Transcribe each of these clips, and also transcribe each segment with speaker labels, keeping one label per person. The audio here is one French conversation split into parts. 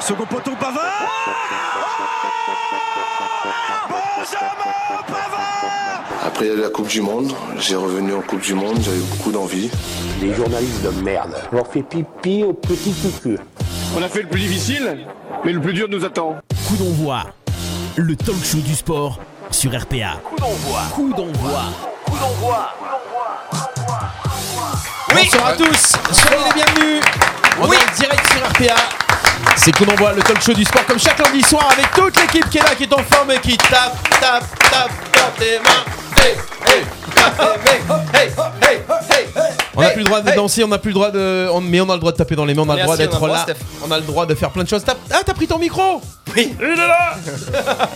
Speaker 1: Second poteau Pavard oh Benjamin Pavard
Speaker 2: Après la Coupe du Monde, j'ai revenu en Coupe du Monde, j'avais beaucoup d'envie.
Speaker 3: Les journalistes de merde. On leur fait pipi au petit cucu.
Speaker 4: On a fait le plus difficile, mais le plus dur nous attend.
Speaker 5: Coup d'envoi, le talk show du sport sur RPA.
Speaker 6: Coup d'envoi.
Speaker 5: Coup d'envoi.
Speaker 6: Coup d'envoi.
Speaker 5: Oui. Bonsoir à tous, soyez les bienvenus. On oui. est en direct sur RPA. C'est qu'on envoie le talk show du sport comme chaque lundi soir avec toute l'équipe qui est là, qui est en forme et qui tape, tape, tape dans tes mains. Hey, hey, hey, hey, hey, hey, on n'a plus le droit de danser, on n'a plus le droit de. on- mais on a le droit de taper dans les mains, on a le
Speaker 7: Merci,
Speaker 5: droit
Speaker 7: on a
Speaker 5: d'être
Speaker 7: le droit,
Speaker 5: là.
Speaker 7: Steph.
Speaker 5: On a le droit de faire plein de choses. T'as- ah, t'as pris ton micro
Speaker 7: Oui.
Speaker 5: Il est là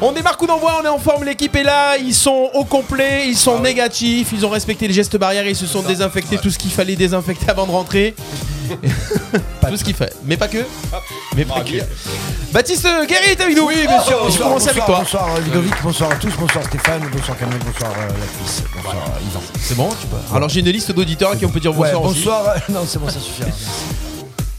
Speaker 5: On démarre coup d'envoi, on est en forme, l'équipe est là, ils sont au complet, ils sont négatifs, ils ont respecté les gestes barrières, ils se sont désinfectés tout ce qu'il fallait désinfecter avant de rentrer. tout ce qu'il fallait, mais pas que. Mais pas que. Baptiste Guéry est avec nous Ah, Oui, bien sûr, je commence avec toi.
Speaker 8: Oh, Bonsoir euh, Ludovic, bonsoir à tous, bonsoir Stéphane, bonsoir Camille, bonsoir euh, la cuisse, bonsoir euh, Yvan.
Speaker 5: C'est bon, tu peux. Alors j'ai une liste d'auditeurs à qui on peut dire
Speaker 8: Ouais,
Speaker 5: bonsoir. aussi.
Speaker 8: bonsoir, euh, non c'est bon, ça suffira.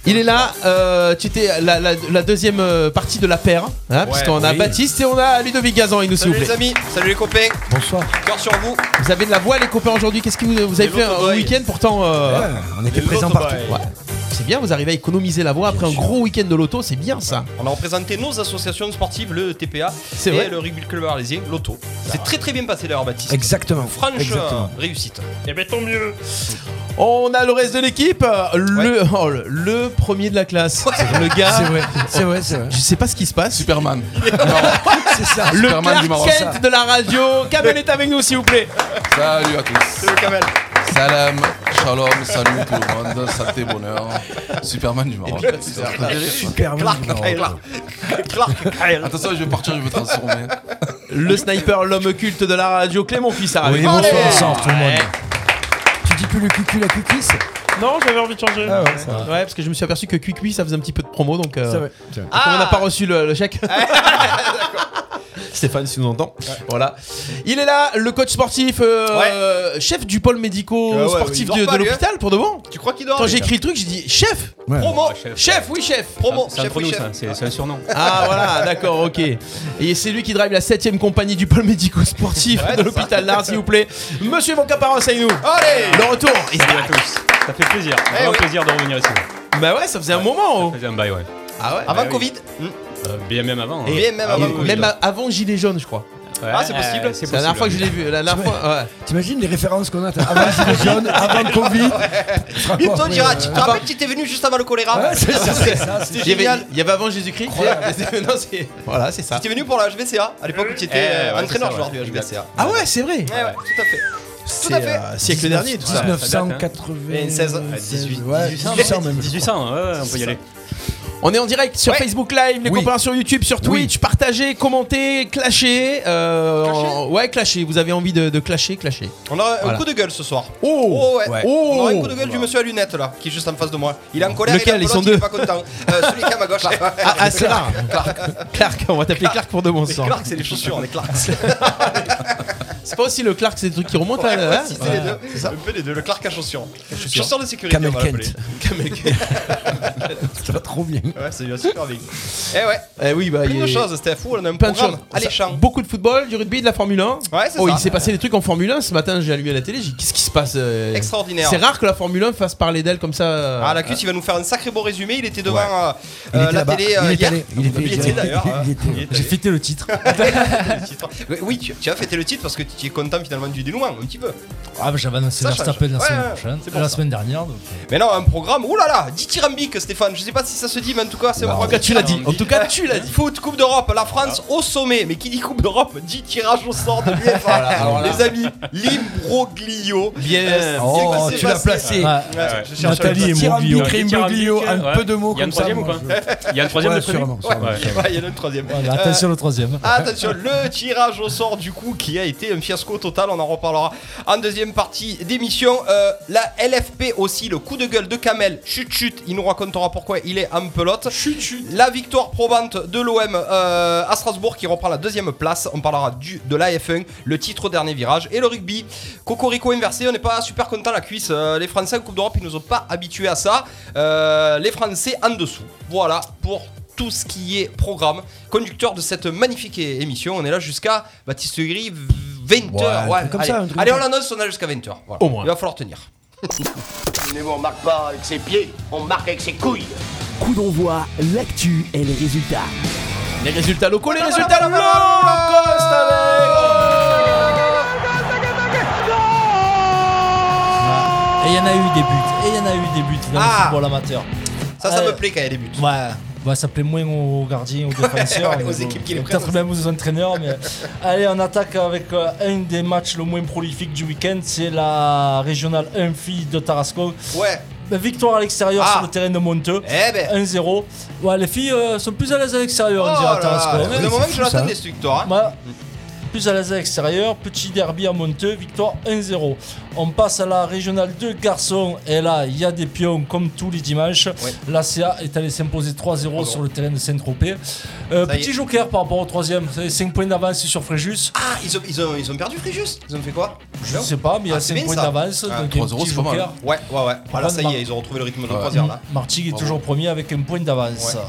Speaker 5: Il est là, euh, tu étais la, la- la deuxième euh, partie de la paire, hein, puisqu'on a
Speaker 8: oui.
Speaker 5: Baptiste et on a Ludovic Gazan avec nous, s'il vous
Speaker 7: Salut les
Speaker 5: plaît.
Speaker 7: amis, salut les copains,
Speaker 8: bonsoir.
Speaker 7: cœur sur vous.
Speaker 5: Vous avez de la voix, les copains, aujourd'hui. Qu'est-ce que vous, vous avez
Speaker 7: Et
Speaker 5: fait un
Speaker 7: l'autoboy.
Speaker 5: week-end pourtant euh,
Speaker 8: Ouais, on était
Speaker 7: Et
Speaker 8: présents
Speaker 7: l'autre,
Speaker 8: partout.
Speaker 7: bah,
Speaker 5: ouais. C'est bien, vous arrivez à économiser la voix après un gros week-end de loto, c'est bien ça.
Speaker 7: On a représenté nos associations sportives, le TPA
Speaker 5: C'est
Speaker 7: et
Speaker 5: vrai.
Speaker 7: le Rugby Club Arlésien, l'Auto. C'est très très bien passé d'ailleurs, Baptiste.
Speaker 8: Exactement.
Speaker 7: Franche
Speaker 8: Ah. Exactement.
Speaker 7: euh, réussite.
Speaker 5: On a le reste de l'équipe, euh, le, oh, le- le premier de la classe. Le
Speaker 8: C'est
Speaker 5: gars,
Speaker 8: vrai, c'est vrai, c'est vrai.
Speaker 5: je sais pas ce qui se passe.
Speaker 9: Superman.
Speaker 8: C'est ça.
Speaker 5: Le
Speaker 9: Superman du
Speaker 5: Clark
Speaker 9: Maroc.
Speaker 5: Kent de la radio, Kamel est avec nous, s'il vous plaît.
Speaker 9: Salut à tous.
Speaker 7: Salut Kamel.
Speaker 9: Salam, shalom, salut tout le monde, santé, bonheur. Superman du Maroc.
Speaker 8: Super
Speaker 7: Clark,
Speaker 8: mignon.
Speaker 7: Clark, Clark, Ah, Kyle.
Speaker 9: Attention, je vais partir, je vais me transformer.
Speaker 5: Le sniper, l'homme culte de la radio, Clément Fils arrive.
Speaker 8: Oui,
Speaker 5: Allez.
Speaker 8: bonsoir, bonsoir tout le monde.
Speaker 5: Ouais.
Speaker 8: Tu dis plus le cucu, la cuquisse
Speaker 5: Non, j'avais envie de changer.
Speaker 8: Ah ouais, ça va.
Speaker 5: Ouais, parce que je me suis aperçu que Cuicui ça faisait un petit peu de promo donc. euh,
Speaker 8: Ça va.
Speaker 5: donc on n'a pas reçu le, le chèque. Stéphane, si tu nous entends. Voilà. Il est là, le coach sportif, euh, chef du pôle
Speaker 7: Ah ouais,
Speaker 5: médico-sportif
Speaker 7: il dort
Speaker 5: de,
Speaker 7: pas,
Speaker 5: de
Speaker 7: lui, hein.
Speaker 5: l'hôpital pour de bon.
Speaker 7: Tu crois qu'il dort
Speaker 5: Quand j'ai écrit le truc, j'ai dit chef
Speaker 8: Ouais.
Speaker 7: Promo,
Speaker 5: Oh, Chef, oui, chef
Speaker 7: promo,
Speaker 10: C'est
Speaker 7: chef
Speaker 10: entre
Speaker 7: oui,
Speaker 10: nous,
Speaker 7: chef.
Speaker 10: ça, c'est c'est un surnom.
Speaker 5: Ah voilà, d'accord, ok. Et c'est lui qui drive la 7ème compagnie du pôle médico-sportif de l'hôpital Nard, s'il vous plaît. Monsieur Van Caparin, c'est nous.
Speaker 7: Allez
Speaker 5: Le retour. Il-
Speaker 10: Salut à tous. Ça fait plaisir. Vraiment
Speaker 7: ouais.
Speaker 10: plaisir de revenir ici.
Speaker 5: Bah ouais, ça faisait un moment.
Speaker 10: Ça
Speaker 5: oh.
Speaker 10: faisait un bail, ouais.
Speaker 5: Ah ouais.
Speaker 8: bah
Speaker 7: Avant
Speaker 10: oui.
Speaker 7: Covid Hmm.
Speaker 10: Euh, bien même avant. hein.
Speaker 7: Bien même avant
Speaker 5: Et
Speaker 7: Covid.
Speaker 5: même a- avant Gilet jaune, je crois.
Speaker 10: Ouais,
Speaker 7: Ah, c'est possible,
Speaker 10: euh,
Speaker 7: c'est
Speaker 5: C'est la dernière fois que je l'ai vu. La dernière
Speaker 8: Ouais.
Speaker 5: fois. ouais.
Speaker 8: T'imagines les références qu'on a t'as- avant le gilet jaune, avant le Covid tu feras quoi
Speaker 7: Bientôt, on
Speaker 8: après,
Speaker 7: dira,
Speaker 8: euh,
Speaker 7: tu te rappelles que tu étais venu juste avant le choléra
Speaker 8: Ouais, c'est ça, c'est ça. c'est-
Speaker 5: Il y, avait,
Speaker 7: génial.
Speaker 5: il y avait avant Jésus-Christ. Non, c'est- voilà, c'est ça.
Speaker 7: Tu es venu pour la HBCA à l'époque où tu étais
Speaker 10: Euh,
Speaker 7: euh,
Speaker 10: ouais,
Speaker 7: entraîneur
Speaker 10: c'est ça,
Speaker 7: joueur du
Speaker 10: ouais.
Speaker 7: HBCA.
Speaker 5: Ah ouais, c'est vrai.
Speaker 7: Ouais, ouais, tout à fait.
Speaker 5: C'est
Speaker 7: Tout à fait.
Speaker 5: euh, siècle dernier, tout ça.
Speaker 8: 1996.
Speaker 7: 18,
Speaker 8: ouais, 1800 même.
Speaker 10: 1800, ouais, ouais, on peut y aller.
Speaker 5: On est en direct sur
Speaker 7: Ouais.
Speaker 5: Facebook Live, les
Speaker 8: Oui.
Speaker 5: copains sur YouTube, sur Twitch. Partagez, commentez, clashez. euh, en- Ouais, clashez. Vous avez envie de, de clasher, clasher.
Speaker 7: On a un
Speaker 5: Voilà.
Speaker 7: coup de gueule ce soir.
Speaker 5: Oh,
Speaker 7: Oh ouais.
Speaker 5: Ouais.
Speaker 7: On aura un
Speaker 5: Oh.
Speaker 7: coup de gueule du monsieur à lunettes là, qui est juste en face de moi. Il est en colère,
Speaker 5: Lequel
Speaker 7: il est
Speaker 5: Ils
Speaker 7: en
Speaker 5: sont
Speaker 7: pelote, il est
Speaker 5: deux.
Speaker 7: pas content. Euh, celui qui est à ma gauche.
Speaker 5: Ah, ah, c'est là. Clark, on va t'appeler Clark pour de bon
Speaker 7: C'est
Speaker 5: sang.
Speaker 7: Clark, c'est les chaussures, on est Clark.
Speaker 5: C'est pas aussi le Clark, c'est des trucs qui remontent
Speaker 7: Ouais,
Speaker 5: là,
Speaker 7: ouais,
Speaker 5: hein
Speaker 7: si, c'est les deux. Un peu les deux, le Clark à chaussures. Chaussures de sécurité,
Speaker 8: Kamel
Speaker 7: on va l'appeler.
Speaker 8: Kent. Ça va trop bien.
Speaker 7: Ouais, c'est bien, super bien. Eh ouais,
Speaker 5: Eh oui, bah,
Speaker 7: plein
Speaker 5: il
Speaker 7: de
Speaker 5: est-
Speaker 7: choses, Steph. Ouh, On a un
Speaker 5: plein de choses.
Speaker 7: programme alléchant.
Speaker 5: Beaucoup de football, du rugby, de la Formule 1.
Speaker 7: Ouais, c'est
Speaker 5: oh,
Speaker 7: ça.
Speaker 5: il s'est passé des trucs en Formule 1. Ce matin, j'ai allumé la télé, j'ai dit qu'est-ce qui se passe euh,
Speaker 7: Extraordinaire.
Speaker 5: C'est rare que la Formule 1 fasse parler d'elle comme ça. euh,
Speaker 7: Ah, la cuisse, il va nous faire un sacré beau résumé. Il était devant euh,
Speaker 8: Il
Speaker 7: euh,
Speaker 8: était
Speaker 7: la
Speaker 8: là-bas.
Speaker 7: télé euh,
Speaker 8: Il est
Speaker 7: hier.
Speaker 8: allé. Il était-
Speaker 7: Il était d'ailleurs. hein.
Speaker 8: Il était-
Speaker 7: Il est
Speaker 10: J'ai
Speaker 7: allé.
Speaker 10: fêté le titre.
Speaker 7: Oui, Oui, tu, tu as fêté le titre parce que tu es content finalement du dénouement, un petit peu.
Speaker 11: Ah bah j'avais annoncé
Speaker 7: Ça
Speaker 11: Verstappen
Speaker 7: change.
Speaker 11: la semaine
Speaker 7: Ouais, ouais,
Speaker 11: prochaine,
Speaker 7: c'est pour
Speaker 11: la
Speaker 7: ça.
Speaker 11: semaine dernière. donc.
Speaker 5: euh,
Speaker 7: Mais non, un programme, oh là là, dithyrambique Stéphane, je sais pas si ça se dit, mais en tout cas, c'est un
Speaker 5: Bah, En tout cas,
Speaker 7: programme.
Speaker 5: tu l'as dit. En tout cas, tu l'as dit.
Speaker 7: Foot, Coupe d'Europe, la France au sommet. Mais qui dit Coupe d'Europe dit tirage au sort de l'UEFA.
Speaker 5: alors là.
Speaker 7: Les amis, l'imbroglio.
Speaker 5: Bien.
Speaker 7: Euh, c'est
Speaker 8: Oh,
Speaker 7: quoi, c'est
Speaker 8: tu l'as
Speaker 7: passé
Speaker 8: placé.
Speaker 11: Ouais.
Speaker 7: Ouais, je cherche
Speaker 8: Nathalie
Speaker 7: le-
Speaker 8: et Moglio.
Speaker 10: Moglio.
Speaker 8: Moglio,
Speaker 10: Ouais.
Speaker 8: un peu de mots
Speaker 10: Il y a
Speaker 8: comme
Speaker 10: un
Speaker 8: ça.
Speaker 10: troisième ou
Speaker 8: moi,
Speaker 10: pas
Speaker 8: je-
Speaker 10: Il y a un troisième
Speaker 8: Ouais,
Speaker 10: de prévu
Speaker 8: sûrement,
Speaker 7: Ouais,
Speaker 8: sûrement.
Speaker 7: ouais, il y en a le troisième.
Speaker 11: Ouais, mais
Speaker 7: Euh,
Speaker 11: attention le troisième.
Speaker 7: Attention, le tirage au sort du coup qui a été un fiasco total, on en reparlera en deuxième partie d'émission. Euh, la LFP aussi, le coup de gueule de Kamel, chut chut, il nous racontera pourquoi il est en pelote. Chut chut. La victoire probante de l'OM euh, à Strasbourg qui reprend la deuxième place, on parlera du, de la F1, le titre au dernier virage et le rugby. Cocorico inversé, on n'est pas super content la cuisse, Euh, les Français en Coupe d'Europe ils nous ont pas habitués à ça. Euh, les Français en dessous. Voilà pour tout ce qui est programme, conducteur de cette magnifique é- émission. On est là jusqu'à Baptiste Gris, 20h.
Speaker 8: Ouais, un truc comme
Speaker 7: allez,
Speaker 8: ça, un truc
Speaker 7: Allez, on
Speaker 8: comme
Speaker 7: l'annonce, on a jusqu'à 20h.
Speaker 8: Au moins.
Speaker 7: Il va falloir tenir.
Speaker 12: Mais on marque pas avec ses pieds, on marque avec ses couilles.
Speaker 13: Coup d'envoi, l'actu et les résultats.
Speaker 8: Les résultats locaux, les résultats locaux
Speaker 7: Ah,
Speaker 8: Costa
Speaker 13: Et il y en a eu des buts. Et il y en a eu des buts dans
Speaker 7: Ah.
Speaker 13: le football amateur.
Speaker 7: Ça, ça
Speaker 13: Ouais.
Speaker 7: me plaît quand il y a des buts.
Speaker 13: Ouais. Bah, ça plaît moins aux gardiens, aux défenseurs,
Speaker 7: ouais,
Speaker 13: mais
Speaker 7: aux
Speaker 13: bon,
Speaker 7: équipes qui les prennent
Speaker 13: peut-être même aux entraîneurs. Mais euh, allez, on attaque avec euh, un des matchs le moins prolifique du week-end, c'est la régionale 1 filles de Tarasco.
Speaker 7: Ouais.
Speaker 13: Bah, victoire à l'extérieur
Speaker 7: Ah.
Speaker 13: sur le terrain de Monteux.
Speaker 7: Eh ben.
Speaker 13: 1-0. Ouais, les filles euh, sont plus à l'aise à l'extérieur,
Speaker 7: Oh
Speaker 13: on dirait à
Speaker 7: là
Speaker 13: Tarasco.
Speaker 7: là,
Speaker 13: Ouais,
Speaker 7: c'est le
Speaker 13: c'est
Speaker 7: moment que
Speaker 13: fou,
Speaker 7: je
Speaker 13: ça, hein.
Speaker 7: l'attendais cette victoire. hein.
Speaker 13: Bah, plus à l'aise à l'extérieur, petit derby à Monteux, victoire 1-0. On passe à la régionale 2 garçons, et là, il y a des pions comme tous les dimanches. La CA est allée s'imposer 3-0 sur le terrain de Saint-Tropez. Euh,
Speaker 7: Ah Ça y
Speaker 13: petit
Speaker 7: est.
Speaker 13: joker par rapport au troisième, 5 points d'avance sur Fréjus.
Speaker 7: Ah, ils ont, ils, ont, ils ont perdu Fréjus Ils ont fait quoi
Speaker 13: Je
Speaker 7: Non.
Speaker 13: sais pas, mais il y a
Speaker 7: Ah, c'est
Speaker 13: 5
Speaker 7: bien
Speaker 13: points
Speaker 7: ça.
Speaker 13: d'avance.
Speaker 7: Ah,
Speaker 13: donc
Speaker 9: 3-0,
Speaker 13: un petit
Speaker 9: c'est pas mal.
Speaker 13: joker.
Speaker 7: Ouais, ouais, ouais. Voilà,
Speaker 13: Voilà,
Speaker 7: ça y
Speaker 13: Mar-
Speaker 7: est, ils ont retrouvé le rythme de
Speaker 9: Ouais.
Speaker 7: croisière là.
Speaker 13: Martigues est
Speaker 7: Bravo.
Speaker 13: toujours premier avec un point d'avance.
Speaker 7: Ouais.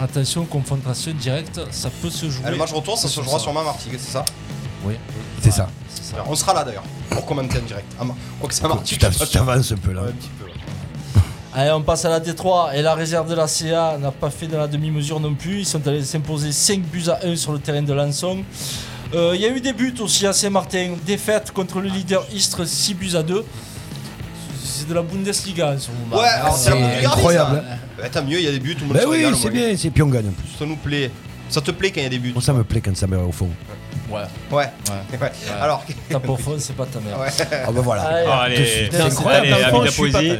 Speaker 13: Attention, confrontation directe, ça peut se jouer.
Speaker 7: Ah, le match retour, ça
Speaker 13: C'est
Speaker 7: se
Speaker 13: sur
Speaker 7: jouera
Speaker 13: ça.
Speaker 7: sûrement à Martigues, c'est ça
Speaker 5: C'est ça.
Speaker 13: C'est ça.
Speaker 7: On sera là d'ailleurs, pour commenter en direct. Ah, Mar- Quoi que c'est à
Speaker 5: Tu
Speaker 7: Martigues.
Speaker 5: t'av- tu t'avances un peu là.
Speaker 7: Ouais, un petit peu, ouais.
Speaker 13: Allez, on passe à la D3 et la réserve de la CA n'a pas fait de la demi-mesure non plus. Ils sont allés s'imposer 5 buts à 1 sur le terrain de Lançon. Euh, Il y a eu des buts aussi à Saint-Martin. Défaite contre le leader Istres 6 buts à 2. C'est de la Bundesliga en ce moment.
Speaker 7: Ouais, alors c'est la
Speaker 13: Euh,
Speaker 7: Portugalie,
Speaker 5: incroyable,
Speaker 7: ça. Bah, tant mieux, il y a des buts, tout le monde
Speaker 5: Bah
Speaker 7: se
Speaker 5: oui,
Speaker 7: régale,
Speaker 5: c'est
Speaker 7: moi.
Speaker 5: bien, c'est puis on gagne en plus.
Speaker 7: Ça nous plaît. Ça te plaît quand il y a des buts
Speaker 5: Moi, ça me plaît quand ça me au fond.
Speaker 9: Ouais.
Speaker 7: Ouais. ouais. Alors,
Speaker 13: ta porphone, c'est pas ta mère.
Speaker 5: Ah bah voilà.
Speaker 13: Allez,
Speaker 14: Ah, allez,
Speaker 13: C'est incroyable,
Speaker 14: allez, amis
Speaker 13: l'enfant,
Speaker 14: de la
Speaker 13: je suis pas
Speaker 14: poésie,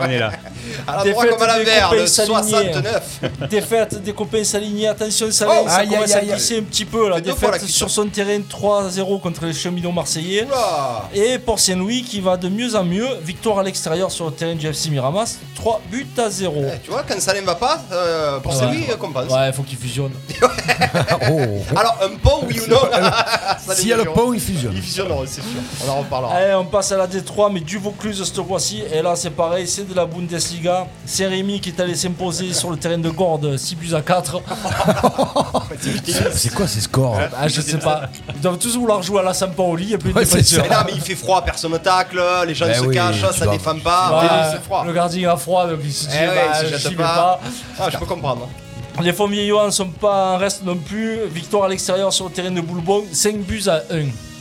Speaker 14: on est là.
Speaker 7: à la droite
Speaker 13: Défaite
Speaker 7: comme à la
Speaker 13: des
Speaker 7: verre,
Speaker 13: copains
Speaker 7: le
Speaker 13: s'aligner.
Speaker 7: 69.
Speaker 13: Défaite des copains s'aligner, attention Salin,
Speaker 7: Oh,
Speaker 13: ça
Speaker 5: aïe,
Speaker 13: commence
Speaker 5: aïe,
Speaker 13: à
Speaker 5: aïe.
Speaker 13: glisser un petit peu là.
Speaker 7: C'est deux fois la
Speaker 13: Défaite sur
Speaker 7: cuisson.
Speaker 13: son terrain 3-0 contre les cheminots marseillais.
Speaker 7: Oula
Speaker 13: Et pour Saint-Louis qui va de mieux en mieux, victoire à l'extérieur sur le terrain du FC Miramas, 3 buts à 0.
Speaker 7: Eh, Tu vois, quand ça ne va pas, euh, pour
Speaker 13: Ouais.
Speaker 7: celui qu'on pense.
Speaker 13: Ouais, faut qu'il fusionne.
Speaker 5: Oh.
Speaker 7: Alors, un pont, oui ou non Ça
Speaker 5: S'il y a le
Speaker 7: dépend.
Speaker 5: pont, il fusionne.
Speaker 7: Ils fusionneront, c'est sûr. On en reparlera.
Speaker 13: Allez, on passe à la D3, mais du Vaucluse cette fois-ci. Et là, c'est pareil, c'est de la Bundesliga. C'est Rémi qui est allé s'imposer sur le terrain de Gordes, 6 buts à 4.
Speaker 5: C'est quoi ces scores
Speaker 13: Ah, je sais pas. Ils doivent tous vouloir jouer à la Sampaoli et puis
Speaker 5: Ouais, c'est
Speaker 13: défenseur.
Speaker 7: Mais non, mais il fait froid, personne ne tacle, les gens
Speaker 5: Ben
Speaker 7: se
Speaker 5: oui,
Speaker 7: cachent,
Speaker 5: tu
Speaker 7: ça
Speaker 5: dois-
Speaker 7: défend pas.
Speaker 13: Ouais,
Speaker 7: mais Ah, c'est froid.
Speaker 13: le gardien a froid, donc il se dit
Speaker 7: Eh ouais,
Speaker 13: bah,
Speaker 7: il se
Speaker 13: je
Speaker 7: jette
Speaker 13: vais
Speaker 7: pas.
Speaker 13: pas.
Speaker 7: Ah, je peux comprendre.
Speaker 13: Les Fourmiers Johan sont pas en reste non plus. Victoire à l'extérieur sur le terrain de Boulbon, 5 buts à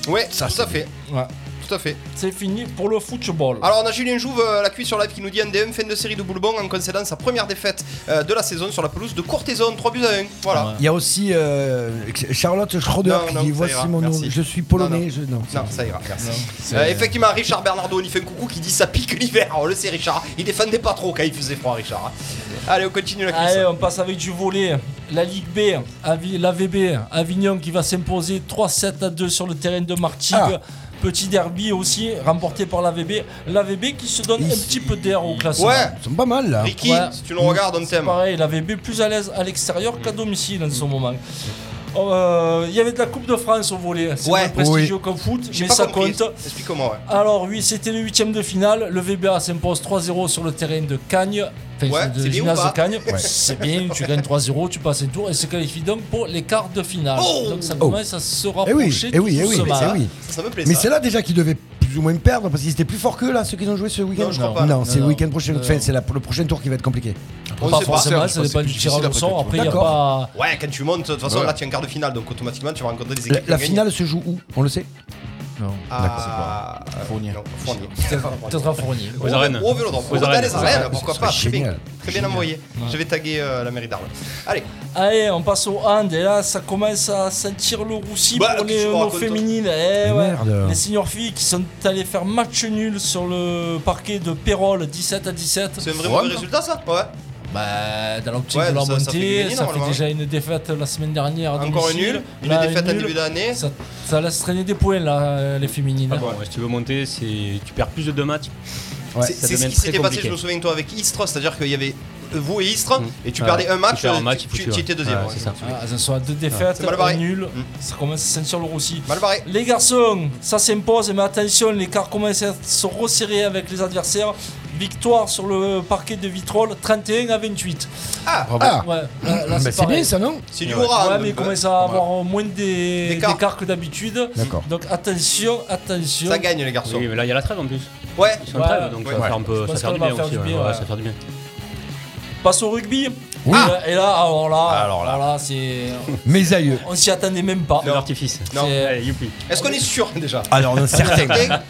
Speaker 13: 1.
Speaker 7: Ouais, ça, tout à fait.
Speaker 13: Ouais.
Speaker 7: Tout à fait.
Speaker 13: C'est fini pour le football.
Speaker 7: Alors on a Julien Jouve, euh, la cuisse sur live, qui nous dit NDM, fin de série de Boulbon en concédant sa première défaite euh, de la saison sur la pelouse de Courtaison, 3 buts à 1. Voilà.
Speaker 5: Il y a aussi euh, Charlotte Schroeder
Speaker 7: Non,
Speaker 5: qui
Speaker 7: non,
Speaker 5: dit
Speaker 7: ça ira,
Speaker 5: Voici mon nom,
Speaker 7: merci.
Speaker 5: je suis polonais.
Speaker 7: Non, non.
Speaker 5: je- non.
Speaker 7: Non, ça ira, merci. Euh, effectivement, Richard Bernardo, on y fait un coucou qui dit ça pique l'hiver. On le sait, Richard. Il défendait pas trop quand il faisait froid, Richard. hein. Allez, on continue la cuisse.
Speaker 13: Allez, on passe avec du volet. La Ligue B, Avi- l'AVB, Avignon qui va s'imposer 3-7 à 2 sur le terrain de Martigues.
Speaker 7: Ah.
Speaker 13: Petit derby aussi, remporté par l'AVB. L'AVB qui se donne un
Speaker 5: Ici-
Speaker 13: petit peu d'air au classement.
Speaker 7: ouais,
Speaker 5: Ils sont pas mal là.
Speaker 7: Ricky,
Speaker 13: Ouais.
Speaker 7: si tu nous regardes, on t'aime.
Speaker 13: Pareil, l'AVB plus à l'aise à l'extérieur qu'à domicile en ce moment. Oh, euh, Il y avait de la Coupe de France au volet. C'est
Speaker 7: Ouais.
Speaker 13: moins prestigieux qu'en foot,
Speaker 7: J'ai
Speaker 13: mais
Speaker 7: pas
Speaker 13: ça
Speaker 7: compris.
Speaker 13: compte.
Speaker 7: Explique-moi, ouais.
Speaker 13: Alors oui, c'était le huitième de finale. Le VBA s'impose 3-0 sur le terrain de Cagnes. Enfin,
Speaker 7: Ouais,
Speaker 13: de
Speaker 7: c'est bien
Speaker 13: gymnase
Speaker 7: ou pas
Speaker 13: de Cagnes. C'est bien, tu gagnes 3-0, tu passes un tour et se qualifie donc pour les quarts de finale.
Speaker 7: Oh
Speaker 13: donc ça commence à se
Speaker 5: Eh
Speaker 13: rapprocher
Speaker 5: oui,
Speaker 13: tout
Speaker 5: eh oui, eh oui,
Speaker 13: doucement.
Speaker 5: eh oui.
Speaker 7: Ça, ça me plaît.
Speaker 5: Mais
Speaker 7: ça.
Speaker 5: c'est là déjà qu'ils devaient plus ou moins perdre parce qu'ils étaient plus forts que là ceux qu'ils ont joué ce week-end.
Speaker 7: Non, je crois pas.
Speaker 5: Non, c'est le
Speaker 13: Non,
Speaker 5: week-end
Speaker 13: non.
Speaker 5: prochain.
Speaker 13: Non,
Speaker 5: Enfin,
Speaker 13: non.
Speaker 5: c'est la- le prochain tour qui va être compliqué.
Speaker 7: On
Speaker 13: Pas
Speaker 7: sait pas.
Speaker 13: forcément,
Speaker 9: Je
Speaker 13: ça
Speaker 9: pense
Speaker 13: dépend
Speaker 9: que
Speaker 13: du
Speaker 9: c'est
Speaker 13: tirage
Speaker 9: difficile
Speaker 13: au
Speaker 9: après
Speaker 13: sort.
Speaker 9: tout.
Speaker 13: Après, il n'y a
Speaker 5: D'accord.
Speaker 13: pas...
Speaker 7: Ouais, quand tu montes, de toute façon,
Speaker 9: Ouais.
Speaker 7: là, tu es un quart de finale, donc automatiquement, tu vas rencontrer des
Speaker 5: La,
Speaker 7: équipes.
Speaker 5: la finale se joue où On le sait
Speaker 7: à
Speaker 9: Fournier.
Speaker 7: Ah, euh, Fournier.
Speaker 13: Peut-être à Fournier.
Speaker 14: Aux arènes.
Speaker 7: Au vélodrome. Aux arènes, les arènes, pourquoi
Speaker 5: Ce
Speaker 7: pas
Speaker 5: serait
Speaker 7: Très bien,
Speaker 5: génial.
Speaker 7: très bien envoyé. Je vais taguer euh, la mairie d'Arles. Allez,
Speaker 13: Allez, on passe au hand et là ça commence à sentir le roussi
Speaker 7: Bah,
Speaker 13: pour
Speaker 7: qu'est-ce que
Speaker 13: les
Speaker 7: tu me
Speaker 13: nos
Speaker 7: racontes, toi
Speaker 13: féminines. Eh ouais.
Speaker 5: Merde.
Speaker 13: Les seniors filles qui sont allées faire match nul sur le parquet de Pérol 17 à 17.
Speaker 7: c'est un vrai mauvais résultat ça Ouais.
Speaker 13: Bah, dans l'optique
Speaker 7: Ouais,
Speaker 13: de la
Speaker 7: ça- ça fait
Speaker 13: montée,
Speaker 7: gagner,
Speaker 13: ça fait
Speaker 7: normalement.
Speaker 13: déjà une défaite la semaine dernière. à
Speaker 7: hein. Encore un
Speaker 13: domicile.
Speaker 7: nul, une
Speaker 9: Bah,
Speaker 13: Là,
Speaker 7: défaite en
Speaker 13: nul.
Speaker 7: début d'année.
Speaker 13: Ça, ça laisse traîner des points là, euh, les féminines.
Speaker 7: bah,
Speaker 9: Ah bon, ouais, si tu veux monter, c'est tu perds plus de deux matchs.
Speaker 13: Ouais,
Speaker 7: C'est c'est
Speaker 9: ça
Speaker 7: ce
Speaker 9: devient
Speaker 7: qui
Speaker 9: très
Speaker 7: s'était passé,
Speaker 9: compliqué.
Speaker 7: je me souviens de toi avec Istres, c'est-à-dire qu'il y avait euh, vous et Istres,
Speaker 9: Mm.
Speaker 7: et tu
Speaker 9: Ouais.
Speaker 7: perdais un match,
Speaker 9: Tu perds un
Speaker 7: tu-
Speaker 9: match, il faut
Speaker 7: tu,
Speaker 9: tuer.
Speaker 7: tu étais deuxième.
Speaker 9: Ouais,
Speaker 7: ouais.
Speaker 9: c'est ça.
Speaker 13: Ah, ça sera deux défaites,
Speaker 7: C'est mal
Speaker 13: un
Speaker 7: barré. Mmh.
Speaker 13: nul. Ça commence à sentir le roussi.
Speaker 7: Mal barré.
Speaker 13: Les garçons, ça s'impose, mais attention, l'écart commence à se resserrer avec les adversaires. Victoire sur le parquet de Vitrolles, 31 à 28.
Speaker 7: Ah,
Speaker 8: Ah,
Speaker 13: Ouais, là, là,
Speaker 8: bah, c'est
Speaker 13: pareil.
Speaker 8: bien ça, non
Speaker 7: C'est du hurrah.
Speaker 13: Ouais,
Speaker 7: hein,
Speaker 13: mais il
Speaker 7: donc,
Speaker 13: commence à avoir moins des-
Speaker 7: D'écart.
Speaker 13: d'écart que d'habitude.
Speaker 8: D'accord.
Speaker 13: Donc attention, attention.
Speaker 7: Ça gagne les garçons.
Speaker 9: Oui, mais là, il y a la trêve en plus.
Speaker 7: Ouais,
Speaker 9: Ils sont
Speaker 13: Ouais.
Speaker 9: en trêve, donc ça
Speaker 8: Ouais.
Speaker 9: va faire un peu.
Speaker 13: Je
Speaker 9: Ça
Speaker 13: pense
Speaker 9: va faire
Speaker 13: qu'on
Speaker 9: du
Speaker 13: va
Speaker 9: bien
Speaker 13: faire
Speaker 9: aussi.
Speaker 13: du
Speaker 9: ouais,
Speaker 13: bien,
Speaker 9: ouais,
Speaker 13: ouais.
Speaker 9: Ça va faire du bien.
Speaker 13: Passe au rugby.
Speaker 8: Oui.
Speaker 13: Euh, Et là, alors là,
Speaker 7: Alors là.
Speaker 13: alors là, c'est,
Speaker 8: Mes aïeux.
Speaker 13: on s'y attendait même pas.
Speaker 9: Feu d'artifice.
Speaker 7: Non.
Speaker 13: C'est-
Speaker 9: Allez, youpi.
Speaker 7: Est-ce qu'on est sûr déjà
Speaker 8: Alors, on est certain.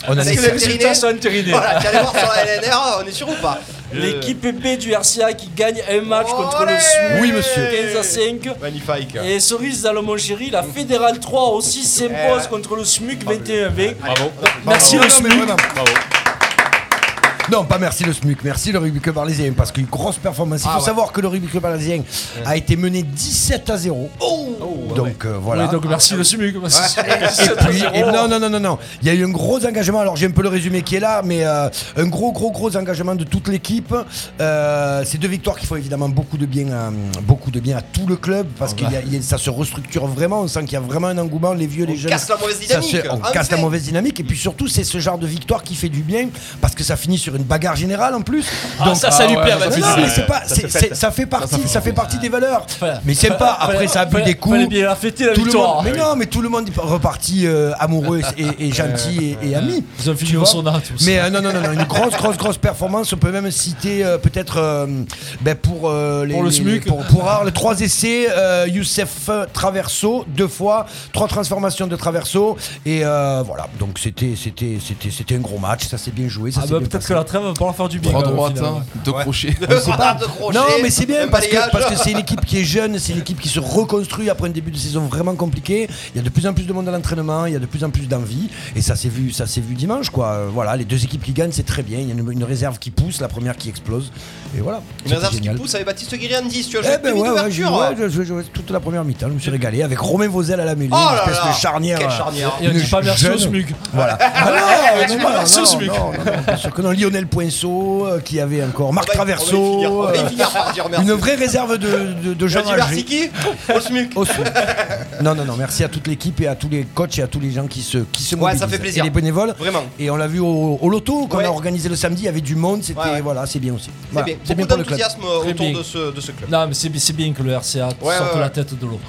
Speaker 8: On en
Speaker 7: Est-ce
Speaker 8: est
Speaker 7: que les
Speaker 8: certain.
Speaker 7: résultats sont
Speaker 13: entériné.
Speaker 7: Voilà, tu allais voir sur la LNR, on est sûr ou pas
Speaker 13: L'équipe B du RCA qui gagne un match contre
Speaker 7: Olé
Speaker 13: le SMU.
Speaker 8: Oui, monsieur.
Speaker 13: 15 à 5.
Speaker 7: Magnifique.
Speaker 13: Et cerise dans le Montshéry, la Fédérale 3 aussi s'impose
Speaker 7: Eh.
Speaker 13: contre le SMUC 21-20.
Speaker 9: Bravo.
Speaker 13: Merci le
Speaker 8: Non, mais
Speaker 13: SMUC.
Speaker 8: vraiment. Non, pas merci le SMUC, merci le rugby club arlésien parce qu'une grosse performance. Il
Speaker 13: Ah
Speaker 8: faut savoir que le rugby club arlésien a été mené 17 à 0. donc euh, voilà.
Speaker 13: Oui, Oh, donc merci le SMUC.
Speaker 8: Et puis, et non, non, non, non, non. Il y a eu un gros engagement. Alors, j'ai un peu le résumé qui est là, mais euh, un gros, gros, gros engagement de toute l'équipe. Euh, ces deux victoires qui font évidemment beaucoup de bien à, beaucoup de bien à tout le club parce que ça se restructure vraiment. On sent qu'il y a vraiment un engouement. Les vieux, les
Speaker 7: On
Speaker 8: jeunes.
Speaker 7: casse la mauvaise
Speaker 8: ça se-
Speaker 7: dynamique, Ah
Speaker 8: on
Speaker 7: enfin.
Speaker 8: casse la mauvaise dynamique. Et puis surtout, c'est ce genre de victoire qui fait du bien parce que ça finit sur une bagarre générale en plus.
Speaker 15: Ah, ça, ça lui perd la
Speaker 8: Non,
Speaker 15: piste.
Speaker 8: non, mais c'est pas, c'est- c'est- ça fait partie, ça fait partie des valeurs.
Speaker 13: Voilà.
Speaker 8: Mais sympa. Après, ça a bu des coups.
Speaker 13: Fallait bien la fêter la
Speaker 8: Tout le
Speaker 13: victoire.
Speaker 8: monde, mais non, mais tout le monde est reparti euh, amoureux et, et gentil et, et ami.
Speaker 13: Ils ont fini
Speaker 8: Tu
Speaker 13: au
Speaker 8: vois
Speaker 13: sauna tous.
Speaker 8: Mais euh, non, non, non, non, une grosse, grosse, grosse performance. On peut même citer euh, peut-être euh, ben, pour euh, les,
Speaker 13: Pour le
Speaker 8: les-
Speaker 13: SMUC.
Speaker 8: pour, pour Arles, trois essais, euh, Youssef Traverso deux fois, trois transformations de Traverso et euh, voilà. Donc c'était, c'était, c'était, c'était un gros match. Ça s'est bien joué. Ça
Speaker 13: Ah
Speaker 8: s'est
Speaker 13: bah
Speaker 8: bien
Speaker 13: peut-être
Speaker 8: passé.
Speaker 13: que la trêve va pas leur faire du bien.
Speaker 5: Trois
Speaker 13: quand même,
Speaker 5: droites,
Speaker 13: finalement.
Speaker 5: hein, deux crochets.
Speaker 7: Pas de crochet,
Speaker 8: Non, mais c'est bien
Speaker 7: un
Speaker 8: parce que,
Speaker 7: balayage.
Speaker 8: parce que c'est une équipe qui est jeune, c'est une équipe qui se reconstruit après un début de saison vraiment compliqué. Il y a de plus en plus de monde à l'entraînement, il y a de plus en plus d'envie et ça s'est vu, ça s'est vu dimanche quoi. Euh, Voilà, les deux équipes qui gagnent, c'est très bien. Il y a une, une réserve qui pousse, la première qui explose et voilà.
Speaker 7: Une
Speaker 8: C'était
Speaker 7: réserve qui
Speaker 8: génial.
Speaker 7: pousse avec Baptiste Guéry en 10, tu as joué
Speaker 8: Eh
Speaker 7: depuis
Speaker 8: ben ouais, ouais, j'ai
Speaker 7: l'ouverture.
Speaker 8: ouais, j'ai joué- j'ai joué toute la première mi-temps, je me suis régalé avec Romain Vosel à la mêlée,
Speaker 7: Oh
Speaker 8: une
Speaker 7: là
Speaker 8: espèce
Speaker 7: là
Speaker 8: de charnière.
Speaker 7: Quelle
Speaker 8: euh,
Speaker 7: charnière
Speaker 13: Et on dit
Speaker 8: Une
Speaker 13: pas merci au
Speaker 8: jeune.
Speaker 13: SMUC.
Speaker 8: Voilà. Ah non, non,
Speaker 13: merci au
Speaker 8: non,
Speaker 13: SMIC.
Speaker 8: non, non, non, bien sûr que non. Lionel Poinceau euh, qui avait encore Marc
Speaker 13: Ah bah,
Speaker 7: On va y- on va
Speaker 8: Traverso.
Speaker 7: y finir, on va y
Speaker 8: euh,
Speaker 7: finir par dire merci.
Speaker 8: Une vraie réserve de, de, de gens
Speaker 7: Merci
Speaker 8: âgés.
Speaker 7: Varsiki, au SMUC.
Speaker 8: Au sud. Non, non, non, merci à toute l'équipe et à tous les coachs et à tous les gens qui se, qui se
Speaker 7: Ouais, ça
Speaker 8: mobilisent.
Speaker 7: fait plaisir.
Speaker 8: Et les bénévoles.
Speaker 7: Vraiment.
Speaker 8: Et on l'a vu au, au loto qu'on
Speaker 7: Ouais.
Speaker 8: a organisé le samedi, il y avait du monde, c'était
Speaker 7: Ouais, ouais.
Speaker 8: voilà, c'est bien aussi.
Speaker 7: C'est
Speaker 8: Voilà,
Speaker 7: bien.
Speaker 8: C'est bien
Speaker 7: Beaucoup
Speaker 8: pour le club.
Speaker 7: d'enthousiasme euh, autour
Speaker 13: bien.
Speaker 7: de ce, de ce club.
Speaker 13: Non, mais c'est c'est bien que le RCA
Speaker 7: Ouais,
Speaker 13: sorte
Speaker 7: ouais, ouais.
Speaker 13: la tête de l'eau.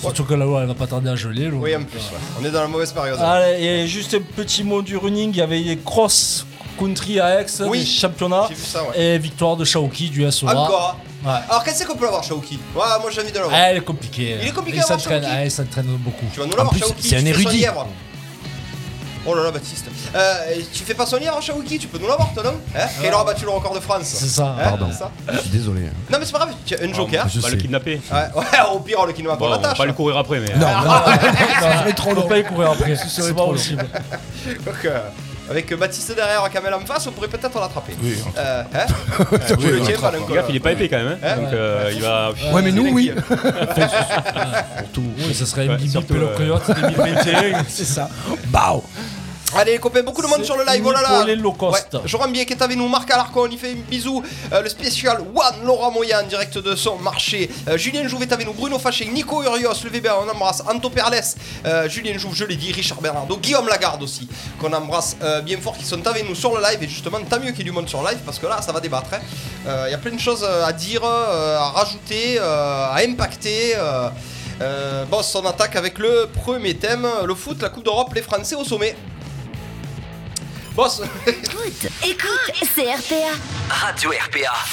Speaker 13: Surtout que la loi, elle va pas tarder à geler. l'eau.
Speaker 7: Oui, en plus, ouais. on est dans la mauvaise période.
Speaker 8: Ah.
Speaker 13: Allez, et juste un petit mot du running. Il y avait les cross country à Aix,
Speaker 7: Oui,
Speaker 13: les championnats.
Speaker 7: j'ai vu ça, ouais.
Speaker 13: Et victoire de Shaoki du SOA.
Speaker 7: Encore.
Speaker 13: Ouais.
Speaker 7: Alors, qu'est-ce qu'on peut avoir, Shaoki Ouais, moi j'ai envie de l'avoir.
Speaker 13: Ah, elle est compliquée.
Speaker 7: Il est compliqué
Speaker 13: Il
Speaker 7: à voir,
Speaker 13: s'entraîne
Speaker 7: Shaoki.
Speaker 13: ah, il s'entraîne beaucoup.
Speaker 7: Tu vas nous l'avoir,
Speaker 8: plus,
Speaker 7: Shaoki.
Speaker 8: c'est un
Speaker 7: tu fais son
Speaker 8: érudit.
Speaker 7: lièvre. Oh là là, Baptiste. Euh, tu fais pas son lièvre, Shaoki Tu peux nous l'avoir, toi, non hein Quel aura battu le record de France
Speaker 13: C'est ça.
Speaker 7: Hein,
Speaker 8: Ah. Pardon.
Speaker 7: c'est ça
Speaker 8: Je suis désolé. hein.
Speaker 7: Non, mais c'est pas grave, tu as un joker.
Speaker 8: Je
Speaker 9: On va
Speaker 8: sais.
Speaker 9: le kidnapper.
Speaker 7: Ouais, ouais, au pire, on le kidnappe pour
Speaker 9: Bon, on
Speaker 7: la
Speaker 9: va
Speaker 7: tâche. hein.
Speaker 9: pas le courir après, mais.
Speaker 8: Non, non, non,
Speaker 13: Ça serait trop
Speaker 8: long.
Speaker 13: pas y courir après. C'est pas
Speaker 8: trop long.
Speaker 13: possible.
Speaker 7: Donc, euh, avec Baptiste derrière, Kamel en face, on pourrait peut-être l'attraper.
Speaker 5: Oui,
Speaker 7: Euh, hein Euh, oui, Hein le tien, pas
Speaker 9: Fais Gaffe, il est pas épais quand même. hein.
Speaker 7: Ouais.
Speaker 9: Donc euh, il va.
Speaker 8: Ouais, mais nous, oui.
Speaker 13: Oui, ça serait
Speaker 9: Ouais,
Speaker 13: Bibi
Speaker 9: surtout,
Speaker 13: Pelo
Speaker 9: euh,
Speaker 13: Coyote 2021.
Speaker 8: C'est ça. Bao
Speaker 7: Allez les copains, beaucoup de monde sur le live, oh là là
Speaker 13: Pour les low cost.
Speaker 7: Ouais, Jérôme Bier qui est avec nous, Marc Alarcon, on y fait un bisou. Euh, le spécial One, Laura Moya en direct de son marché. Euh, Julien Jouve est avec nous, Bruno Faché, Nico Urios, le VBA, on embrasse. Anto Perles, euh, Julien Jouve, je l'ai dit, Richard Bernardo, Guillaume Lagarde aussi, qu'on embrasse euh, bien fort, qui sont avec nous sur le live. Et justement, tant mieux qu'il y ait du monde sur le live, parce que là, ça va débattre. hein. Euh, Il y a plein de choses euh, à dire, euh, à rajouter, euh, à impacter. euh. Euh, boss, on attaque avec le premier thème, le foot, la Coupe d'Europe, les Français au sommet. Boss,
Speaker 16: Écoute, écoute, c'est RPA.
Speaker 8: Ah,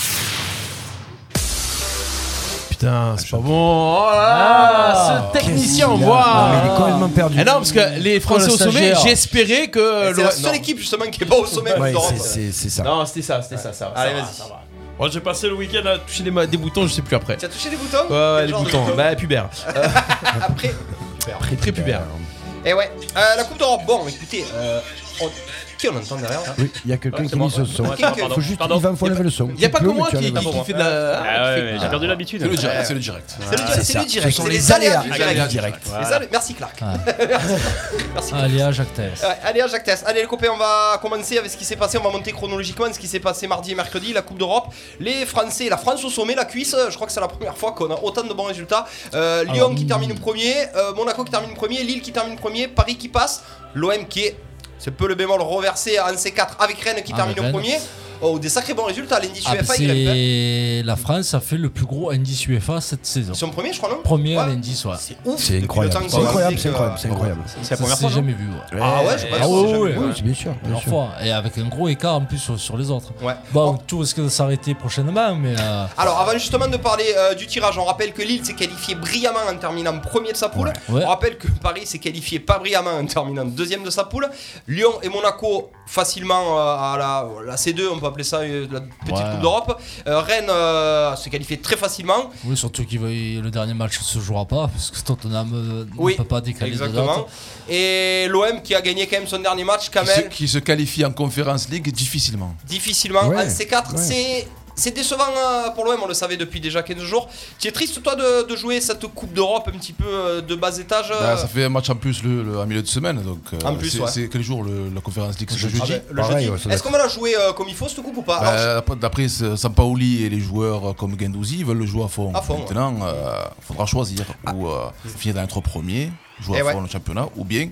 Speaker 5: Putain, c'est pas bon. Oh là
Speaker 15: Ah,
Speaker 5: là, ce technicien, waouh.
Speaker 8: Il est complètement perdu.
Speaker 5: Eh non, parce que les Français
Speaker 13: le
Speaker 5: au sommet,
Speaker 13: stagiaire.
Speaker 5: j'espérais que.
Speaker 7: c'est la
Speaker 5: l'O-
Speaker 7: seule équipe justement qui est pas au sommet de
Speaker 8: Ouais,
Speaker 7: l'Europe.
Speaker 8: c'est- c'est c'est ça.
Speaker 5: Non, Non, c'était ça, c'était ça, ça. va,
Speaker 7: Allez,
Speaker 5: ça va,
Speaker 7: vas-y.
Speaker 5: ça va. Bon, j'ai passé le week-end à toucher des, ma- des boutons, je sais plus après.
Speaker 7: Tu as touché les boutons
Speaker 5: Ouais, ouais,
Speaker 7: Quel
Speaker 5: les
Speaker 7: genre de
Speaker 5: boutons. Bah, pubère.
Speaker 7: Après.
Speaker 5: Très pubère.
Speaker 7: Eh Et ouais. Euh, la Coupe d'Europe, bon, écoutez, euh, on- Qui on entend derrière là
Speaker 5: Oui, il y a quelqu'un
Speaker 7: Ouais,
Speaker 5: qui
Speaker 7: c'est moi.
Speaker 5: mise le son.
Speaker 7: Ouais, c'est moi, pardon.
Speaker 5: faut juste,
Speaker 7: Pardon.
Speaker 5: il va me faut
Speaker 7: Y a
Speaker 5: enlever
Speaker 7: pas-
Speaker 5: le son.
Speaker 7: y a pas que moi qui- qui-
Speaker 5: fait
Speaker 7: qui fait de la-
Speaker 8: Ah ouais,
Speaker 7: qui fait-
Speaker 8: mais
Speaker 7: Ah.
Speaker 8: j'ai perdu l'habitude.
Speaker 9: C'est le direct, c'est le direct.
Speaker 7: C'est le,
Speaker 9: Ah,
Speaker 7: c'est
Speaker 9: c'est
Speaker 7: le
Speaker 9: ça.
Speaker 7: direct,
Speaker 5: Ce
Speaker 7: c'est
Speaker 5: sont
Speaker 7: les
Speaker 5: les
Speaker 7: aléas
Speaker 5: aléas
Speaker 7: du
Speaker 5: du
Speaker 7: direct.
Speaker 5: direct.
Speaker 7: Les
Speaker 8: Voilà.
Speaker 7: alé- Merci Clark.
Speaker 6: Ah.
Speaker 7: Merci Clark.
Speaker 6: Allez, à Jacques Tess.
Speaker 7: Ouais, allez, à Jacques Tess. Allez, les copains, on va commencer avec ce qui s'est passé. On va monter chronologiquement ce qui s'est passé mardi et mercredi, la Coupe d'Europe. Les Français, la France au sommet, la cuisse. Je crois que c'est la première fois qu'on a autant de bons résultats. Euh, Lyon qui termine premier, euh, Monaco qui termine premier, Lille qui termine premier, Paris qui passe, l'OM qui est, c'est peu le bémol, reversé en C4 avec Rennes qui
Speaker 6: Ah,
Speaker 7: termine
Speaker 6: Rennes.
Speaker 7: premier. Oh, des sacrés bons résultats. L'indice
Speaker 6: Ah, bah,
Speaker 7: UEFA, il est
Speaker 6: c'est- La France a fait le plus gros indice UEFA cette saison.
Speaker 7: Ils sont premiers, je crois, non
Speaker 6: Premier
Speaker 7: Ouais.
Speaker 6: à l'indice, ouais.
Speaker 7: C'est ouf.
Speaker 5: C'est
Speaker 7: depuis
Speaker 5: incroyable,
Speaker 7: le temps que
Speaker 5: c'est
Speaker 7: ça
Speaker 5: incroyable,
Speaker 7: existe,
Speaker 5: c'est
Speaker 7: euh,
Speaker 5: incroyable, c'est incroyable.
Speaker 8: C'est la
Speaker 6: Ça
Speaker 8: première
Speaker 6: s'est
Speaker 8: fois. non
Speaker 6: jamais vu, ouais.
Speaker 7: Ah ouais, je sais pas
Speaker 6: Ah
Speaker 7: si
Speaker 6: ouais,
Speaker 7: c'est jamais
Speaker 6: ouais,
Speaker 7: vu.
Speaker 6: ouais.
Speaker 5: Oui, c'est bien sûr. Bien
Speaker 6: Première
Speaker 5: sûr.
Speaker 6: fois. Et avec un gros écart en plus sur, sur les autres.
Speaker 7: Ouais.
Speaker 6: Bon,
Speaker 7: Bon.
Speaker 6: tout risque de s'arrêter prochainement, mais. euh,
Speaker 7: Alors avant justement de parler euh, du tirage, on rappelle que Lille s'est qualifié brillamment en terminant premier de sa poule.
Speaker 6: Ouais.
Speaker 7: On rappelle que Paris s'est qualifié pas brillamment en terminant deuxième de sa poule. Lyon et Monaco facilement euh, à la, la C2, on peut appeler ça euh, la petite
Speaker 6: Ouais.
Speaker 7: coupe d'Europe. Euh, Rennes euh, s'est qualifié très facilement.
Speaker 6: Oui, surtout que le dernier match ne se jouera pas, parce que Tottenham euh,
Speaker 7: Oui,
Speaker 6: ne peut pas décaler de
Speaker 7: Exactement.
Speaker 6: date.
Speaker 7: Et l'OM qui a gagné quand même son dernier match quand
Speaker 9: Qui se,
Speaker 7: même
Speaker 9: qui se qualifie en Conférence League difficilement.
Speaker 7: difficilement
Speaker 5: Ouais,
Speaker 7: en C4.
Speaker 5: ouais.
Speaker 7: C'est c'est décevant euh, pour l'OM, on le savait depuis déjà 15 jours. Tu es triste toi de, de jouer cette Coupe d'Europe un petit peu euh, de bas étage euh,
Speaker 9: Bah, ça fait un match en plus le, le- en milieu de semaine. Donc, euh,
Speaker 7: En plus,
Speaker 9: c'est
Speaker 7: ouais.
Speaker 9: c'est quel jour le- la Conférence League C'est le
Speaker 7: Ah
Speaker 9: jeudi.
Speaker 7: ben, le
Speaker 5: Pareil,
Speaker 7: jeudi.
Speaker 5: ouais, ça doit
Speaker 7: Est-ce qu'on va la jouer euh, comme il faut cette coupe ou pas
Speaker 9: Bah,
Speaker 8: Euh,
Speaker 7: Alors,
Speaker 9: d'après- D'après ce- Sampaoli et les joueurs euh, comme Guendouzi, ils veulent le jouer à fond.
Speaker 7: À fond, Ah.
Speaker 9: Maintenant, il faudra choisir ou euh, finir dans les trois premiers, jouer
Speaker 7: Eh
Speaker 9: à fond
Speaker 7: ouais.
Speaker 9: le championnat, ou bien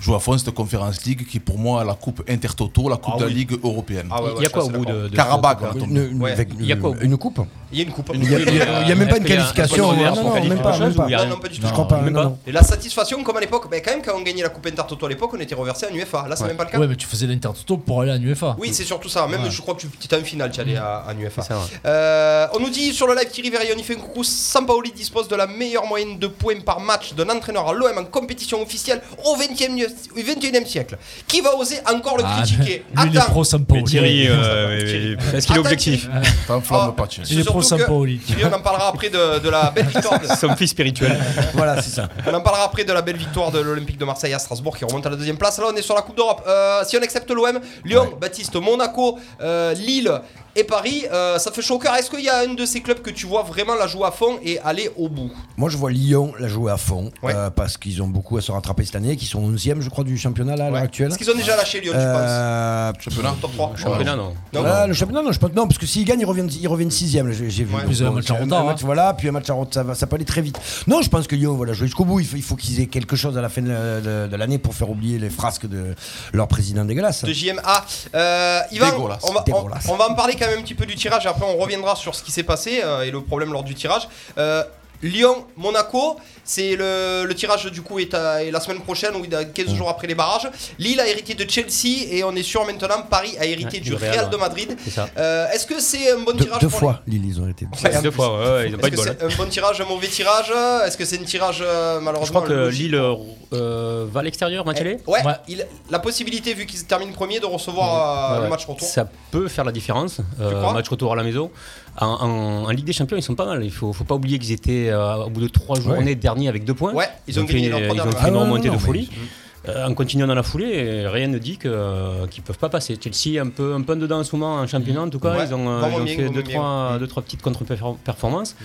Speaker 9: jouer à fond cette Conférence League qui est pour moi la coupe Intertoto, la coupe
Speaker 7: Ah
Speaker 9: de la
Speaker 7: oui.
Speaker 9: Ligue européenne.
Speaker 7: Ah ouais,
Speaker 8: Il y
Speaker 7: ouais,
Speaker 8: a quoi
Speaker 7: je
Speaker 8: au
Speaker 7: suis
Speaker 8: bout
Speaker 7: d'accord.
Speaker 8: de. de-
Speaker 9: Carabac, on a
Speaker 5: Une,
Speaker 9: tombé.
Speaker 5: une-
Speaker 7: Ouais.
Speaker 5: avec
Speaker 8: Il y a quoi au
Speaker 5: une,
Speaker 8: bout
Speaker 5: coupe
Speaker 7: Il y a une coupe. euh,
Speaker 5: Il y a- il y a- il y a même pas
Speaker 8: Est-ce
Speaker 5: une
Speaker 8: qu'il y a un-
Speaker 5: qualification, hein.
Speaker 8: est-ce qu'on
Speaker 5: non, non,
Speaker 8: qualifie
Speaker 5: même
Speaker 8: pour
Speaker 5: pas,
Speaker 8: quelque
Speaker 5: même
Speaker 8: chose ou il y a
Speaker 7: Non,
Speaker 8: rien
Speaker 7: non, pas du tout.
Speaker 5: Je crois pas.
Speaker 8: même
Speaker 5: non,
Speaker 8: pas.
Speaker 5: non.
Speaker 7: Et la satisfaction, comme à l'époque, bah, quand même, quand on gagnait la Coupe Intertoto à l'époque, on était reversé en UEFA. Là, c'est même pas le cas.
Speaker 6: Ouais, mais tu faisais l'intertoto pour aller à l'UEFA.
Speaker 7: Oui, c'est surtout ça. Même,
Speaker 6: Ouais.
Speaker 7: je crois que tu étais en finale, tu allais à- en UEFA.
Speaker 8: ça, ouais.
Speaker 7: Euh, on nous dit sur le live Thierry Verrion, il fait un coucou. Sampaoli dispose de la meilleure moyenne de points par match d'un entraîneur à l'OM en compétition officielle au 20e, au 21e siècle. Qui va oser encore le
Speaker 6: Ah,
Speaker 7: critiquer
Speaker 6: lui, il est pro
Speaker 8: Mais
Speaker 6: Sampaoli.
Speaker 8: Thierry, euh, est-ce qu'il est
Speaker 7: Attends,
Speaker 8: objectif
Speaker 9: T'enflammes
Speaker 7: Ah.
Speaker 9: pas, Thierry.
Speaker 6: Il est pro
Speaker 7: Surtout que-
Speaker 6: Sampaoli.
Speaker 7: Thierry, on en parlera après de, de la belle victoire. de-
Speaker 8: Son fils spirituel.
Speaker 7: hein.
Speaker 5: Voilà, c'est ça.
Speaker 7: On en parlera après de la belle victoire de l'Olympique de Marseille à Strasbourg qui remonte à la deuxième place. Là, on est sur la Coupe d'Europe. Euh, si on accepte l'OM, Lyon, Baptiste, Monaco, euh, Lille et Paris, euh, ça fait chaud au cœur. Est-ce qu'il y a un de ces clubs que tu vois vraiment la jouer à fond et aller au bout
Speaker 5: Moi, je vois Lyon la jouer à fond
Speaker 7: Ouais.
Speaker 5: euh, parce qu'ils ont beaucoup à se rattraper cette année, qu'ils sont 11e, je crois, du championnat là, à l'heure actuelle.
Speaker 7: Est-ce qu'ils ont déjà lâché Lyon,
Speaker 5: Euh,
Speaker 7: tu penses Top 3
Speaker 8: Championnat, non.
Speaker 7: Non,
Speaker 5: voilà, Euh, le championnat, non, je pense non, parce que s'ils gagnent, ils reviennent, ils reviennent sixième. J'ai j'ai vu.
Speaker 7: Ouais.
Speaker 6: Puis un
Speaker 5: Donc,
Speaker 6: match en
Speaker 5: un
Speaker 6: retard,
Speaker 5: match,
Speaker 6: hein.
Speaker 5: Voilà, puis un match en retard, ça, va- ça peut aller très vite. Non, je pense que Lyon, voilà, jouer jusqu'au bout. Il faut, il faut qu'ils aient quelque chose à la fin de, de- de l'année pour faire oublier les frasques de leur président dégueulasse.
Speaker 7: de JMA. Euh, Yvan,
Speaker 9: Dégueulasse,
Speaker 7: on va, on,
Speaker 5: dégueulasse.
Speaker 7: on va en parler quand même un petit peu du tirage. Après, on reviendra sur ce qui s'est passé euh, et le problème lors du tirage. Euh, Lyon, Monaco, c'est le, le tirage du coup est, à- est la semaine prochaine ou il y a 15 jours après les barrages. Lille a hérité de Chelsea et on est sûr maintenant Paris a hérité
Speaker 8: Ouais,
Speaker 7: du
Speaker 8: du
Speaker 7: Real,
Speaker 8: Real,
Speaker 7: de
Speaker 8: ouais.
Speaker 7: Madrid.
Speaker 8: C'est ça.
Speaker 7: Euh, Est-ce que c'est un bon
Speaker 5: Deux,
Speaker 7: tirage
Speaker 5: deux
Speaker 7: pour
Speaker 5: fois, Lille, ils ont été.
Speaker 7: les- Ouais,
Speaker 8: Deux fois, ouais, ouais, ils ont pas
Speaker 7: Est-ce
Speaker 8: eu de
Speaker 7: que
Speaker 8: bol. hein.
Speaker 7: c'est un bon tirage, un mauvais tirage Est-ce que c'est un tirage euh,
Speaker 8: Je
Speaker 7: malheureusement
Speaker 8: crois que
Speaker 7: logique
Speaker 8: Lille
Speaker 5: hein.
Speaker 8: euh, euh, va à l'extérieur,
Speaker 5: Eh,
Speaker 8: match aller
Speaker 7: Ouais,
Speaker 6: Ouais.
Speaker 7: il- la possibilité vu qu'ils terminent premier de recevoir euh,
Speaker 8: Ouais,
Speaker 7: le
Speaker 8: ouais.
Speaker 7: match retour.
Speaker 8: Ça peut faire la différence. euh,
Speaker 7: crois
Speaker 8: match retour à la maison. En, en- en Ligue des Champions, ils sont pas mal. Il faut, faut pas oublier qu'ils étaient euh, au bout de trois journées derniers avec deux points.
Speaker 7: Ouais, ils ont
Speaker 8: fait
Speaker 7: gagné
Speaker 8: une-
Speaker 7: leur
Speaker 8: Ils
Speaker 7: première
Speaker 8: ont
Speaker 7: match.
Speaker 8: fait
Speaker 5: Ah
Speaker 8: une
Speaker 5: non, non,
Speaker 8: remontée
Speaker 5: non,
Speaker 8: de
Speaker 5: mais-
Speaker 8: folie. Euh, en continuant dans la foulée, rien ne dit que, euh, qu'ils peuvent pas passer. Chelsea, un peu, un peu en dedans en ce moment en championnat, en tout cas,
Speaker 7: Ouais,
Speaker 8: ils ont, euh,
Speaker 7: vraiment
Speaker 8: ils ont
Speaker 7: bien,
Speaker 8: fait
Speaker 7: vraiment
Speaker 8: deux
Speaker 7: bien.
Speaker 8: trois, deux, trois petites contre-performances.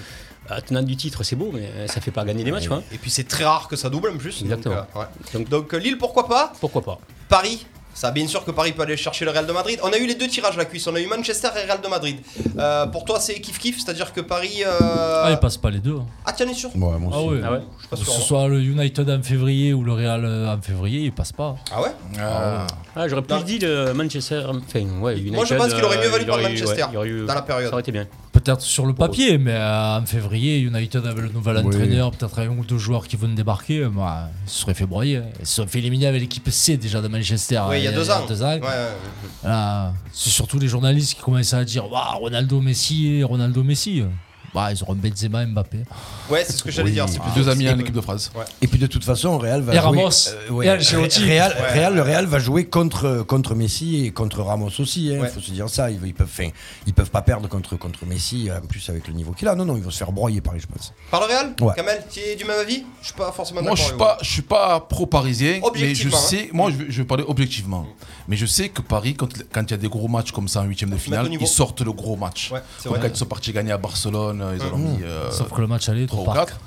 Speaker 8: Euh, tenant du titre, c'est beau, mais ça fait pas gagner les matchs. quoi. hein.
Speaker 7: Et puis c'est très rare que ça double en plus.
Speaker 8: Exactement.
Speaker 7: Donc, euh, ouais.
Speaker 8: Donc,
Speaker 7: Ah Donc, euh, Lille, pourquoi pas
Speaker 8: pourquoi pas
Speaker 7: Paris ça, bien sûr que Paris peut aller chercher le Real de Madrid. On a eu les deux tirages la cuisse. On a eu Manchester et Real de Madrid. Euh, pour toi, c'est kiff kiff, c'est-à-dire que Paris. euh,
Speaker 6: Ah, ils passent pas les deux. hein.
Speaker 7: Ah, tiens, on est sûr.
Speaker 5: Ouais, moi
Speaker 6: Ah
Speaker 5: aussi.
Speaker 6: ouais.
Speaker 8: Ah ouais
Speaker 7: Je suis
Speaker 6: Que
Speaker 7: pas sûr.
Speaker 6: ce soit le United en février ou le Real euh, en février, ils passent pas.
Speaker 7: Ah ouais
Speaker 9: Ah,
Speaker 8: Ah, j'aurais plus
Speaker 7: Non.
Speaker 8: dit le Manchester. Enfin, ouais, United,
Speaker 7: Moi, je pense qu'il aurait mieux
Speaker 8: euh,
Speaker 7: valu
Speaker 8: il
Speaker 7: prendre
Speaker 8: aurait eu- ouais,
Speaker 7: Manchester
Speaker 8: il aurait eu-
Speaker 7: dans la période.
Speaker 8: Ça aurait été bien.
Speaker 6: Peut-être sur le papier, mais euh, en février, United avait le nouvel entraîneur, peut-être un ou deux joueurs qui vont débarquer. euh, bah, ils se seraient fait broyer. Ils se sont fait éliminer avec l'équipe C déjà de Manchester.
Speaker 7: Ouais,
Speaker 6: euh,
Speaker 7: il y
Speaker 13: Ah,
Speaker 7: a deux ans. Ouais, ouais.
Speaker 6: Là, c'est surtout les journalistes qui commençaient à dire Waouh, Ronaldo Messi, Ronaldo Messi. Bah, ils auront Benzema et Mbappé.
Speaker 5: Bah
Speaker 7: Ouais, c'est ce que j'allais
Speaker 6: Oui.
Speaker 7: dire. c'est
Speaker 6: Ah,
Speaker 7: plutôt
Speaker 9: deux amis en
Speaker 7: possible.
Speaker 9: équipe de France.
Speaker 5: Et puis de toute façon, Real va
Speaker 6: Et
Speaker 5: jouer. euh,
Speaker 6: Ramos.
Speaker 5: ouais.
Speaker 6: Et Ancelotti.
Speaker 5: Ré- Real,
Speaker 6: Ouais.
Speaker 5: Real- le Real va jouer contre contre Messi et contre Ramos aussi. Il faut se dire ça. Ils, ils peuvent, enfin, ils peuvent pas perdre contre contre Messi. En plus avec le niveau qu'il a, non non, ils vont se faire broyer Paris, je pense.
Speaker 7: Par le Real
Speaker 5: Ouais.
Speaker 7: Kamel, tu es du même avis Je suis pas forcément d'accord.
Speaker 9: Moi, je suis
Speaker 7: avec
Speaker 9: pas, je suis pas pro-parisien, mais je
Speaker 7: Objectivement, hein.
Speaker 9: sais, moi, je vais, je vais parler objectivement. Mais je sais que Paris, quand quand il y a des gros matchs comme ça en huitième de
Speaker 7: mettre
Speaker 9: finale,
Speaker 7: au niveau.
Speaker 9: ils sortent le gros match.
Speaker 7: Ouais, c'est
Speaker 9: comme
Speaker 7: vrai.
Speaker 9: quand ils sont partis gagner à Barcelone, ils en ont
Speaker 6: Mmh.
Speaker 9: mis. euh,
Speaker 6: Sauf que le match aller est au
Speaker 9: trois ou
Speaker 6: parc.
Speaker 9: quatre.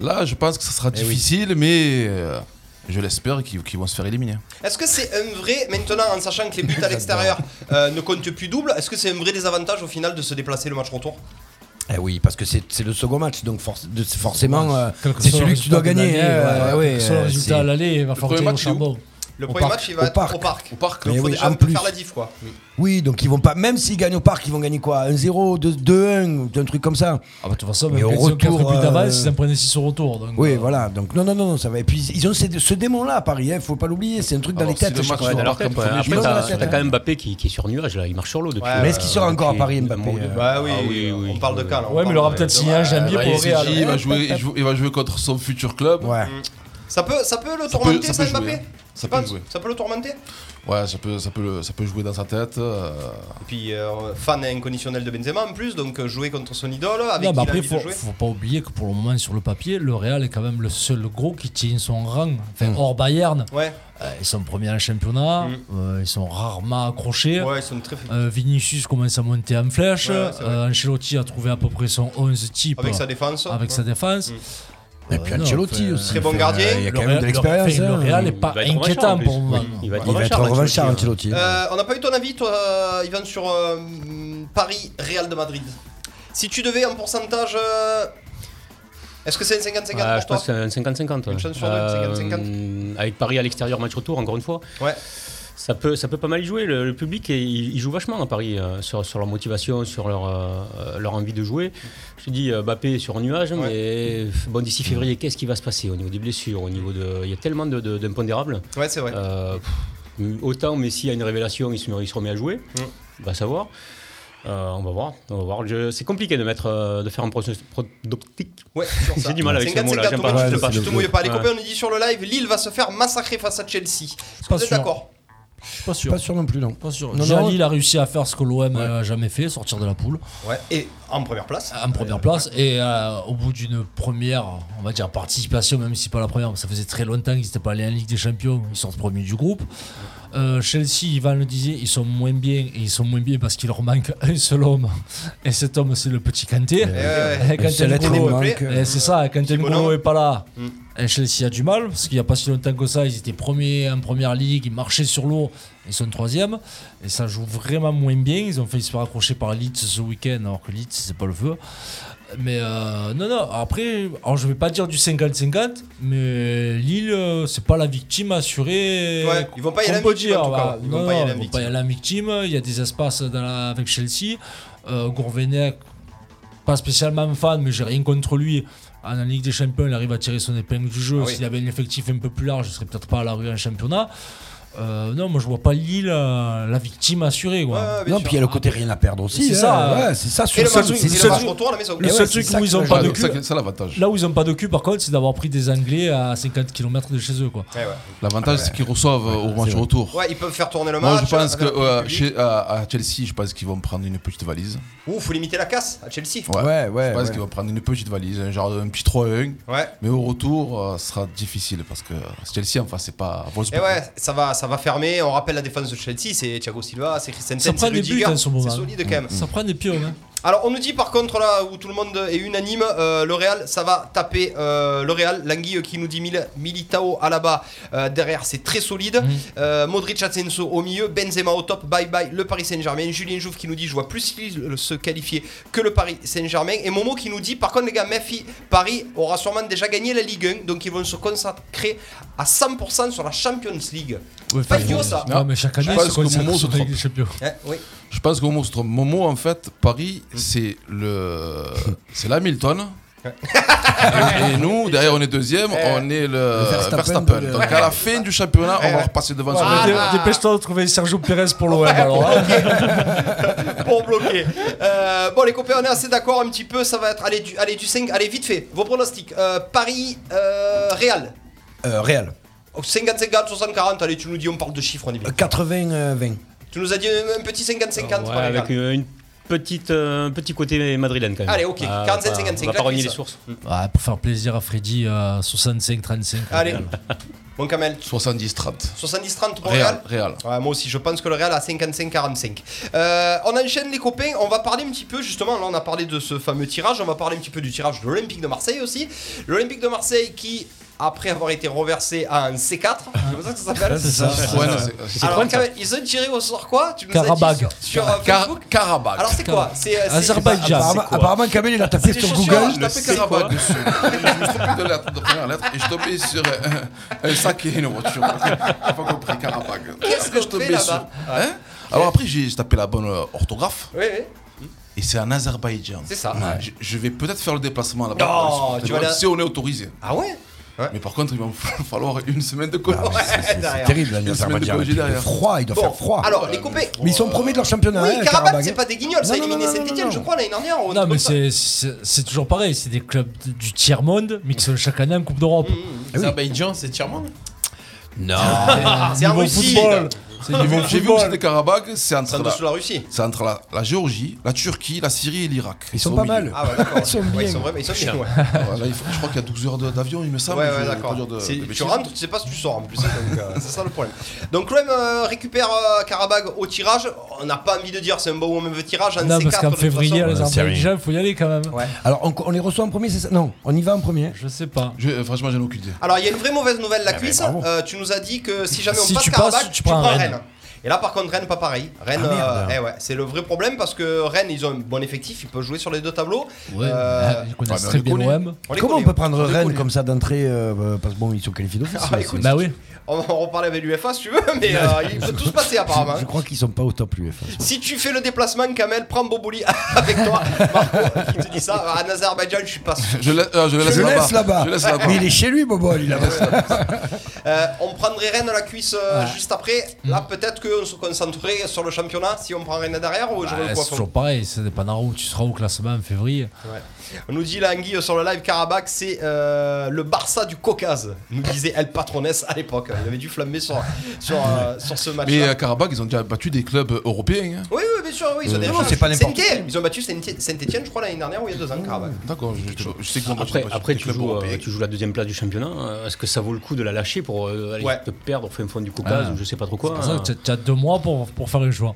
Speaker 9: Là, je pense que ça sera difficile, mais euh, je l'espère qu'ils qu'ils vont se faire éliminer.
Speaker 7: vous. Est-ce que c'est un vrai, maintenant en sachant que les buts à l'extérieur euh, ne comptent plus double, est-ce que c'est un vrai désavantage au final de se déplacer le match retour
Speaker 5: Eh oui, parce que c'est c'est le second match, donc forc- de- forcément, euh,
Speaker 13: Quel que
Speaker 5: c'est
Speaker 13: soit le
Speaker 5: celui que tu dois
Speaker 13: résultat de
Speaker 5: gagner.
Speaker 13: l'année,
Speaker 5: hein,
Speaker 13: ouais,
Speaker 5: ouais,
Speaker 13: quel que soit le
Speaker 5: euh,
Speaker 13: résultat
Speaker 5: c'est-
Speaker 13: à l'aller, il va falloir tirer au charbon.
Speaker 7: Le
Speaker 5: Au
Speaker 7: premier
Speaker 5: parc.
Speaker 7: match, il va
Speaker 5: Au
Speaker 7: être
Speaker 5: parc.
Speaker 7: au parc.
Speaker 9: Au parc,
Speaker 7: Donc,
Speaker 5: Mais
Speaker 7: faut
Speaker 5: oui,
Speaker 7: déjà
Speaker 5: en
Speaker 7: un peu
Speaker 5: plus.
Speaker 7: faire la diff, quoi.
Speaker 5: Oui, donc ils vont pas. Même s'ils gagnent au parc, ils vont gagner quoi 1-0, 2- 2-1, un truc comme ça.
Speaker 6: Ah bah, de toute façon,
Speaker 5: Mais
Speaker 13: même
Speaker 5: au
Speaker 13: quand ils ont quatre
Speaker 5: retour,
Speaker 13: buts d'avance,
Speaker 5: euh,
Speaker 13: ils en prenaient 6 au retour. donc,
Speaker 5: Oui,
Speaker 13: euh,
Speaker 5: voilà. Donc non, non, non, non, ça va. Et puis ils ont ce, ce démon-là à Paris. Il faut pas l'oublier. C'est un truc dans
Speaker 9: Alors,
Speaker 5: les têtes.
Speaker 9: si le
Speaker 5: je
Speaker 9: match
Speaker 5: crois.
Speaker 9: se
Speaker 8: Dans leur
Speaker 9: Après,
Speaker 8: tête, ouais.
Speaker 9: premier
Speaker 8: Après,
Speaker 5: match,
Speaker 8: t'as
Speaker 5: dans la
Speaker 8: t'as
Speaker 5: tête,
Speaker 8: quand
Speaker 5: hein.
Speaker 8: même Mbappé qui, qui est sur nuage, là. il marche sur l'eau depuis. euh,
Speaker 5: Ouais, Mais est-ce qu'il sera encore à Paris, Mbappé, euh,
Speaker 7: Bah oui, on parle de cas là. on
Speaker 6: Ouais, mais il
Speaker 7: parle
Speaker 6: aura
Speaker 7: de-
Speaker 6: peut-être
Speaker 7: de-
Speaker 6: signé un jambier
Speaker 9: Bah,
Speaker 6: pour
Speaker 9: il
Speaker 6: au
Speaker 9: s'est
Speaker 6: Real.
Speaker 9: dit, il va jouer, il joue- il va jouer contre son futur club.
Speaker 5: Ouais.
Speaker 7: Ça peut, ça peut le
Speaker 9: Ça
Speaker 7: tourmenter,
Speaker 9: peut- ça
Speaker 7: ça,
Speaker 9: peut jouer,
Speaker 7: Mbappé
Speaker 9: hein. Ça
Speaker 7: Tu
Speaker 9: peut
Speaker 7: penses
Speaker 9: jouer.
Speaker 7: Ça peut le tourmenter
Speaker 9: Ouais, ça peut, ça peut, le- ça peut jouer dans sa tête. euh,
Speaker 7: Et puis, euh, fan inconditionnel de Benzema en plus, donc euh, jouer contre son idole, avec
Speaker 13: Non,
Speaker 7: qui
Speaker 13: mais
Speaker 7: il Ah, a
Speaker 13: après,
Speaker 7: envie
Speaker 13: faut,
Speaker 7: de jouer.
Speaker 13: faut pas oublier que pour le moment, sur le papier, le Real est quand même le seul gros qui tient son rang. Enfin,
Speaker 5: Hmm.
Speaker 13: hors Bayern,
Speaker 7: Ouais.
Speaker 13: euh, ils sont premiers en championnat, euh, ils sont rarement accrochés.
Speaker 7: Ouais, ils sont très faibles.
Speaker 13: Euh, Vinicius commence à monter en flèche.
Speaker 7: Ouais, ouais, c'est vrai.
Speaker 13: Euh, Ancelotti a trouvé à peu près son 11 type.
Speaker 7: Avec sa défense.
Speaker 13: Ah, Avec
Speaker 7: Ouais.
Speaker 13: sa défense.
Speaker 5: Et puis
Speaker 13: Euh, non,
Speaker 5: Ancelotti
Speaker 13: enfin,
Speaker 5: aussi.
Speaker 7: Très bon
Speaker 5: Enfin,
Speaker 7: gardien.
Speaker 5: Il y a
Speaker 13: Le
Speaker 5: quand même
Speaker 13: Real-
Speaker 5: de l'expérience.
Speaker 13: le- enfin,
Speaker 5: hein.
Speaker 13: le Real est pas
Speaker 8: Il va être revanchard,
Speaker 13: inquiétant
Speaker 8: en
Speaker 13: pour le
Speaker 8: plus.
Speaker 13: moment.
Speaker 8: Il va être
Speaker 5: Il va être
Speaker 8: revanchard,
Speaker 5: revanchard
Speaker 8: Ancelotti, hein.
Speaker 5: Ancelotti.
Speaker 7: Euh, on n'a pas eu ton avis, toi, euh, Ivan, sur euh, mm, Paris, Real de Madrid. Si tu devais en pourcentage. euh, Est-ce que c'est un 50-50
Speaker 8: Ah,
Speaker 7: pour
Speaker 8: je
Speaker 7: toi
Speaker 8: pense que c'est un 50-50. ouais.
Speaker 7: Une chance sur deux,
Speaker 8: Euh,
Speaker 7: 50-50.
Speaker 8: Avec Paris à l'extérieur, match retour, encore une fois.
Speaker 7: Ouais.
Speaker 8: Ça peut, ça peut pas mal y jouer. Le, le public, est- il, il joue vachement à Paris euh, sur, sur leur motivation, sur leur, euh, leur envie de jouer. Je te dis, euh, Mbappé est sur un nuage, mais euh, bon, d'ici février, qu'est-ce qui va se passer au niveau des blessures au niveau de, Il y a tellement de- de- d'impondérables.
Speaker 7: Ouais, c'est vrai.
Speaker 8: Euh, pff, autant Messi a une révélation, il se, il se remet à jouer.
Speaker 7: Mm.
Speaker 8: On va savoir. Euh, on va voir. On va voir. Je- C'est compliqué de, mettre, euh, de faire un pronostic.
Speaker 7: Ouais, sur ça.
Speaker 8: J'ai du mal avec ce
Speaker 7: 50-50,
Speaker 8: mot-là, j'aime
Speaker 7: Thomas,
Speaker 8: pas,
Speaker 7: tu
Speaker 8: je
Speaker 7: te-
Speaker 8: sais pas.
Speaker 7: tu te mouilles pas. Les
Speaker 8: Ouais.
Speaker 7: copains, on nous dit sur le live Lille va se faire massacrer face à Chelsea. Est-ce que
Speaker 13: Pas
Speaker 7: vous êtes
Speaker 13: sûr.
Speaker 7: d'accord
Speaker 13: Je suis pas sûr.
Speaker 5: Pas sûr non plus, non.
Speaker 13: Pas sûr.
Speaker 5: Non,
Speaker 13: Déjà,
Speaker 5: non.
Speaker 13: Lille a réussi à faire ce que l'OM a jamais fait, sortir de la poule
Speaker 7: Ouais. Et en première place
Speaker 13: Ah, en première place. Et euh, au bout d'une première, on va dire participation, même si pas la première, ça faisait très longtemps qu'ils n'étaient pas allés en Ligue des Champions, ils sortent premiers du groupe. Euh, Chelsea, Ivan le disait, ils sont moins bien et ils sont moins bien parce qu'il leur manque un seul homme. Et cet homme, c'est le petit Kanté.
Speaker 7: ouais.
Speaker 13: Et
Speaker 5: Le seul
Speaker 13: Kanté
Speaker 5: être
Speaker 13: N'Golo-
Speaker 5: humain que-
Speaker 13: et eh, c'est ça, quand
Speaker 7: Petit Euh, bonhomme. Mm.
Speaker 13: N'Golo n'est pas là, et Chelsea a du mal parce qu'il n'y a pas si longtemps que ça, ils étaient premiers en première ligue, ils marchaient sur l'eau, ils sont troisième et ça joue vraiment moins bien. Ils ont failli se faire accrocher par Leeds ce week-end alors que Leeds c'est pas le feu. Mais euh, non, non, après, alors je vais pas dire du 50-50, mais Lille, euh, c'est pas la victime assurée.
Speaker 7: Ouais, ils vont pas y aller
Speaker 13: qu'on
Speaker 7: en
Speaker 13: peut
Speaker 7: victime, en tout cas.
Speaker 13: voilà.
Speaker 7: Ils
Speaker 13: Non,
Speaker 7: vont pas y aller
Speaker 13: non,
Speaker 7: en
Speaker 13: ils vont
Speaker 7: victime.
Speaker 13: pas y aller en victime. Il y a des espaces dans la- avec Chelsea. Euh, Gourvenec, pas spécialement fan, mais j'ai rien contre lui. En Ligue des Champions, il arrive à tirer son épingle du jeu.
Speaker 7: Ah oui.
Speaker 13: S'il avait un effectif un peu plus large, je serais peut-être pas à la rue en championnat. Euh, non, moi je vois pas Lille euh, la victime assurée. Quoi.
Speaker 7: Ouais, bien
Speaker 5: Non,
Speaker 7: sûr.
Speaker 5: puis il y a le côté rien à perdre aussi.
Speaker 13: C'est
Speaker 5: hein.
Speaker 13: ça.
Speaker 5: Ouais, c'est ça.
Speaker 7: Et
Speaker 5: sur
Speaker 7: le
Speaker 5: ça,
Speaker 7: match,
Speaker 5: c'est
Speaker 7: et le
Speaker 5: ça.
Speaker 7: match retour à la maison. Eh
Speaker 13: Le
Speaker 5: ouais,
Speaker 13: seul
Speaker 5: c'est
Speaker 13: truc
Speaker 5: ça
Speaker 13: où
Speaker 5: que
Speaker 13: ils ont
Speaker 5: je
Speaker 13: pas de
Speaker 5: vois.
Speaker 13: cul,
Speaker 9: ça, c'est ça l'avantage.
Speaker 13: Là où ils ont pas de cul, par contre, c'est d'avoir pris des Anglais à 50 km de chez eux. Quoi.
Speaker 7: Ouais, ouais.
Speaker 9: L'avantage, c'est qu'ils reçoivent euh, au match retour.
Speaker 7: Ouais, ils peuvent faire tourner le match.
Speaker 9: Moi, je pense
Speaker 7: euh,
Speaker 9: que
Speaker 7: avec le
Speaker 9: euh,
Speaker 7: public.
Speaker 9: chez- à, à Chelsea, je pense qu'ils vont prendre une petite valise.
Speaker 7: Ouh, faut limiter la casse à Chelsea.
Speaker 5: Ouais, ouais,
Speaker 9: Je pense
Speaker 5: Eh ouais.
Speaker 9: qu'ils vont prendre une petite valise, un genre un petit 3-1.
Speaker 7: Ouais.
Speaker 9: Mais au retour, euh, ce sera difficile parce que Chelsea, enfin, c'est pas
Speaker 7: Et
Speaker 9: Wolfsburg.
Speaker 7: Eh ouais, ça va, ça va fermer. On rappelle la défense de Chelsea, c'est Thiago Silva, c'est
Speaker 13: Ça
Speaker 7: Christensen,
Speaker 13: prend
Speaker 7: c'est
Speaker 13: des buts
Speaker 7: Rudiger.
Speaker 13: en ce moment.
Speaker 7: C'est solide quand même.
Speaker 13: Ça prend des pions. Hein.
Speaker 7: Alors on nous dit par contre là où tout le monde est unanime, euh, le Real, ça va taper euh, le Real. Languille qui nous dit Mil- Militao à la bas derrière, c'est très solide. Euh, Modric Asensio au milieu, Benzema au top, bye bye le Paris Saint-Germain. Julien Jouve qui nous dit je vois plus Lille se qualifier que le Paris Saint-Germain. Et Momo qui nous dit par contre les gars, Mephi, Paris aura sûrement déjà gagné la Ligue 1, donc ils vont se consacrer à 100% sur la Champions League. pas idiot ça.
Speaker 13: Non, mais chaque
Speaker 9: Je
Speaker 13: année,
Speaker 9: pense
Speaker 13: ils se
Speaker 9: que
Speaker 13: consacrent
Speaker 9: Momo
Speaker 13: sur
Speaker 9: se
Speaker 13: la
Speaker 9: trompe.
Speaker 13: Ligue des Champions.
Speaker 7: Hein, oui. Mm.
Speaker 9: Je pense que Momo se trompe. Momo, en fait, Paris, c'est le, c'est l'Hamilton Et nous, derrière, on est deuxième, on est le
Speaker 17: Le Verstappen
Speaker 9: Verstappen.
Speaker 17: de-
Speaker 9: Donc à la fin du championnat, on va repasser devant sur
Speaker 13: Ah,
Speaker 9: le
Speaker 13: dé- Dépêche-toi de trouver Sergio Pérez pour l'OM.
Speaker 7: Ah.
Speaker 13: alors, hein.
Speaker 7: pour bloquer. Euh, bon, les copains, on est assez d'accord un petit peu. Ça va être. Allez, du, allez, du 5. Allez, vite fait. Vos pronostics. Euh, Paris, euh, Real.
Speaker 5: Euh, Real.
Speaker 7: 50-50, 60-40. Allez, tu nous dis, on parle de chiffres, on est bien.
Speaker 5: 80-20.
Speaker 7: Tu nous as dit un, un petit 50-50 pour
Speaker 8: Ouais,
Speaker 7: les
Speaker 8: avec
Speaker 7: Real.
Speaker 8: une, une petite, euh, un petit côté madrilène quand même.
Speaker 7: Allez, ok.
Speaker 8: Ah,
Speaker 7: 47,
Speaker 8: on va-
Speaker 7: 55,
Speaker 8: On va pas
Speaker 7: la
Speaker 8: renier les
Speaker 7: cuisse.
Speaker 8: sources.
Speaker 13: Ouais, pour faire plaisir à Freddy, euh, 65-35.
Speaker 7: Allez. Bon, Kamel.
Speaker 9: 70-30.
Speaker 7: 70-30 pour
Speaker 9: Real,
Speaker 7: le Ah. Real. Ouais, moi aussi, je pense que le Real a 55-45. Euh, on enchaîne les copains. On va parler un petit peu, justement, là on a parlé de ce fameux tirage. On va parler un petit peu du tirage de l'Olympique de Marseille aussi. L'Olympique de Marseille qui, après avoir été reversé à un C4, c'est comme ça que ça s'appelle
Speaker 9: C'est ça. C'est Citroën, c'est- c'est
Speaker 7: Alors,
Speaker 9: Citroën, ça.
Speaker 7: Kamel, ils ont tiré au sort quoi Tu nous as
Speaker 5: Karabakh.
Speaker 7: dit sur, sur, euh,
Speaker 9: Kar- Ah,
Speaker 7: Facebook
Speaker 9: Karabakh.
Speaker 7: Alors, c'est quoi C'est, euh, c'est-
Speaker 5: Apparemment, apparemment, Kamel, il a tapé sur Google.
Speaker 9: Je tapais Karabakh dessus. Je me suis trompé de la de la première lettre et je tombais sur un, un sac et une voiture. J'ai pas compris Karabakh.
Speaker 7: Qu'est-ce
Speaker 9: Après,
Speaker 7: qu'on
Speaker 9: je tombais
Speaker 7: fait
Speaker 9: sur-
Speaker 7: là-bas
Speaker 9: Hein Alors après, j'ai j'ai tapé la bonne euh, orthographe.
Speaker 7: Oui, oui.
Speaker 9: Et c'est en Azerbaïdjan.
Speaker 7: Ah, C'est ça.
Speaker 9: Ouais. Je, je vais peut-être faire le déplacement là-bas.
Speaker 7: Non,
Speaker 9: Pour aller-
Speaker 7: tu vas là-
Speaker 9: Si on est autorisé.
Speaker 7: Ah ouais
Speaker 9: Mais par contre, il va me falloir une semaine de congé.
Speaker 7: derrière.
Speaker 5: Terrible,
Speaker 9: Une semaine de
Speaker 5: l'Azerbaïdjan. Il
Speaker 9: congé
Speaker 5: fait
Speaker 13: hein,
Speaker 9: derrière.
Speaker 5: froid, il doit
Speaker 7: Bon,
Speaker 5: faire froid.
Speaker 7: alors, les copains.
Speaker 5: Mais ils sont premiers de leur championnat.
Speaker 7: Oui,
Speaker 5: hein,
Speaker 7: Karabakh,
Speaker 5: Karabakh.
Speaker 7: c'est pas des guignols, ça a
Speaker 5: Non, non,
Speaker 7: éliminé
Speaker 5: non, non,
Speaker 7: Saint-Etienne,
Speaker 5: non.
Speaker 7: je crois, l'année dernière. ou un
Speaker 13: Non,
Speaker 7: truc
Speaker 13: mais
Speaker 7: comme ça.
Speaker 13: c'est- c'est c'est toujours pareil, c'est des clubs d- du tiers-monde, mais qui sont chaque année en Coupe d'Europe.
Speaker 7: Mm.
Speaker 13: Euh,
Speaker 18: Azerbaïdjan, c'est Tchermand
Speaker 9: Non.
Speaker 7: Ah,
Speaker 13: C'est en Russie. C'est niveau
Speaker 9: J'ai vu
Speaker 13: football.
Speaker 9: où c'était Karabakh. C'est
Speaker 7: C'est en
Speaker 9: entre,
Speaker 7: dessous de la Russie.
Speaker 9: C'est entre la, la Géorgie, la Turquie, la Syrie et l'Irak. Ils,
Speaker 5: sont
Speaker 9: au
Speaker 5: pas
Speaker 9: milieu.
Speaker 5: mal.
Speaker 7: Ah ouais, d'accord.
Speaker 5: Ils sont
Speaker 7: Ouais,
Speaker 5: bien.
Speaker 7: ils sont vraiment- ils sont bien, ouais.
Speaker 9: Ah, là, il faut- je crois qu'il y a 12 heures de- d'avion, il me semble.
Speaker 7: Ouais,
Speaker 9: Je-
Speaker 7: ouais,
Speaker 9: je
Speaker 7: d'accord.
Speaker 9: vais pas dire de-
Speaker 7: C'est-
Speaker 9: de
Speaker 7: Tu
Speaker 9: bêtises.
Speaker 7: rentres, tu sais pas si tu sors en plus, hein, donc euh, c'est ça le problème. Donc l'OM euh, récupère euh, Karabakh au tirage. On n'a pas envie de dire c'est un bon ou un mauvais tirage. un
Speaker 13: Non,
Speaker 7: C4
Speaker 13: parce qu'en
Speaker 7: de toute
Speaker 13: février,
Speaker 7: façon.
Speaker 13: les Azerbaïdjan, il faut y aller quand même.
Speaker 5: Alors, on, on les reçoit en premier, c'est ça Non, on y va en premier.
Speaker 13: Je sais pas.
Speaker 9: Je- euh, franchement, j'en ai aucune idée.
Speaker 7: Alors il y a une vraie mauvaise nouvelle, la
Speaker 5: Ah,
Speaker 7: cuisse.
Speaker 5: mais bravo.
Speaker 7: Euh, tu nous as dit que si jamais on
Speaker 13: Si
Speaker 7: passe
Speaker 13: tu passes,
Speaker 7: Karabakh,
Speaker 13: tu prends Rennes.
Speaker 7: Et là par contre Rennes pas pareil. Rennes,
Speaker 13: Ah,
Speaker 7: euh,
Speaker 13: merde.
Speaker 7: eh ouais, c'est le vrai problème parce que Rennes ils ont un bon effectif, ils peuvent jouer sur les deux tableaux.
Speaker 13: Ouais, Ah,
Speaker 7: Euh,
Speaker 13: ils
Speaker 7: ouais,
Speaker 13: connaissent
Speaker 7: mais on
Speaker 13: très
Speaker 7: les
Speaker 13: bien
Speaker 7: connaît.
Speaker 13: l'OM.
Speaker 7: On hein. les
Speaker 5: Comment on
Speaker 7: connaît,
Speaker 5: peut prendre
Speaker 7: on les
Speaker 5: Rennes
Speaker 7: connaît.
Speaker 5: comme ça d'entrée euh, Parce que bon, ils sont qualifiés d'office.
Speaker 7: Ah,
Speaker 5: là,
Speaker 7: écoute,
Speaker 5: c'est-
Speaker 13: Bah oui.
Speaker 7: On va en reparler avec l'UFA si tu veux, mais euh, il peut tout se passer apparemment.
Speaker 5: Je crois qu'ils sont pas au top, l'UEFA.
Speaker 7: Si tu fais le déplacement, Kamel, prends Bobouli avec toi. Marco, qui te dit ça. En Azerbaïdjan, je suis pas sûr.
Speaker 9: Je, la- euh, je le laisse
Speaker 5: Je
Speaker 9: là-bas.
Speaker 5: laisse là-bas.
Speaker 9: Je laisse là-bas.
Speaker 5: Mais il est chez lui, Bobol. Il a
Speaker 7: Euh, on prendrait Rennes à la cuisse euh,
Speaker 13: Ouais.
Speaker 7: juste après.
Speaker 9: Hmm.
Speaker 7: Là, peut-être qu'on se concentrerait sur le championnat si on prend Rennes derrière ou j'aurais
Speaker 13: Bah,
Speaker 7: le
Speaker 13: c'est
Speaker 7: poisson.
Speaker 13: toujours pareil, ça dépendra où tu seras au classement en février.
Speaker 7: Ouais. On nous dit là, Anguille, sur le live Karabakh, c'est euh, le Barça du Caucase, nous disait El Patronès à l'époque. Il avait dû flammer sur, sur, euh, sur ce match.
Speaker 9: Mais euh, Karabakh, ils ont déjà battu des clubs européens. hein.
Speaker 7: Oui, oui, bien sûr, oui, ils ont
Speaker 9: Euh,
Speaker 7: déjà
Speaker 9: non,
Speaker 7: battu
Speaker 9: c'est pas n'importe
Speaker 7: Saint-Étienne. Ils ont battu Saint-Etienne, je crois, l'année dernière ou il y a deux ans, Karabakh.
Speaker 9: D'accord, je, je sais qu'on
Speaker 8: Après, après tu, joues, euh, tu joues la deuxième place du championnat. euh, Est-ce que ça vaut le coup de la lâcher pour euh, aller
Speaker 7: Ouais.
Speaker 8: te perdre au fin fond du Caucase
Speaker 13: Ah.
Speaker 8: ou je sais pas trop
Speaker 13: C'est
Speaker 8: quoi
Speaker 13: pour ça
Speaker 8: hein.
Speaker 13: que t'as- t'as deux mois pour, pour faire une joie.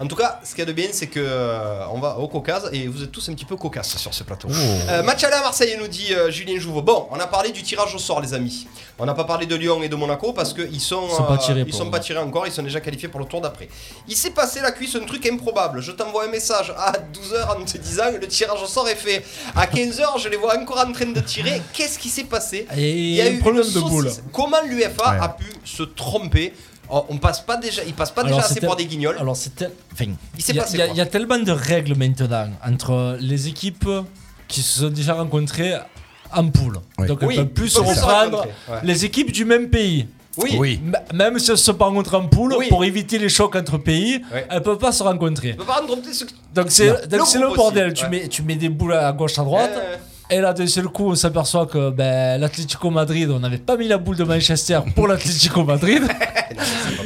Speaker 7: En tout cas, ce qu'il y a de bien, c'est que euh, on va au Caucase et vous êtes tous un petit peu caucasses sur ce plateau.
Speaker 13: Oh.
Speaker 7: Euh, match aller à Marseille, nous dit euh, Julien Jouveau. Bon, on a parlé du tirage au sort, les amis. On n'a pas parlé de Lyon et de Monaco parce qu'ils sont, euh,
Speaker 13: Ils sont pas tirés
Speaker 7: ils
Speaker 13: pour
Speaker 7: sont
Speaker 13: le
Speaker 7: pas
Speaker 13: moment.
Speaker 7: tirés encore, ils sont déjà qualifiés pour le tour d'après. Il s'est passé la cuisse un truc improbable. Je t'envoie un message à 12h en te disant le tirage au sort est fait. À 15h, je les vois encore en train de tirer. Qu'est-ce qui s'est passé
Speaker 13: Et
Speaker 7: il y a
Speaker 13: un
Speaker 7: eu
Speaker 13: problème
Speaker 7: une
Speaker 13: de boule.
Speaker 7: saucisse. Comment l'UFA a pu se tromper Oh, on on passe pas déjà, il passe pas déjà
Speaker 13: Alors,
Speaker 7: assez
Speaker 13: c'était-
Speaker 7: pour des guignols.
Speaker 13: Alors c'est tel- enfin,
Speaker 7: Il s'est
Speaker 13: y a-
Speaker 7: passé
Speaker 13: y a-
Speaker 7: quoi
Speaker 13: Il y a tellement de règles maintenant entre les équipes qui se sont déjà rencontrées en poule.
Speaker 5: Oui.
Speaker 13: Donc elles
Speaker 7: Oui,
Speaker 13: peuvent plus
Speaker 7: ils
Speaker 13: se
Speaker 7: peuvent plus se
Speaker 13: reprendre.
Speaker 7: rencontrer, ouais.
Speaker 13: Les équipes du même pays.
Speaker 7: Oui.
Speaker 5: Oui.
Speaker 13: M- Même si elles se sont pas rencontrées en poule,
Speaker 7: Oui.
Speaker 13: pour éviter les chocs entre pays,
Speaker 7: Ouais.
Speaker 13: elles peuvent pas se rencontrer.
Speaker 7: On peut pas rencontrer ce que-
Speaker 13: Donc c'est
Speaker 7: Non.
Speaker 13: donc
Speaker 7: Le
Speaker 13: c'est le,
Speaker 7: groupe
Speaker 13: bordel.
Speaker 7: aussi,
Speaker 13: Tu,
Speaker 7: ouais. Euh,
Speaker 13: mets, tu mets des boules à gauche, à droite.
Speaker 7: Ouais, ouais.
Speaker 13: Et là, d'un seul coup, on s'aperçoit que ben, l'Atlético Madrid, on n'avait pas mis la boule de Manchester pour l'Atlético Madrid.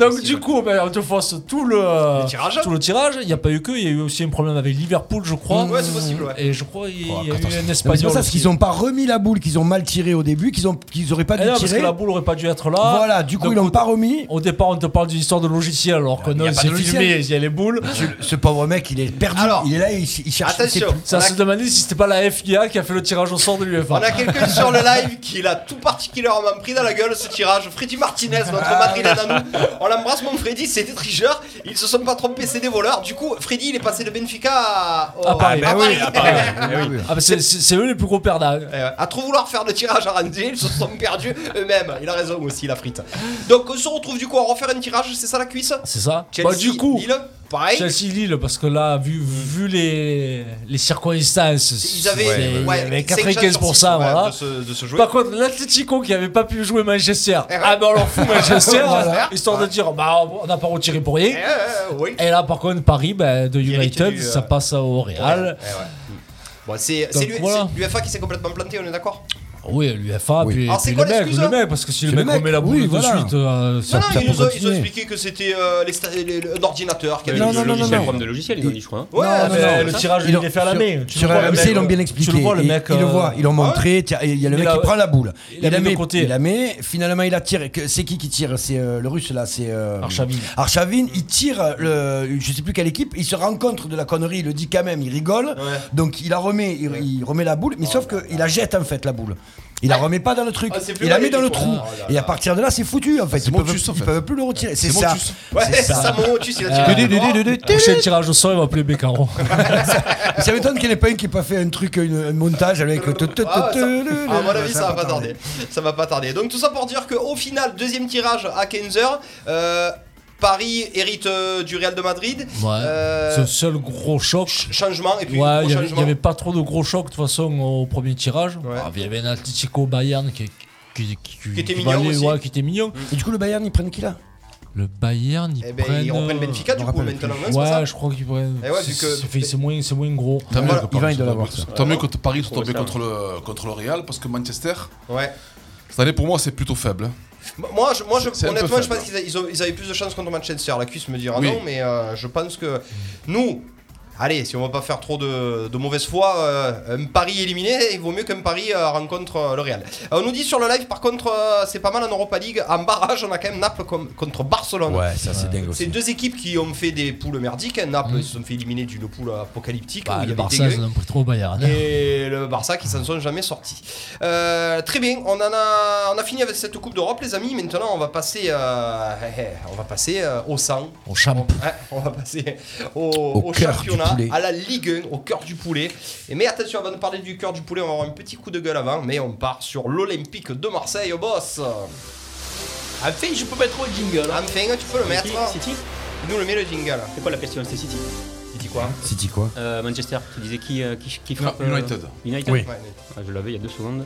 Speaker 13: Donc du coup, ben, on te force tout le,
Speaker 7: Le tirage.
Speaker 13: tout le tirage. Il n'y a pas eu que, il y a eu aussi un problème avec Liverpool, je crois.
Speaker 7: Ouais, c'est possible, ouais.
Speaker 13: Et je crois qu'il y,
Speaker 9: Oh,
Speaker 13: y a eu un
Speaker 5: C'est
Speaker 13: espagnol.
Speaker 5: pour ça,
Speaker 13: aussi.
Speaker 5: parce qu'ils ont pas remis la boule, qu'ils ont mal tiré au début, qu'ils ont, qu'ils auraient pas
Speaker 13: Eh
Speaker 5: dû
Speaker 13: non, parce que
Speaker 5: tirer.
Speaker 13: la boule aurait pas dû être là.
Speaker 5: Voilà, du coup,
Speaker 13: Donc,
Speaker 5: ils l'ont pas remis.
Speaker 13: Au départ, on te parle d'une histoire de logiciel, alors que
Speaker 5: Il y
Speaker 13: non,
Speaker 5: a pas
Speaker 13: c'est
Speaker 5: de logiciel.
Speaker 13: filmé, il y a les boules.
Speaker 5: Ce pauvre mec, il est perdu.
Speaker 7: Alors,
Speaker 5: il est là, il, il cherche. il sait
Speaker 7: Attention,
Speaker 5: plus.
Speaker 13: Ça
Speaker 7: on a-
Speaker 13: se demandait si c'était pas la FIA qui a fait le tirage au sort de
Speaker 7: on
Speaker 13: l'UEFA.
Speaker 7: a quelqu'un sur le live qui l'a tout particulièrement pris dans la gueule ce tirage. Freddy Martinez, notre
Speaker 13: Ah.
Speaker 7: Madrilène à nous. On l'embrasse, mon Freddy, c'est des tricheurs. Ils se sont pas trompés, c'est des voleurs. Du coup, Freddy, il est passé de Benfica à, au-
Speaker 13: À Paris. Ah, ben oui,
Speaker 7: Paris.
Speaker 13: Ah, bah, c'est- c'est c'est eux les plus gros perdants.
Speaker 7: Eh ouais. À trop vouloir faire le tirage à Randy, ils se sont perdus eux-mêmes. Il a raison aussi, la frite. Donc, on se retrouve du coup à refaire un tirage, c'est ça la cuisse
Speaker 13: C'est ça
Speaker 7: Chelsea,
Speaker 13: Bah, Du coup,
Speaker 7: Lille Pareil.
Speaker 13: Chelsea-Lille, parce que là, vu, vu les, les circonstances,
Speaker 7: Ils avaient-
Speaker 13: c'est-
Speaker 7: ouais,
Speaker 13: il y avait
Speaker 7: cinq
Speaker 13: 95
Speaker 7: chances sur six, ouais,
Speaker 13: voilà.
Speaker 18: de se- de se jouer.
Speaker 13: Par contre, l'Atlético qui n'avait pas pu jouer Manchester,
Speaker 7: Eh
Speaker 13: ah ben on leur fout Manchester,
Speaker 18: Voilà.
Speaker 13: histoire de dire, bah, on n'a pas retiré pour
Speaker 7: Eh
Speaker 13: rien. Et là, par contre, Paris, ben, de United,
Speaker 7: du, euh,
Speaker 13: ça passe au Real.
Speaker 7: Eh Ouais, ouais. Bon, c'est
Speaker 13: Donc,
Speaker 7: c'est l'U-
Speaker 13: voilà.
Speaker 7: c'est l'UFA qui s'est complètement planté, on est d'accord
Speaker 13: Oui, l'UFA, puis,
Speaker 7: Alors, c'est
Speaker 13: puis
Speaker 7: quoi
Speaker 13: le mec,
Speaker 7: l'excuse,
Speaker 13: le
Speaker 7: hein
Speaker 13: mec, parce que si le
Speaker 7: C'est
Speaker 13: mec,
Speaker 7: le mec,
Speaker 13: remet la boule
Speaker 7: oui,
Speaker 13: de
Speaker 7: voilà.
Speaker 13: suite, euh, ça,
Speaker 7: Non, non,
Speaker 13: ça
Speaker 7: ils nous, ont,
Speaker 13: peut
Speaker 7: ils ont
Speaker 13: continuer.
Speaker 7: expliqué que c'était euh, l'extra- le- le- l'ordinateur qui avait
Speaker 8: Non,
Speaker 7: le
Speaker 8: non, non,
Speaker 7: logiciel.
Speaker 8: non, non. problème de logiciel, ils ont dit, je crois. hein.
Speaker 7: Ouais,
Speaker 5: Non, non,
Speaker 7: mais
Speaker 5: non,
Speaker 7: le
Speaker 5: ça-
Speaker 7: tirage,
Speaker 5: ils
Speaker 7: il
Speaker 5: l'ont-
Speaker 7: est fait à la
Speaker 5: sur-
Speaker 7: main. Tu
Speaker 5: Sur
Speaker 7: le vois, le
Speaker 5: RMC,
Speaker 7: mec,
Speaker 5: ils l'ont bien
Speaker 7: euh,
Speaker 5: expliqué.
Speaker 7: tu le vois, le
Speaker 5: Et-
Speaker 7: mec,
Speaker 5: Ils le
Speaker 7: euh,
Speaker 5: voient, ils l'ont
Speaker 7: ouais.
Speaker 5: montré. tiens, Il y a le
Speaker 7: Il
Speaker 5: mec
Speaker 7: a-
Speaker 5: qui prend la boule.
Speaker 7: il
Speaker 5: Il
Speaker 7: a
Speaker 5: la
Speaker 7: mis de
Speaker 5: met,
Speaker 7: côté.
Speaker 5: il la met. Finalement, il la tire. et que- C'est qui qui tire C'est euh, le russe là, c'est. euh,
Speaker 7: Ah
Speaker 13: Arshavin.
Speaker 5: Arshavin, il tire, le, je sais plus quelle équipe, il se rend compte de la connerie, il le dit quand même, il rigole. Donc il la remet, il, il remet la boule, mais sauf qu'il la jette en fait, la boule. Il la remet pas dans le truc,
Speaker 18: Ah, c'est plus
Speaker 5: il la
Speaker 18: mal,
Speaker 5: met dans
Speaker 18: du
Speaker 5: le
Speaker 18: coup.
Speaker 5: trou.
Speaker 18: Oh là
Speaker 5: et à partir de là, c'est foutu en fait. Ils peuvent, ils peuvent plus le retirer. C'est
Speaker 18: C'est
Speaker 5: ça.
Speaker 18: Montus.
Speaker 7: Ouais, c'est ça, mon Montus, il a tiré
Speaker 13: Euh,
Speaker 7: dans le bras.
Speaker 13: Prochain tirage au sort, il va appeler Beccaro.
Speaker 7: Euh,
Speaker 5: Ça m'étonne qu'il n'y ait pas un qui n'ait pas fait un truc, une- un montage avec.
Speaker 7: Ah, ça- à mon avis, ça va pas tarder. Ça va pas tarder. Donc tout ça pour dire qu'au final, deuxième tirage à 15h, Paris hérite euh, du Real de Madrid.
Speaker 13: Ouais.
Speaker 7: Euh,
Speaker 13: C'est le seul gros choc.
Speaker 7: changement et puis
Speaker 13: ouais,
Speaker 7: gros
Speaker 13: il y avait- il
Speaker 7: changement.
Speaker 13: y avait pas trop de gros chocs de toute façon au premier tirage. Ah, Il y avait un Atlético Bayern qui, qui,
Speaker 7: Qui était mignon
Speaker 13: valait- ouais,
Speaker 7: aussi.
Speaker 13: qui était mignon.
Speaker 5: Et du coup, le Bayern, ils prennent qui là
Speaker 13: Le Bayern, ils
Speaker 7: Eh ben,
Speaker 13: prennent.
Speaker 7: ils reprennent
Speaker 13: euh,
Speaker 7: Benfica, du
Speaker 13: je
Speaker 7: coup,
Speaker 13: me rappelle
Speaker 7: maintenant,
Speaker 13: plus.
Speaker 7: non, c'est pas ça
Speaker 13: Ouais, je crois qu'ils prennent.
Speaker 7: Eh ouais, vu
Speaker 13: C'est-
Speaker 7: que-
Speaker 13: c'est fait- c'est moins, c'est moins gros.
Speaker 9: Tant mieux que Paris
Speaker 13: il doit
Speaker 9: soit-
Speaker 13: l'avoir,
Speaker 9: Tant mieux que Paris soit tombé contre le, contre le Real parce que Manchester.
Speaker 7: Ouais.
Speaker 9: Cette année pour moi c'est plutôt faible. hein.
Speaker 7: Moi, je- moi je-
Speaker 9: C'est un peu
Speaker 7: honnêtement, je
Speaker 9: faible.
Speaker 7: pense qu'ils a- ils ont- ils avaient plus de chances contre Manchester. La cuisse me dira
Speaker 9: Oui.
Speaker 7: non, mais euh, je pense que nous, allez, si on va pas faire trop de, de mauvaise foi, euh, un pari éliminé, il vaut mieux qu'un pari euh, rencontre euh, le Real. Euh, on nous dit sur le live, par contre, euh, c'est pas mal en Europa League. En barrage, on a quand même Naples com- contre Barcelone.
Speaker 5: Ouais, ça, c'est dingue aussi.
Speaker 7: C'est deux équipes qui ont fait des poules merdiques. Naples,
Speaker 9: Mm.
Speaker 7: ils se sont fait éliminer d'une poule apocalyptique.
Speaker 9: Bah,
Speaker 7: où
Speaker 13: Ah,
Speaker 7: il y
Speaker 13: le
Speaker 7: avait
Speaker 13: Barça,
Speaker 7: des
Speaker 13: ils en ont pris trop au Bayern. hein.
Speaker 7: et le Barça qui s'en sont jamais sortis. Euh, très bien, on en a, on a fini avec cette Coupe d'Europe, les amis. Maintenant, on va passer, euh, eh, eh, on va passer euh, au sang.
Speaker 13: On champe.
Speaker 7: Ouais, on va passer au, au
Speaker 5: cœur du
Speaker 7: championnat,
Speaker 5: poulet.
Speaker 7: à la Ligue 1, au cœur du poulet. Et mais attention, avant de parler du cœur du poulet, on va avoir un petit coup de gueule avant. Mais on part sur l'Olympique de Marseille, au boss. Enfin, Ah, je peux mettre au jingle.
Speaker 8: Ah,
Speaker 7: Ah, Enfin, tu peux le mettre.
Speaker 8: City
Speaker 7: Nous le met le jingle.
Speaker 8: C'est quoi la question C'est City
Speaker 7: City quoi
Speaker 5: City quoi
Speaker 8: euh, Manchester, tu disais qui, euh, qui, qui
Speaker 9: Non,
Speaker 8: frappe euh,
Speaker 9: United.
Speaker 8: United
Speaker 9: Oui.
Speaker 8: Ah, Je l'avais il y a deux secondes.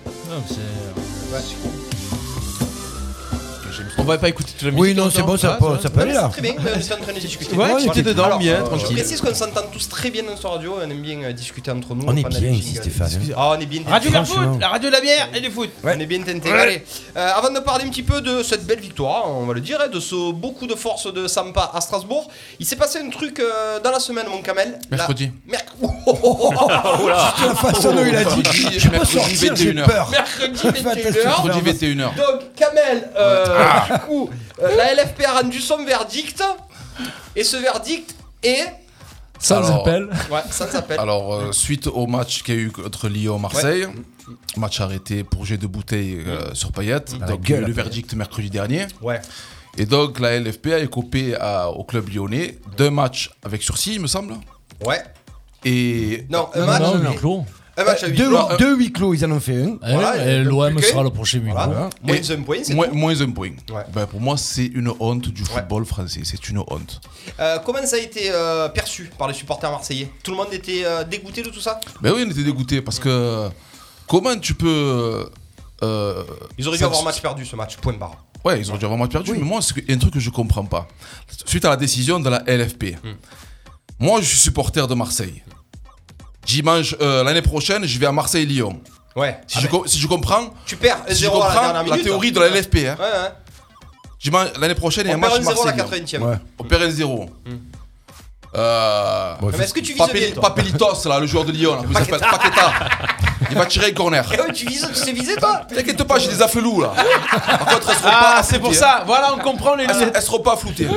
Speaker 18: On va pas écouter toute la musique.
Speaker 5: Oui, non, c'est bon, ça
Speaker 9: Hein
Speaker 5: peut- ça peut aller, là.
Speaker 7: Très bien, euh, on est en train de discuter.
Speaker 18: Ouais, tu étais dedans,
Speaker 7: Alors,
Speaker 18: bien,
Speaker 7: Je
Speaker 9: euh,
Speaker 18: tranquille.
Speaker 7: précise qu'on s'entend tous très bien dans ce radio, on aime bien euh, discuter entre nous.
Speaker 5: On est
Speaker 7: pendant
Speaker 5: bien
Speaker 7: les
Speaker 5: ici,
Speaker 7: jingles.
Speaker 5: Stéphane.
Speaker 7: Excusez- Ah, on est bien
Speaker 18: Radio de la
Speaker 7: Franchement.
Speaker 18: foot, la radio de la bière et du foot.
Speaker 7: On est bien tenté.
Speaker 18: Ouais.
Speaker 7: Allez, euh, avant de parler un petit peu de cette belle victoire, on va le dire, hein, de ce beaucoup de force de Sampa à Strasbourg, il s'est passé un truc euh, dans la semaine, mon camel. La-
Speaker 9: Mercredi.
Speaker 7: Merc- Oh, oh, oh, oh.
Speaker 9: Oula.
Speaker 5: Juste la façon dont il a dit.
Speaker 9: Mercredi-
Speaker 5: Je peux
Speaker 9: mercredi
Speaker 5: sortir, j'ai
Speaker 9: 21h.
Speaker 5: peur.
Speaker 7: Mercredi
Speaker 5: attention.
Speaker 7: 21h.
Speaker 9: Mercredi 21h.
Speaker 7: Donc, Kamel, euh, du coup, euh, la LFP a rendu son verdict. Et ce verdict est.
Speaker 13: Ça
Speaker 9: Alors-
Speaker 13: s'appelle.
Speaker 7: Ouais, ça s'appelle.
Speaker 9: Alors, euh, suite au match qu'il y a eu contre Lyon-Marseille, match arrêté pour jet de bouteille euh, sur Payet,
Speaker 5: Dans la
Speaker 9: donc
Speaker 5: gueule,
Speaker 9: le,
Speaker 5: la
Speaker 9: verdict mercredi dernier.
Speaker 7: Ouais.
Speaker 9: Et donc, la LFP a écopé à- au club lyonnais deux matchs avec sursis, il me semble.
Speaker 7: Ouais.
Speaker 9: Et.
Speaker 7: Non, euh,
Speaker 13: Non, non, non, non, clos.
Speaker 7: Un
Speaker 9: Euh,
Speaker 7: match à huis
Speaker 5: Deux,
Speaker 7: clos.
Speaker 5: Euh, deux huis clos, ils en ont fait un.
Speaker 13: Eh, et L'OM
Speaker 7: ok.
Speaker 13: sera le prochain huis clos.
Speaker 7: Voilà. Moins un point, c'est
Speaker 9: Moins,
Speaker 7: tout.
Speaker 9: moins un point. Ben, pour moi, c'est une honte du football français. C'est une honte.
Speaker 7: Euh, comment ça a été euh, perçu par les supporters marseillais Tout le monde était euh, dégoûté de tout ça
Speaker 9: Ben oui, on était dégoûté parce que. Comment tu peux. euh,
Speaker 7: Ils auraient dû
Speaker 9: ça-
Speaker 7: avoir match perdu ce match, point barre.
Speaker 9: Ouais, ils ont dû avoir match perdu, mais moi, c'est que- il y a un truc que je comprends pas. Suite à la décision de la LFP,
Speaker 7: Hmm.
Speaker 9: moi, je suis supporter de Marseille. Dimanche, euh, l'année prochaine, je vais à Marseille-Lyon.
Speaker 7: Ouais.
Speaker 9: Si, je, co- si je comprends,
Speaker 7: Tu perds
Speaker 9: si je
Speaker 7: 0 à la
Speaker 9: comprends
Speaker 7: dernière
Speaker 9: la,
Speaker 7: minute.
Speaker 9: théorie de la LFP, hein.
Speaker 7: Ouais, ouais.
Speaker 9: dimanche, l'année prochaine, il y a
Speaker 7: On
Speaker 9: un match
Speaker 7: perd 1-0 à la Hmm.
Speaker 9: Marseille. hein.
Speaker 7: 80e.
Speaker 9: On perd un 0. Euh,
Speaker 7: Mais est-ce que tu vises
Speaker 9: Papeli-
Speaker 7: bien, toi
Speaker 9: Papelitos, là, le joueur de Lyon, là, comment il s'appelle Paqueta. Il va tirer un corner.
Speaker 7: Eh ouais, tu vises, tu sais viser toi
Speaker 9: T'inquiète pas, j'ai des affelous là. Par contre, elles seront
Speaker 18: Ah,
Speaker 9: pas
Speaker 18: c'est pour
Speaker 9: floutées,
Speaker 18: ça.
Speaker 9: hein.
Speaker 18: Voilà, on comprend les
Speaker 9: Elles,
Speaker 18: lunettes.
Speaker 9: elles seront pas floutées.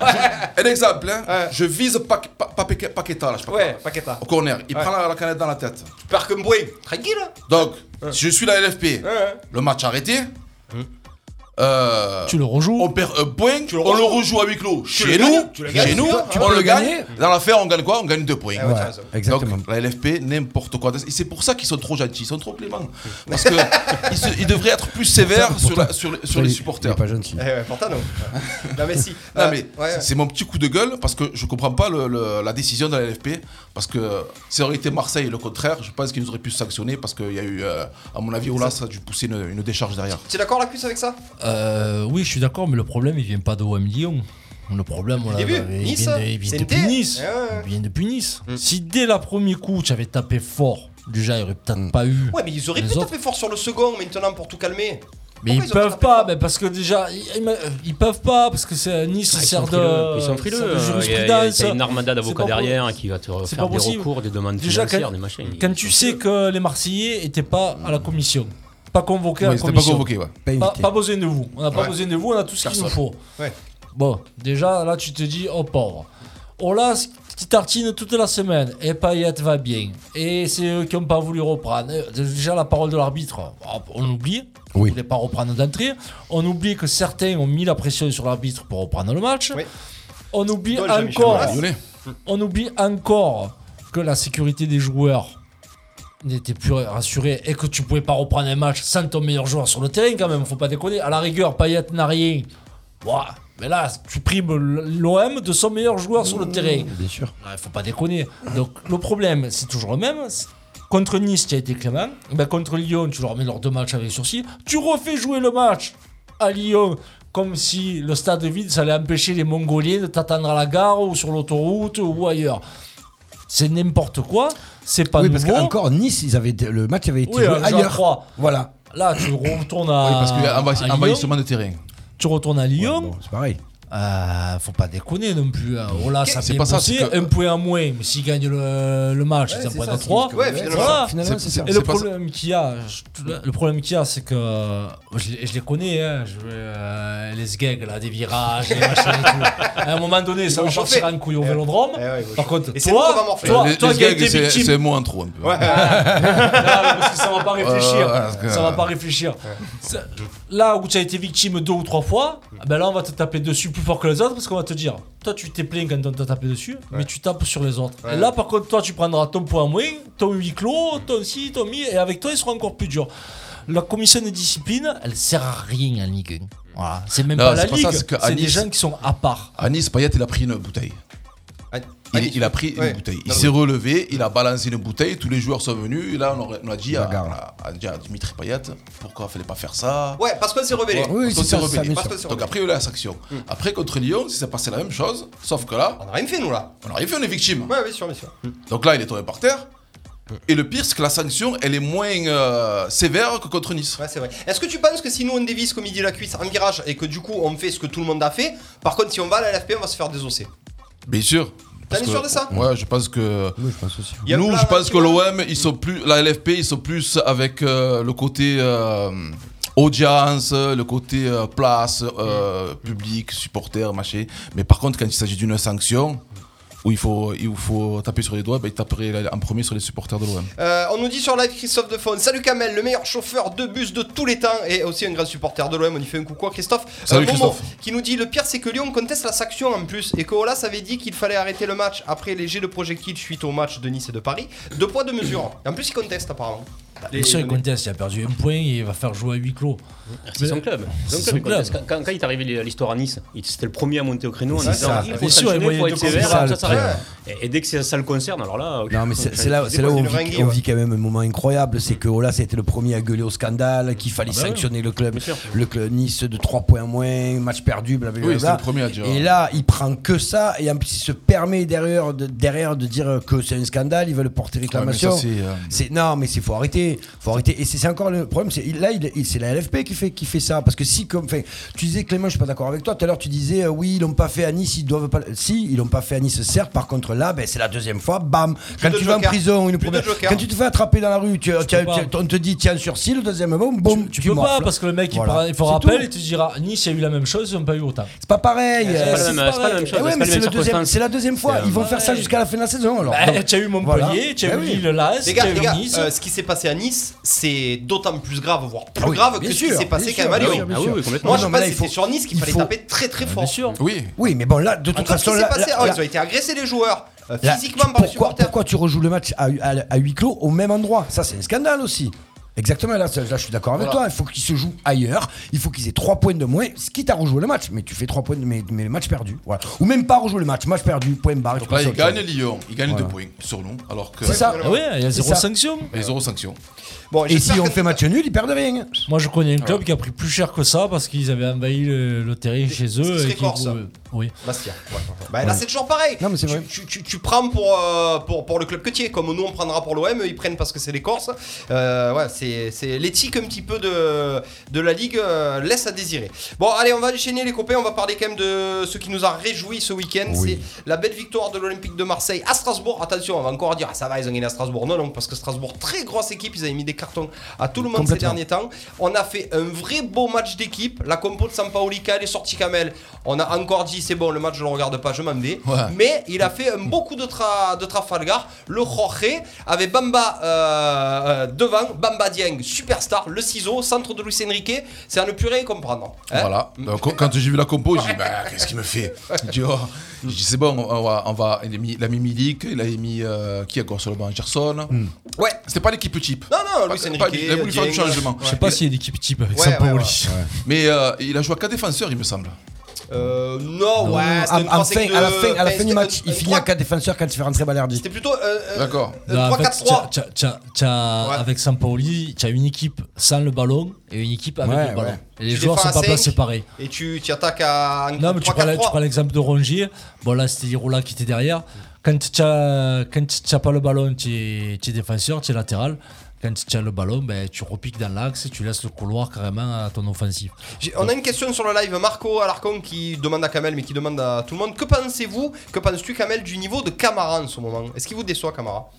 Speaker 9: un exemple, hein. je vise Pa- Pa- Pa- Pa- Paqueta là, je sais pas
Speaker 7: Ouais,
Speaker 9: quoi.
Speaker 7: Paqueta.
Speaker 9: Au corner, il
Speaker 7: Ouais.
Speaker 9: prend la, la canette dans la tête.
Speaker 7: Tu perds comme Boué. Tranquille. hein.
Speaker 9: Donc, si je suis la LFP,
Speaker 7: Ouais.
Speaker 9: le match arrêté. Euh, tu le rejoues. On perd un point, on le rejoue à huis clos
Speaker 2: Tu
Speaker 9: chez
Speaker 2: le
Speaker 9: nous.
Speaker 2: gagnes, tu le
Speaker 9: Chez
Speaker 2: gagnes,
Speaker 9: nous,
Speaker 2: tu peux
Speaker 9: on
Speaker 2: le
Speaker 9: le gagne.
Speaker 2: gagner.
Speaker 9: Dans l'affaire, on gagne quoi On gagne deux points.
Speaker 5: Eh
Speaker 2: Ah ouais, t'as raison.
Speaker 9: exactement. Donc, la LFP, n'importe quoi. Et c'est pour ça qu'ils sont trop gentils, ils sont trop cléments. Parce que ils, se- ils devraient être plus sévères sur, la- sur, les- sur les supporters.
Speaker 5: pas gentil.
Speaker 7: Eh ouais, pourtant, non. non, mais si.
Speaker 9: Non,
Speaker 7: Euh,
Speaker 9: mais
Speaker 7: ouais, ouais.
Speaker 9: c'est mon petit coup de gueule parce que je comprends pas le- le- la décision de la LFP. Parce que si ça aurait été Marseille le contraire, je pense qu'ils auraient pu se sanctionner parce qu'il y a eu, euh, à mon avis, Olas a dû pousser une, une décharge derrière.
Speaker 7: T'es d'accord, la cuisse, avec ça
Speaker 13: Euh, oui, je suis d'accord, mais le problème, il vient pas de OM Lyon. Le problème, on l'a-
Speaker 7: début,
Speaker 13: il
Speaker 7: Nice, hein.
Speaker 13: vient, de- il vient
Speaker 7: c'est
Speaker 13: depuis
Speaker 7: une thé. Eh
Speaker 13: Nice.
Speaker 7: ouais. Mm.
Speaker 13: Il vient depuis Nice. Si dès la premier coup, tu avais tapé fort, déjà, il n'y aurait peut-être pas eu.
Speaker 7: Mm. Ouais, mais ils auraient
Speaker 13: les
Speaker 7: pu
Speaker 13: autres.
Speaker 7: taper fort sur le second maintenant pour tout calmer.
Speaker 13: Mais ils peuvent pas, mais parce que déjà, ils, ils me- ils peuvent pas, parce que c'est Nice
Speaker 8: Ah,
Speaker 13: se
Speaker 8: ils sont
Speaker 13: sert de.
Speaker 8: frileux, ils sont
Speaker 13: sert de
Speaker 8: frileux. euh, Il y a- il y a-
Speaker 13: jurisprudence.
Speaker 8: il y a une armada
Speaker 13: C'est
Speaker 8: d'avocats
Speaker 13: pas pour-
Speaker 8: derrière qui va te
Speaker 13: c'est
Speaker 8: faire
Speaker 13: pas
Speaker 8: des
Speaker 13: possible.
Speaker 8: recours, des demandes
Speaker 13: Déjà,
Speaker 8: financières,
Speaker 13: quand,
Speaker 8: des machins.
Speaker 13: Quand tu sais que les Marseillais étaient pas à la commission, pas
Speaker 9: Ouais,
Speaker 13: convoqués à
Speaker 9: ils
Speaker 13: la
Speaker 9: étaient pas
Speaker 13: commission.
Speaker 9: convoqués, ouais. Pas
Speaker 13: Pas,
Speaker 9: invités.
Speaker 13: pas besoin de vous. On n'a pas
Speaker 9: Ouais.
Speaker 13: besoin de vous, on a tout ce qu'il nous
Speaker 9: Personne.
Speaker 13: faut. Bon, déjà, là, tu te dis, oh pauvre. On l'a qui tartine toute la semaine. Et Payet va bien. Et c'est eux qui n'ont pas voulu reprendre. Et Déjà, la parole de l'arbitre, hop, on oublie. On ne voulait pas reprendre d'entrée. On oublie que certains ont mis la pression sur l'arbitre pour reprendre le match. On oublie
Speaker 7: Gol, Jean-Michel
Speaker 13: encore.
Speaker 7: Aulas. Lyonnais.
Speaker 13: On oublie encore que la sécurité des joueurs n'était plus rassurée et que tu pouvais pas reprendre un match sans ton meilleur joueur sur le terrain quand même, faut pas déconner. À la rigueur, Payet n'a rien. Ouah, mais là, tu primes l'OM de son meilleur joueur sur le terrain.
Speaker 5: Bien sûr.
Speaker 13: Ouais, faut pas déconner. Donc le problème, c'est toujours le même. Contre Nice, tu as été clément. Ben, contre Lyon, tu leur mets leurs deux matchs avec sursis. Tu refais jouer le match à Lyon comme si le stade vide, ça allait empêcher les Mongoliens de t'attendre à la gare ou sur l'autoroute ou ailleurs. C'est n'importe quoi. C'est pas
Speaker 5: oui, parce
Speaker 13: nouveau.
Speaker 5: qu'encore Nice, ils avaient été- le match avait été
Speaker 13: Oui,
Speaker 5: joué
Speaker 13: un jeu à
Speaker 5: ailleurs.
Speaker 13: trois.
Speaker 5: Voilà.
Speaker 13: Là, tu retournes à.
Speaker 9: Oui, parce qu'il y a envahi-
Speaker 13: Euh, à Lyon.
Speaker 9: envahissement de terrain.
Speaker 13: Tu retournes à Lyon. Euh,
Speaker 5: c'est pareil.
Speaker 13: faut pas déconner non plus. hein. Oh là, ça
Speaker 9: C'est
Speaker 13: fait
Speaker 9: pas ça,
Speaker 13: bosser.
Speaker 9: c'est que-
Speaker 13: Un point à moins. Mais s'ils gagnent le, le match, ils en
Speaker 5: c'est
Speaker 13: prennent
Speaker 5: ça, c'est
Speaker 13: 3.
Speaker 5: ce que- ouais, finalement,
Speaker 13: voilà.
Speaker 5: c'est- finalement, c'est ça.
Speaker 13: Et le
Speaker 5: C'est pas ça.
Speaker 13: problème qu'il y a, je- tout là- le problème qu'il y a, c'est que euh, je, les- je les connais, hein, je, euh, les sgegs là, des virages, des machins et tout. À un moment donné, ça
Speaker 7: vont
Speaker 13: va
Speaker 7: chauffer.
Speaker 13: partir un couille
Speaker 5: Eh
Speaker 13: au vélodrome.
Speaker 7: Eh
Speaker 13: Par contre,
Speaker 7: Et c'est nous qu'on va
Speaker 13: toi,
Speaker 7: morfler.
Speaker 13: toi,
Speaker 9: Les-
Speaker 13: Oh, toi
Speaker 9: les
Speaker 13: qui as
Speaker 9: sgegs,
Speaker 13: été
Speaker 9: c'est-
Speaker 13: victime,
Speaker 9: c'est moins trop un peu.
Speaker 13: Ouais. non, mais parce que ça va pas réfléchir.
Speaker 9: Euh, parce que-
Speaker 13: Ça va pas réfléchir. Ça- Là où tu as été victime deux ou trois fois, ah ben là on va te taper dessus plus fort que les autres parce qu'on va te dire, toi tu t'es plaint quand on t'a tapé dessus, mais tu tapes sur les autres.
Speaker 7: Ouais.
Speaker 13: Et là par contre toi tu prendras ton point moins, ton huis clos, ton ci, ton mi, et avec toi ils seront encore plus durs. La commission des disciplines, elle sert à rien en Ligue 1. Voilà, c'est même
Speaker 9: Non,
Speaker 13: pas la
Speaker 9: c'est pas
Speaker 13: Ligue.
Speaker 9: ça, c'est que à
Speaker 13: C'est des
Speaker 9: Nice-
Speaker 13: gens qui sont à part.
Speaker 9: À Nice, Payet, il a pris une bouteille. Il, il a pris
Speaker 13: Ouais.
Speaker 9: une bouteille. Il
Speaker 13: Non,
Speaker 9: s'est
Speaker 13: mais-
Speaker 9: relevé, il a balancé une bouteille, tous les joueurs sont venus. Et là, on, aurait- on a dit à, à- à- à Dimitri Payet pourquoi fallait pas faire ça
Speaker 7: Ouais, parce qu'on s'est rebellé.
Speaker 9: Parce qu'on s'est rebellé.
Speaker 7: Parce qu'on s'est
Speaker 9: Donc
Speaker 7: rebellé.
Speaker 9: après, il y a eu la sanction.
Speaker 7: Hmm.
Speaker 9: Après, contre Lyon, c'est passé la même chose, sauf que là. On
Speaker 7: n'a rien fait, nous là
Speaker 9: On n'a rien fait, on est victime.
Speaker 7: Ouais, bien sûr, bien sûr.
Speaker 9: Donc là, il est tombé par terre. Et le pire, c'est que la sanction, elle est moins euh, sévère que contre Nice.
Speaker 7: Ouais, c'est vrai. Est-ce que tu penses que si nous on dévisse comme il dit la cuisse en virage et que du coup on fait ce que tout le monde a fait, par contre si on va à la LFP on va se faire désosser
Speaker 9: Bien sûr.
Speaker 7: T'en
Speaker 9: Parce
Speaker 7: es
Speaker 9: que-
Speaker 7: sûr de ça
Speaker 9: Ouais, je pense que.
Speaker 7: Il y a
Speaker 9: Nous,
Speaker 7: plein
Speaker 9: je pense que l'OM, ils sont plus. La LFP, ils sont plus avec euh, le côté euh, audience, le côté euh, place, euh, public, supporter, machin. Mais par contre, quand il s'agit d'une sanction. Où il faut, il faut taper sur les doigts, bah, ils taperaient en premier sur les supporters de l'OM.
Speaker 7: Euh, on nous dit sur live Christophe de Faune Salut Kamel, le meilleur chauffeur de bus de tous les temps et aussi un grand supporter de l'OM. On y fait un coucou à Christophe.
Speaker 9: Salut
Speaker 7: Momo,
Speaker 9: Christophe.
Speaker 7: Qui nous dit Le pire, c'est que Lyon conteste la sanction en plus et que Olas avait dit qu'il fallait arrêter le match après les jets de projectiles suite au match de Nice et de Paris. Deux poids, deux mesures. En plus, il conteste apparemment.
Speaker 13: Bien sûr, il conteste, il a perdu un point, il va faire jouer à huis clos.
Speaker 8: C'est son club.
Speaker 13: C'est
Speaker 8: Son
Speaker 13: son
Speaker 8: club,
Speaker 13: club.
Speaker 8: parce que Quand, quand il est arrivé l'histoire à Nice, il- c'était le premier à monter au créneau en
Speaker 5: C'est
Speaker 8: disant
Speaker 5: ça.
Speaker 8: il
Speaker 5: Bien
Speaker 8: faut
Speaker 5: sûr, il
Speaker 8: sanctionner, il
Speaker 5: voyait
Speaker 8: faut
Speaker 5: deux
Speaker 8: être sévère,
Speaker 5: conséquences.
Speaker 8: ça, ça arrive. Et, et dès que ça, ça le concerne, alors là.
Speaker 5: Non, mais c'est c'est là, c'est là où on vit, on vit quand même un moment incroyable. C'est que Ola, c'était le premier à gueuler au scandale, qu'il fallait
Speaker 8: Ah bah oui.
Speaker 5: sanctionner le club. Le club Nice de 3 points moins, match perdu, blablabla.
Speaker 9: Oui, c'est le premier à dire. hein.
Speaker 5: Et là, il prend que ça, et en plus, il se permet derrière de, derrière de dire que c'est un scandale, ils veulent porter réclamation.
Speaker 9: Ouais, mais ça, euh,
Speaker 5: c'est Non, mais c'est faut arrêter. faut arrêter. Et c'est c'est encore le problème. c'est- Là, il- il- c'est la LFP qui fait, qui fait ça. Parce que si, comme. enfin, Tu disais, Clément, je suis pas d'accord avec toi. Tout à l'heure, tu disais, euh, oui, ils l'ont pas fait à Nice, ils doivent pas. Si, ils l'ont pas fait à Nice, certes. adversaire. Par contre, là, ben, c'est la deuxième fois, bam. Quand
Speaker 7: de
Speaker 5: tu vas en
Speaker 7: joker.
Speaker 5: prison, une
Speaker 7: Plus de
Speaker 5: première.
Speaker 7: joker.
Speaker 5: Quand tu te fais attraper dans la rue, tu- tu-
Speaker 13: peux pas.
Speaker 5: tu- on te dit tiens sur si, le deuxième bombe, boum. Tu,
Speaker 13: Tu peux pas
Speaker 5: morfles.
Speaker 13: parce que le mec il
Speaker 5: Voilà.
Speaker 13: fera- il fera
Speaker 5: C'est tout.
Speaker 13: appel et tu diras Nice a eu la même chose, ils n'ont pas eu autant.
Speaker 5: C'est pas pareil.
Speaker 13: C'est
Speaker 5: euh,
Speaker 13: pas la même- c'est pas la même chose,
Speaker 5: Eh ouais,
Speaker 13: c'est pas
Speaker 5: mais c'est le
Speaker 13: les mêmes
Speaker 5: deuxième-
Speaker 13: circonstances.
Speaker 5: c'est la deuxième fois.
Speaker 13: C'est,
Speaker 5: Ils vont
Speaker 13: euh,
Speaker 5: faire ça jusqu'à la fin de la saison. Alors,
Speaker 7: Bah,
Speaker 5: Donc,
Speaker 7: t'as eu Montpellier,
Speaker 5: voilà.
Speaker 7: t'as
Speaker 5: Eh
Speaker 7: eu
Speaker 5: oui.
Speaker 7: Lille-Las, Les gars, les gars, euh, ce qui s'est passé à Nice, c'est d'autant plus grave, voire plus
Speaker 5: Ah oui,
Speaker 7: grave que
Speaker 5: bien
Speaker 7: ce qui
Speaker 5: sûr,
Speaker 7: s'est passé
Speaker 5: bien
Speaker 7: quand même à
Speaker 5: sûr,
Speaker 7: Lyon.
Speaker 5: bien sûr.
Speaker 7: Moi,
Speaker 5: Non,
Speaker 7: je
Speaker 5: mais
Speaker 7: pense
Speaker 5: là,
Speaker 7: que
Speaker 5: il faut-
Speaker 7: c'était sur Nice qu'il
Speaker 5: il
Speaker 7: fallait
Speaker 5: faut- Ah,
Speaker 7: taper très très fort.
Speaker 5: Oui. Oui, mais bon, là, de toute
Speaker 7: Entre ce qui
Speaker 5: façon,
Speaker 7: s'est
Speaker 5: là,
Speaker 7: passé,
Speaker 5: là-
Speaker 7: oh,
Speaker 5: là-
Speaker 7: ils ont été agressés les joueurs euh,
Speaker 5: Là,
Speaker 7: physiquement
Speaker 5: tu-
Speaker 7: par les
Speaker 5: pourquoi, pourquoi tu rejoues le match à, à, à huis clos au même endroit Ça, c'est un scandale aussi. Exactement, là, ça- là, je suis d'accord avec
Speaker 7: Voilà.
Speaker 5: toi. Il faut qu'ils se jouent ailleurs. Il faut qu'ils aient 3 points de moins, ce qui t'a rejoué le match. Mais tu fais 3 points de mais, mais le match perdu. Voilà. Ou même pas rejouer le match. Match perdu, point barre.
Speaker 9: Donc
Speaker 5: tu
Speaker 9: là,
Speaker 5: passes
Speaker 9: ils
Speaker 5: au tir.
Speaker 9: gagnent Lyon, ils gagnent
Speaker 5: Voilà.
Speaker 9: deux points sur nous, alors que.
Speaker 5: C'est ça. Ah ouais, il y a zéro
Speaker 9: C'est ça.
Speaker 5: sanction.
Speaker 9: Il y a zéro sanction.
Speaker 7: Bon,
Speaker 5: Et si on fait match nul, ils perdent rien.
Speaker 13: Moi je connais un club qui a pris plus cher que ça parce qu'ils avaient envahi le, le terrain chez eux.
Speaker 7: serait
Speaker 13: et qui-
Speaker 7: fort, ça.
Speaker 13: Oui.
Speaker 7: Bastia. Bah, là,
Speaker 13: Ouais.
Speaker 7: c'est toujours pareil.
Speaker 5: Non, mais c'est vrai.
Speaker 7: Tu, tu- tu prends pour, euh, pour, pour le club que tu es, comme nous on prendra pour l'OM, ils prennent parce que c'est les Corses. Euh, ouais, c'est c'est l'éthique un petit peu de, de la Ligue euh, laisse à désirer. Bon, allez, on va enchaîner les copains, on va parler quand même de ce qui nous a réjoui ce week-end. C'est la belle victoire de l'Olympique de Marseille à Strasbourg. Attention, on va encore dire, ah, ça va, ils ont gagné à Strasbourg. Non, non, parce que Strasbourg, très grosse équipe, ils avaient mis des cartons à tout le monde ces
Speaker 5: Complètement.
Speaker 7: derniers temps. On a fait un vrai beau match d'équipe. La compo de Sampaolica, elle est sortie Kamel. On a encore dit, c'est bon, le match, je le regarde pas, je m'en vais.
Speaker 9: Ouais.
Speaker 7: Mais il a fait un beaucoup de, tra- de Trafalgar. Le Jorge avait Bamba euh, euh, devant, Bamba Dieng, superstar, le ciseau, centre de Luis Enrique. C'est à ne plus rien comprendre. hein.
Speaker 9: Voilà. Donc, quand j'ai vu la compo, j'ai dit bah, qu'est-ce qu'il me fait Je dis, oh. Je dis, c'est bon, on va, on va. Il a mis, il a mis Milik, il a mis euh, qui encore sur le banc Gerson.
Speaker 5: Hmm.
Speaker 7: Ouais.
Speaker 9: C'était pas l'équipe type.
Speaker 7: Non, non, Luis
Speaker 9: Pas-
Speaker 7: Enrique.
Speaker 9: pas- il a voulu faire du
Speaker 7: Dieng. Euh,
Speaker 9: changement.
Speaker 13: Je sais pas s'il y a une équipe type avec
Speaker 9: Ouais,
Speaker 13: Sampaoli.
Speaker 9: ouais, Mais euh, il a joué à 4 défenseurs, il me semble.
Speaker 7: Euh, non, ouais,
Speaker 5: à,
Speaker 7: c'était une
Speaker 5: à la
Speaker 7: 3-5-2,
Speaker 5: fin, à la fin, à la fin
Speaker 7: c'était
Speaker 5: du
Speaker 7: un-
Speaker 5: match,
Speaker 7: un
Speaker 5: il finit à 4 défenseurs quand il fait rentrer Balerdi.
Speaker 7: C'était plutôt. euh,
Speaker 9: D'accord.
Speaker 13: Non, en fait,
Speaker 7: 3-4-3.
Speaker 13: t'as- t'as- t'as- t'as- Avec Sampaoli, tu as une équipe sans le ballon et une équipe avec
Speaker 5: Ouais,
Speaker 13: le ballon.
Speaker 5: ouais.
Speaker 13: Et les
Speaker 7: Tu
Speaker 13: joueurs
Speaker 7: défends
Speaker 13: sont
Speaker 7: à
Speaker 13: pas
Speaker 7: cinq,
Speaker 13: placés pareil.
Speaker 7: Et tu, tu attaques à un
Speaker 13: Non, mais tu prends, la- tu
Speaker 7: 3-4-3.
Speaker 13: prends l'exemple de Rongier. Bon, là, c'était Irola qui était derrière. Quand tu n'as pas le ballon, tu es, tu es défenseur, tu es latéral. Quand tu as le ballon, ben, tu repiques dans l'axe et tu laisses le couloir carrément à ton offensif.
Speaker 7: J'ai- On a une question sur le live, Marco Alarcon qui demande à Kamel, mais qui demande à tout le monde, que pensez-vous, que penses-tu Kamel du niveau de Camara en ce moment Est-ce qu'il vous déçoit Camara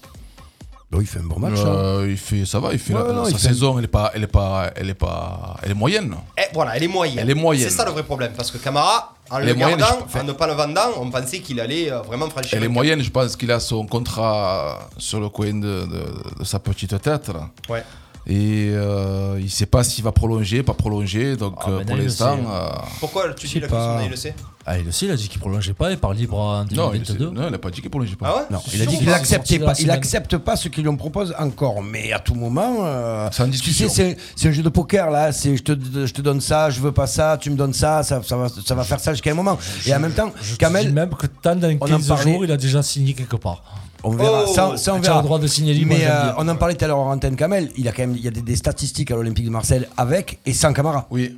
Speaker 5: Bah, il fait un bon match. hein.
Speaker 9: Euh, il fait, ça va, il fait
Speaker 5: Ouais,
Speaker 9: la- la-
Speaker 5: non,
Speaker 9: sa
Speaker 5: il fait-
Speaker 9: saison, elle est pas, elle est pas, elle est pas, elle est moyenne.
Speaker 7: Eh, voilà, elle est moyenne.
Speaker 9: Elle est moyenne.
Speaker 7: C'est ça le vrai problème, parce que Camara, en
Speaker 9: Elle
Speaker 7: le
Speaker 9: est moyenne,
Speaker 7: gardant,
Speaker 9: je-
Speaker 7: en ne pas le vendant, on pensait qu'il allait euh, vraiment franchir.
Speaker 9: Elle est
Speaker 7: le cap.
Speaker 9: moyenne, je pense qu'il a son contrat sur le coin de, de- de sa petite tête. là.
Speaker 7: Ouais.
Speaker 9: Et euh, il ne sait pas s'il va prolonger, pas prolonger. Donc
Speaker 5: Ah,
Speaker 9: euh,
Speaker 13: maintenant,
Speaker 9: pour
Speaker 13: il le
Speaker 9: l'instant,
Speaker 13: sait.
Speaker 9: euh,
Speaker 7: Pourquoi tu dis la
Speaker 13: pas.
Speaker 7: question, E il le sait
Speaker 13: Ah, il aussi, il a dit qu'il prolongeait pas, il part libre en
Speaker 9: Non, il le
Speaker 13: 2022.
Speaker 9: sait. Non, il a pas dit qu'il prolongeait pas.
Speaker 7: Ah ouais
Speaker 5: Non, il a dit qu'il acceptait pas, il accepte pas ce qu'ils lui proposent encore, mais à tout moment, euh,
Speaker 9: C'est en
Speaker 5: tu sais,
Speaker 9: discussion.
Speaker 5: c'est c'est un jeu de poker là, c'est je te, je te donne ça, je veux pas ça, tu me donnes ça, ça, ça va, ça va faire ça jusqu'à un moment. Et en même temps,
Speaker 13: Je
Speaker 5: Kamel,
Speaker 13: dis même que tant dans
Speaker 5: en
Speaker 13: 15
Speaker 5: parlait.
Speaker 13: jours, il a déjà signé quelque part.
Speaker 5: On verra.
Speaker 13: Oh.
Speaker 5: ça, ça, on
Speaker 13: Tu as
Speaker 5: verra.
Speaker 13: le droit de signer libre,
Speaker 5: Mais
Speaker 13: j'aime
Speaker 5: euh,
Speaker 13: bien.
Speaker 5: on en parlait tout à l'heure en antenne Kamel. Il a quand même, il y a des, des statistiques à l'Olympique de Marseille avec et sans Camara.
Speaker 9: Oui.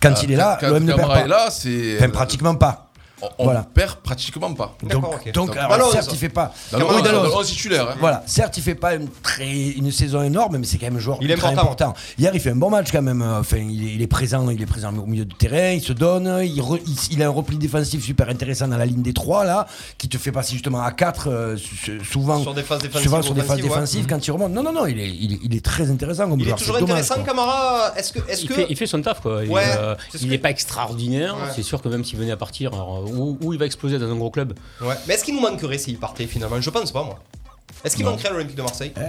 Speaker 5: Quand
Speaker 9: Euh,
Speaker 5: il est là,
Speaker 9: quand-
Speaker 5: l'OM ne
Speaker 9: quand
Speaker 5: perd
Speaker 9: Camara
Speaker 5: pas.
Speaker 9: est là, c'est- euh,
Speaker 5: Enfin, pratiquement pas.
Speaker 9: On, on
Speaker 5: Voilà.
Speaker 9: perd pratiquement pas.
Speaker 5: Donc,
Speaker 7: D'accord, ok.
Speaker 5: donc alors,
Speaker 9: Dalloz.
Speaker 5: certes, il fait pas.
Speaker 9: Dalloz,
Speaker 5: Oui, Dalloz.
Speaker 9: Dalloz, titulaire, hein.
Speaker 5: Voilà, certes, il fait pas une, très, une saison énorme, mais c'est quand même un joueur
Speaker 7: Il est
Speaker 5: très
Speaker 7: important.
Speaker 5: important. Hier, il fait un bon match quand même. Enfin, il est, il est présent, il est présent au milieu du terrain, il se donne, il, re- il, il a un repli défensif super intéressant dans la ligne des trois là, qui te fait passer justement à 4 souvent.
Speaker 7: Sur des phases défensives,
Speaker 5: souvent sur des phases
Speaker 7: offensives, ouais. Mhm.
Speaker 5: défensives quand il remonte. Non, non, non, il est, il est, il est très intéressant comme
Speaker 7: Il est
Speaker 5: joueur,
Speaker 7: toujours
Speaker 5: c'est dommage,
Speaker 7: intéressant,
Speaker 5: quoi.
Speaker 7: Camara Est-ce que. Est
Speaker 8: il, fait, il fait son taf quoi. Il,
Speaker 7: Ouais,
Speaker 8: euh,
Speaker 7: c'est ce
Speaker 8: il
Speaker 7: que-
Speaker 8: n'est pas extraordinaire.
Speaker 7: Ouais.
Speaker 8: C'est sûr que même s'il venait à partir, alors, euh, où, où il va exploser dans un gros club
Speaker 7: Ouais. Mais est-ce qu'il nous manquerait s'il partait finalement Je pense pas, moi. Est-ce qu'il manquerait à l'Olympique de Marseille
Speaker 5: Eh,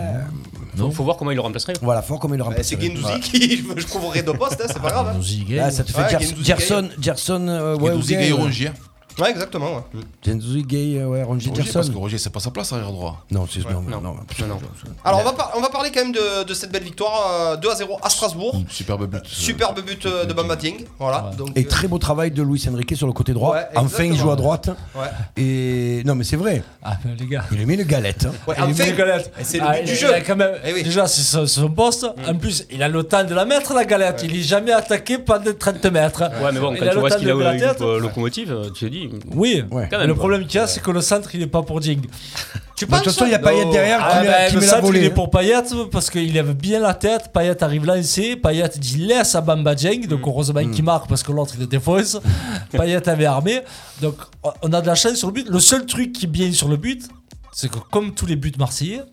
Speaker 8: Il faut voir comment il le remplacerait.
Speaker 5: Voilà, faut comment il le
Speaker 13: Ah,
Speaker 7: Bah,
Speaker 5: remplace.
Speaker 7: C'est Gendouzi qui. Je trouverai deux postes, hein, c'est
Speaker 5: Ah
Speaker 7: pas
Speaker 5: bah.
Speaker 7: grave. hein.
Speaker 5: Là, ça te fait
Speaker 7: Ouais,
Speaker 5: Gers-
Speaker 7: Guendouzi,
Speaker 5: Gerson, Gerson, euh, ouais,
Speaker 9: Guendouzi,
Speaker 5: ou
Speaker 9: Gay,
Speaker 5: Gay, ouais.
Speaker 9: Rongier.
Speaker 7: Ouais, exactement, ouais.
Speaker 5: Guendouzi, Gay, euh, ouais, Rongier,
Speaker 9: Rongier,
Speaker 5: Gerson.
Speaker 9: parce que Roger, c'est pas sa place arrière droit.
Speaker 5: Non, c'est non, non, non,
Speaker 7: Alors, on va, par- on va parler quand même de, de cette belle victoire euh, 2 à 0 à Strasbourg.
Speaker 13: Mm.
Speaker 9: Superbe but.
Speaker 7: Superbe but euh, de Bamba Dieng. Voilà. Donc, euh,
Speaker 5: Et très beau travail de Luis Enrique sur le côté droit.
Speaker 7: Ouais,
Speaker 5: enfin, il joue
Speaker 7: exactement.
Speaker 5: à droite.
Speaker 7: Ouais.
Speaker 5: Et non, mais c'est vrai.
Speaker 13: Ah, ben, les gars.
Speaker 5: Il lui met le galette. hein.
Speaker 7: Ouais,
Speaker 13: Il
Speaker 7: enfin,
Speaker 13: met une galette.
Speaker 7: Et c'est le
Speaker 13: Ah,
Speaker 7: but
Speaker 13: il-
Speaker 7: du
Speaker 13: il
Speaker 7: jeu.
Speaker 13: a quand même-
Speaker 7: Eh oui.
Speaker 13: Déjà, c'est son, son poste. En plus, il a le temps de la mettre, la galette. Il est jamais attaqué pendant 30 mètres.
Speaker 8: Ouais, mais bon,
Speaker 13: Il
Speaker 8: quand
Speaker 13: a
Speaker 8: tu
Speaker 13: le
Speaker 8: vois ce
Speaker 13: temps
Speaker 8: qu'il a
Speaker 13: de
Speaker 8: eu
Speaker 13: la
Speaker 8: avec
Speaker 13: tête.
Speaker 8: euh, Locomotive, euh, tu te dis.
Speaker 13: Oui,
Speaker 5: Ouais.
Speaker 8: Quand
Speaker 13: Mais
Speaker 8: même,
Speaker 13: le
Speaker 8: quoi.
Speaker 13: problème qu'il y a, c'est que le centre, il n'est pas pour Ding.
Speaker 7: Tu
Speaker 5: penses Bah, De toute façon, il y a Payet derrière qui me l'a- qui
Speaker 13: me
Speaker 5: Ah, me l'a volé,
Speaker 13: Il est
Speaker 5: hein.
Speaker 13: pour Payet parce qu'il lève bien la tête. Payet arrive lancé. Payet dit laisse à Bamba Dieng. Donc, heureusement qu'il marque parce que l'autre il le défonce. Payet avait armé. Donc, on a de la chance sur le but. Le seul truc qui est bien sur le but, c'est que comme tous les buts marseillais,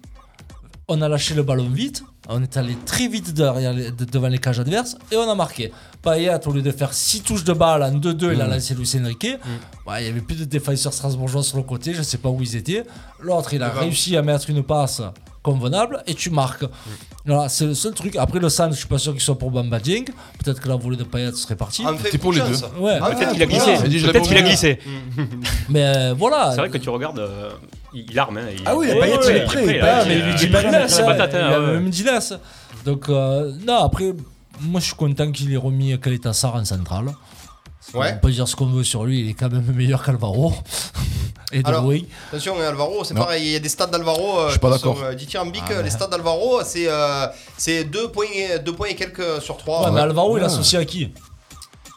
Speaker 13: on a lâché le ballon vite, on est allé très vite derrière les- de- devant les cages adverses et on a marqué. Payet, au lieu de faire 6 touches de balle en 2-2, il a
Speaker 19: Mm.
Speaker 13: lancé Lucien Riquet. Bah, il n'y avait plus de défenseurs strasbourgeois sur le côté, je ne sais pas où ils étaient. L'autre, il a
Speaker 19: Devant.
Speaker 13: réussi à mettre une passe convenable et tu marques. Voilà, c'est le seul truc. Après le centre, je suis pas sûr qu'il soit pour Bamba Dieng. Peut-être que la volée de Payet serait partie.
Speaker 7: Ah, mais C'est pour les chance. deux.
Speaker 13: Ouais.
Speaker 7: Ah, Peut-être ouais, qu'il a glissé. voilà. Il dit, je l'ai
Speaker 8: Peut-être qu'il a
Speaker 7: pas vu.
Speaker 8: glissé.
Speaker 13: Mais euh, voilà.
Speaker 8: C'est vrai que tu regardes, euh, il arme. hein,
Speaker 13: Ah oui, la paillette, il est prêt.
Speaker 8: là,
Speaker 13: Ah,
Speaker 8: il-
Speaker 13: mais il
Speaker 8: il-
Speaker 13: lui
Speaker 8: il
Speaker 13: dit
Speaker 8: met
Speaker 13: pas
Speaker 8: la
Speaker 13: Nas, hein,
Speaker 8: patate,
Speaker 13: Il
Speaker 8: hein,
Speaker 13: a
Speaker 8: ouais.
Speaker 13: même dit Nas. Donc, euh, non, après, moi je suis content qu'il ait remis Kaletassar en centrale.
Speaker 7: Ouais.
Speaker 13: On peut dire ce qu'on veut sur lui, il est quand même meilleur qu'Alvaro. Et de
Speaker 7: Alors,
Speaker 13: loin.
Speaker 7: attention, hein, Alvaro, c'est
Speaker 13: Non.
Speaker 7: pareil. Il y a des stats d'Alvaro euh,
Speaker 13: Je suis pas
Speaker 7: qui
Speaker 13: d'accord.
Speaker 7: sont euh, dithyrambiques.
Speaker 13: Ah, ouais.
Speaker 7: Les stats d'Alvaro, c'est 2 points, et- deux points et quelques sur 3.
Speaker 13: Ouais,
Speaker 8: Ah.
Speaker 13: mais Alvaro, il est associé à qui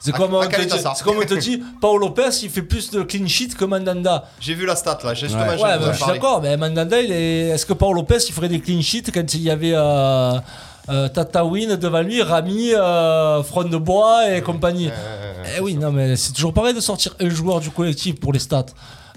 Speaker 13: c'est
Speaker 7: À-
Speaker 13: comme,
Speaker 7: à
Speaker 13: on te dit,
Speaker 7: Caleta Sarr.
Speaker 13: c'est comme on te dit, Paolo Lopez, il fait plus de clean sheet que Mandanda.
Speaker 7: J'ai vu la stat là, j'ai
Speaker 13: Ouais,
Speaker 7: justement. j'ai
Speaker 13: ouais,
Speaker 7: envie de
Speaker 13: bah, je suis
Speaker 7: parler.
Speaker 13: d'accord, mais Mandanda, il est... est-ce que Paolo Lopez, il ferait des clean sheets quand il y avait euh, euh, Tatawin devant lui, Rami, euh, Front de Bois et compagnie Eh oui, non, mais c'est toujours pareil de sortir un joueur du collectif pour les stats.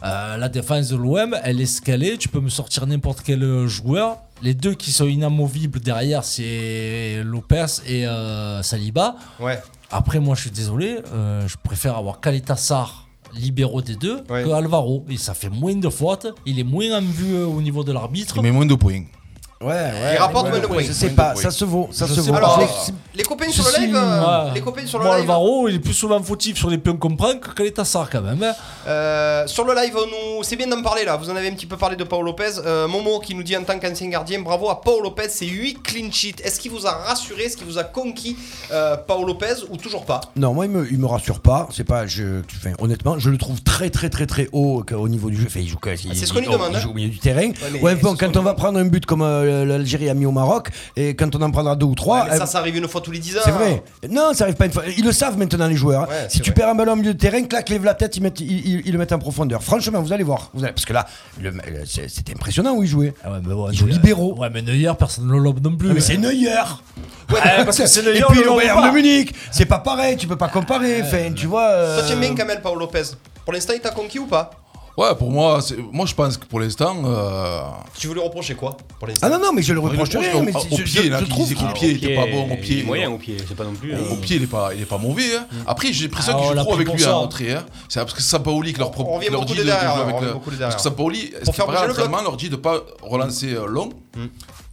Speaker 13: Euh, la défense de l'OM, elle est scalée, tu peux me sortir n'importe quel euh, joueur. Les deux qui sont inamovibles derrière, c'est Lopez et euh, Saliba.
Speaker 7: Ouais.
Speaker 13: Après, moi, je suis désolé, euh, je préfère avoir Kalitassar libéraux des deux que Alvaro. Et ça fait moins de fautes, il est moins en vue euh, au niveau de l'arbitre.
Speaker 9: Il met moins de points.
Speaker 5: Ouais, ouais.
Speaker 7: Il rapporte moins de points.
Speaker 5: Je sais pas, ça se vaut, ça se vaut.
Speaker 7: Alors,
Speaker 5: Je-
Speaker 7: les copains sur le live. euh, Les copains sur le
Speaker 13: Moi,
Speaker 7: live.
Speaker 13: Alvaro, il est plus souvent fautif sur les pions qu'on prend que Kalitassar quand même. hein.
Speaker 7: Euh, sur le live, on nous... c'est bien d'en parler là. Vous en avez un petit peu parlé de Paul Lopez. Euh, Momo qui nous dit en tant qu'ancien gardien, bravo à Paul Lopez, c'est 8 clean sheets. Est-ce qu'il vous a rassuré, est-ce qu'il vous a conquis euh, Paul Lopez ou toujours pas
Speaker 5: Non, moi, il me, il me rassure pas. C'est pas, je, enfin, honnêtement, je le trouve très, très, très, très haut au- au niveau du jeu. Enfin, il joue, quand- il-
Speaker 7: c'est ce qu'on lui
Speaker 5: il-
Speaker 7: demande,
Speaker 5: il
Speaker 7: hein.
Speaker 5: joue au milieu du terrain.
Speaker 7: mais
Speaker 5: Ouais, bon, quand on va prendre un but comme euh, l'Algérie a mis au Maroc, et quand on en prendra deux ou
Speaker 9: Ah,
Speaker 5: trois,
Speaker 7: Mais Ça,
Speaker 5: euh,
Speaker 7: ça arrive une fois tous les 10 ans.
Speaker 5: C'est vrai. Non, ça arrive pas une fois. Ils le savent maintenant les joueurs. hein.
Speaker 7: Ouais,
Speaker 5: si tu perds un ballon au milieu de terrain, claque, lève la tête, ils, mettent- ils- ils- ils le mettent en profondeur. Franchement, vous allez voir. Vous allez- Parce que là, le- le- c'est- c'était impressionnant où ils jouaient.
Speaker 13: Ah
Speaker 9: Ah
Speaker 5: ils jouent libéraux. Ah,
Speaker 13: Ouais, mais Neuer, personne ne le lobe non plus.
Speaker 5: Mais c'est Neuer.
Speaker 13: Ouais, parce que c'est Neuer,
Speaker 5: Et
Speaker 13: on
Speaker 5: puis
Speaker 13: le
Speaker 5: le
Speaker 13: voit
Speaker 5: Bayern
Speaker 13: pas.
Speaker 5: de Munich. C'est pas pareil. Tu peux pas comparer. Enfin, tu vois. euh,
Speaker 7: Toi, tu aimes bien quand même Paul Lopez. Pour l'instant, il t'a conquis ou pas
Speaker 9: Ouais, pour moi, c'est- moi je pense que pour l'instant. euh,
Speaker 7: Tu voulais reprocher quoi pour l'instant
Speaker 5: Ah non, non, mais je le
Speaker 9: il
Speaker 5: reproche
Speaker 9: reproche
Speaker 5: rien,
Speaker 9: qu'au-
Speaker 5: mais
Speaker 9: au
Speaker 5: je-
Speaker 9: pied,
Speaker 5: je-
Speaker 9: là,
Speaker 5: je
Speaker 9: qu'il
Speaker 5: trouve
Speaker 9: disait que
Speaker 5: qu'il-
Speaker 9: le pied était pas bon. Au
Speaker 8: Ah, il
Speaker 9: pied, euh, Oh,
Speaker 8: est moyen au pied, c'est pas non plus. euh,
Speaker 9: Au pied, il est pas, il est pas mauvais.
Speaker 7: Mm.
Speaker 9: hein. Après, j'ai l'impression
Speaker 8: Ah,
Speaker 9: que
Speaker 8: on
Speaker 9: je
Speaker 8: l'a
Speaker 9: trouve
Speaker 8: pris
Speaker 9: avec
Speaker 8: pour
Speaker 9: lui
Speaker 8: ça.
Speaker 9: à rentrer. hein. C'est parce que Sampaoli qui leur, pro-
Speaker 7: On revient
Speaker 9: qui leur
Speaker 7: beaucoup
Speaker 9: dit
Speaker 7: de
Speaker 9: de, de
Speaker 7: derrière, hein.
Speaker 9: jouer
Speaker 7: on
Speaker 9: avec
Speaker 7: revient
Speaker 9: le-
Speaker 7: beaucoup de
Speaker 9: Parce
Speaker 7: derrière.
Speaker 9: que Sampaoli,
Speaker 7: Pour
Speaker 9: pour
Speaker 7: faire
Speaker 9: faire
Speaker 7: bouger le bloc. Mm.
Speaker 9: leur dit de pas relancer euh, long.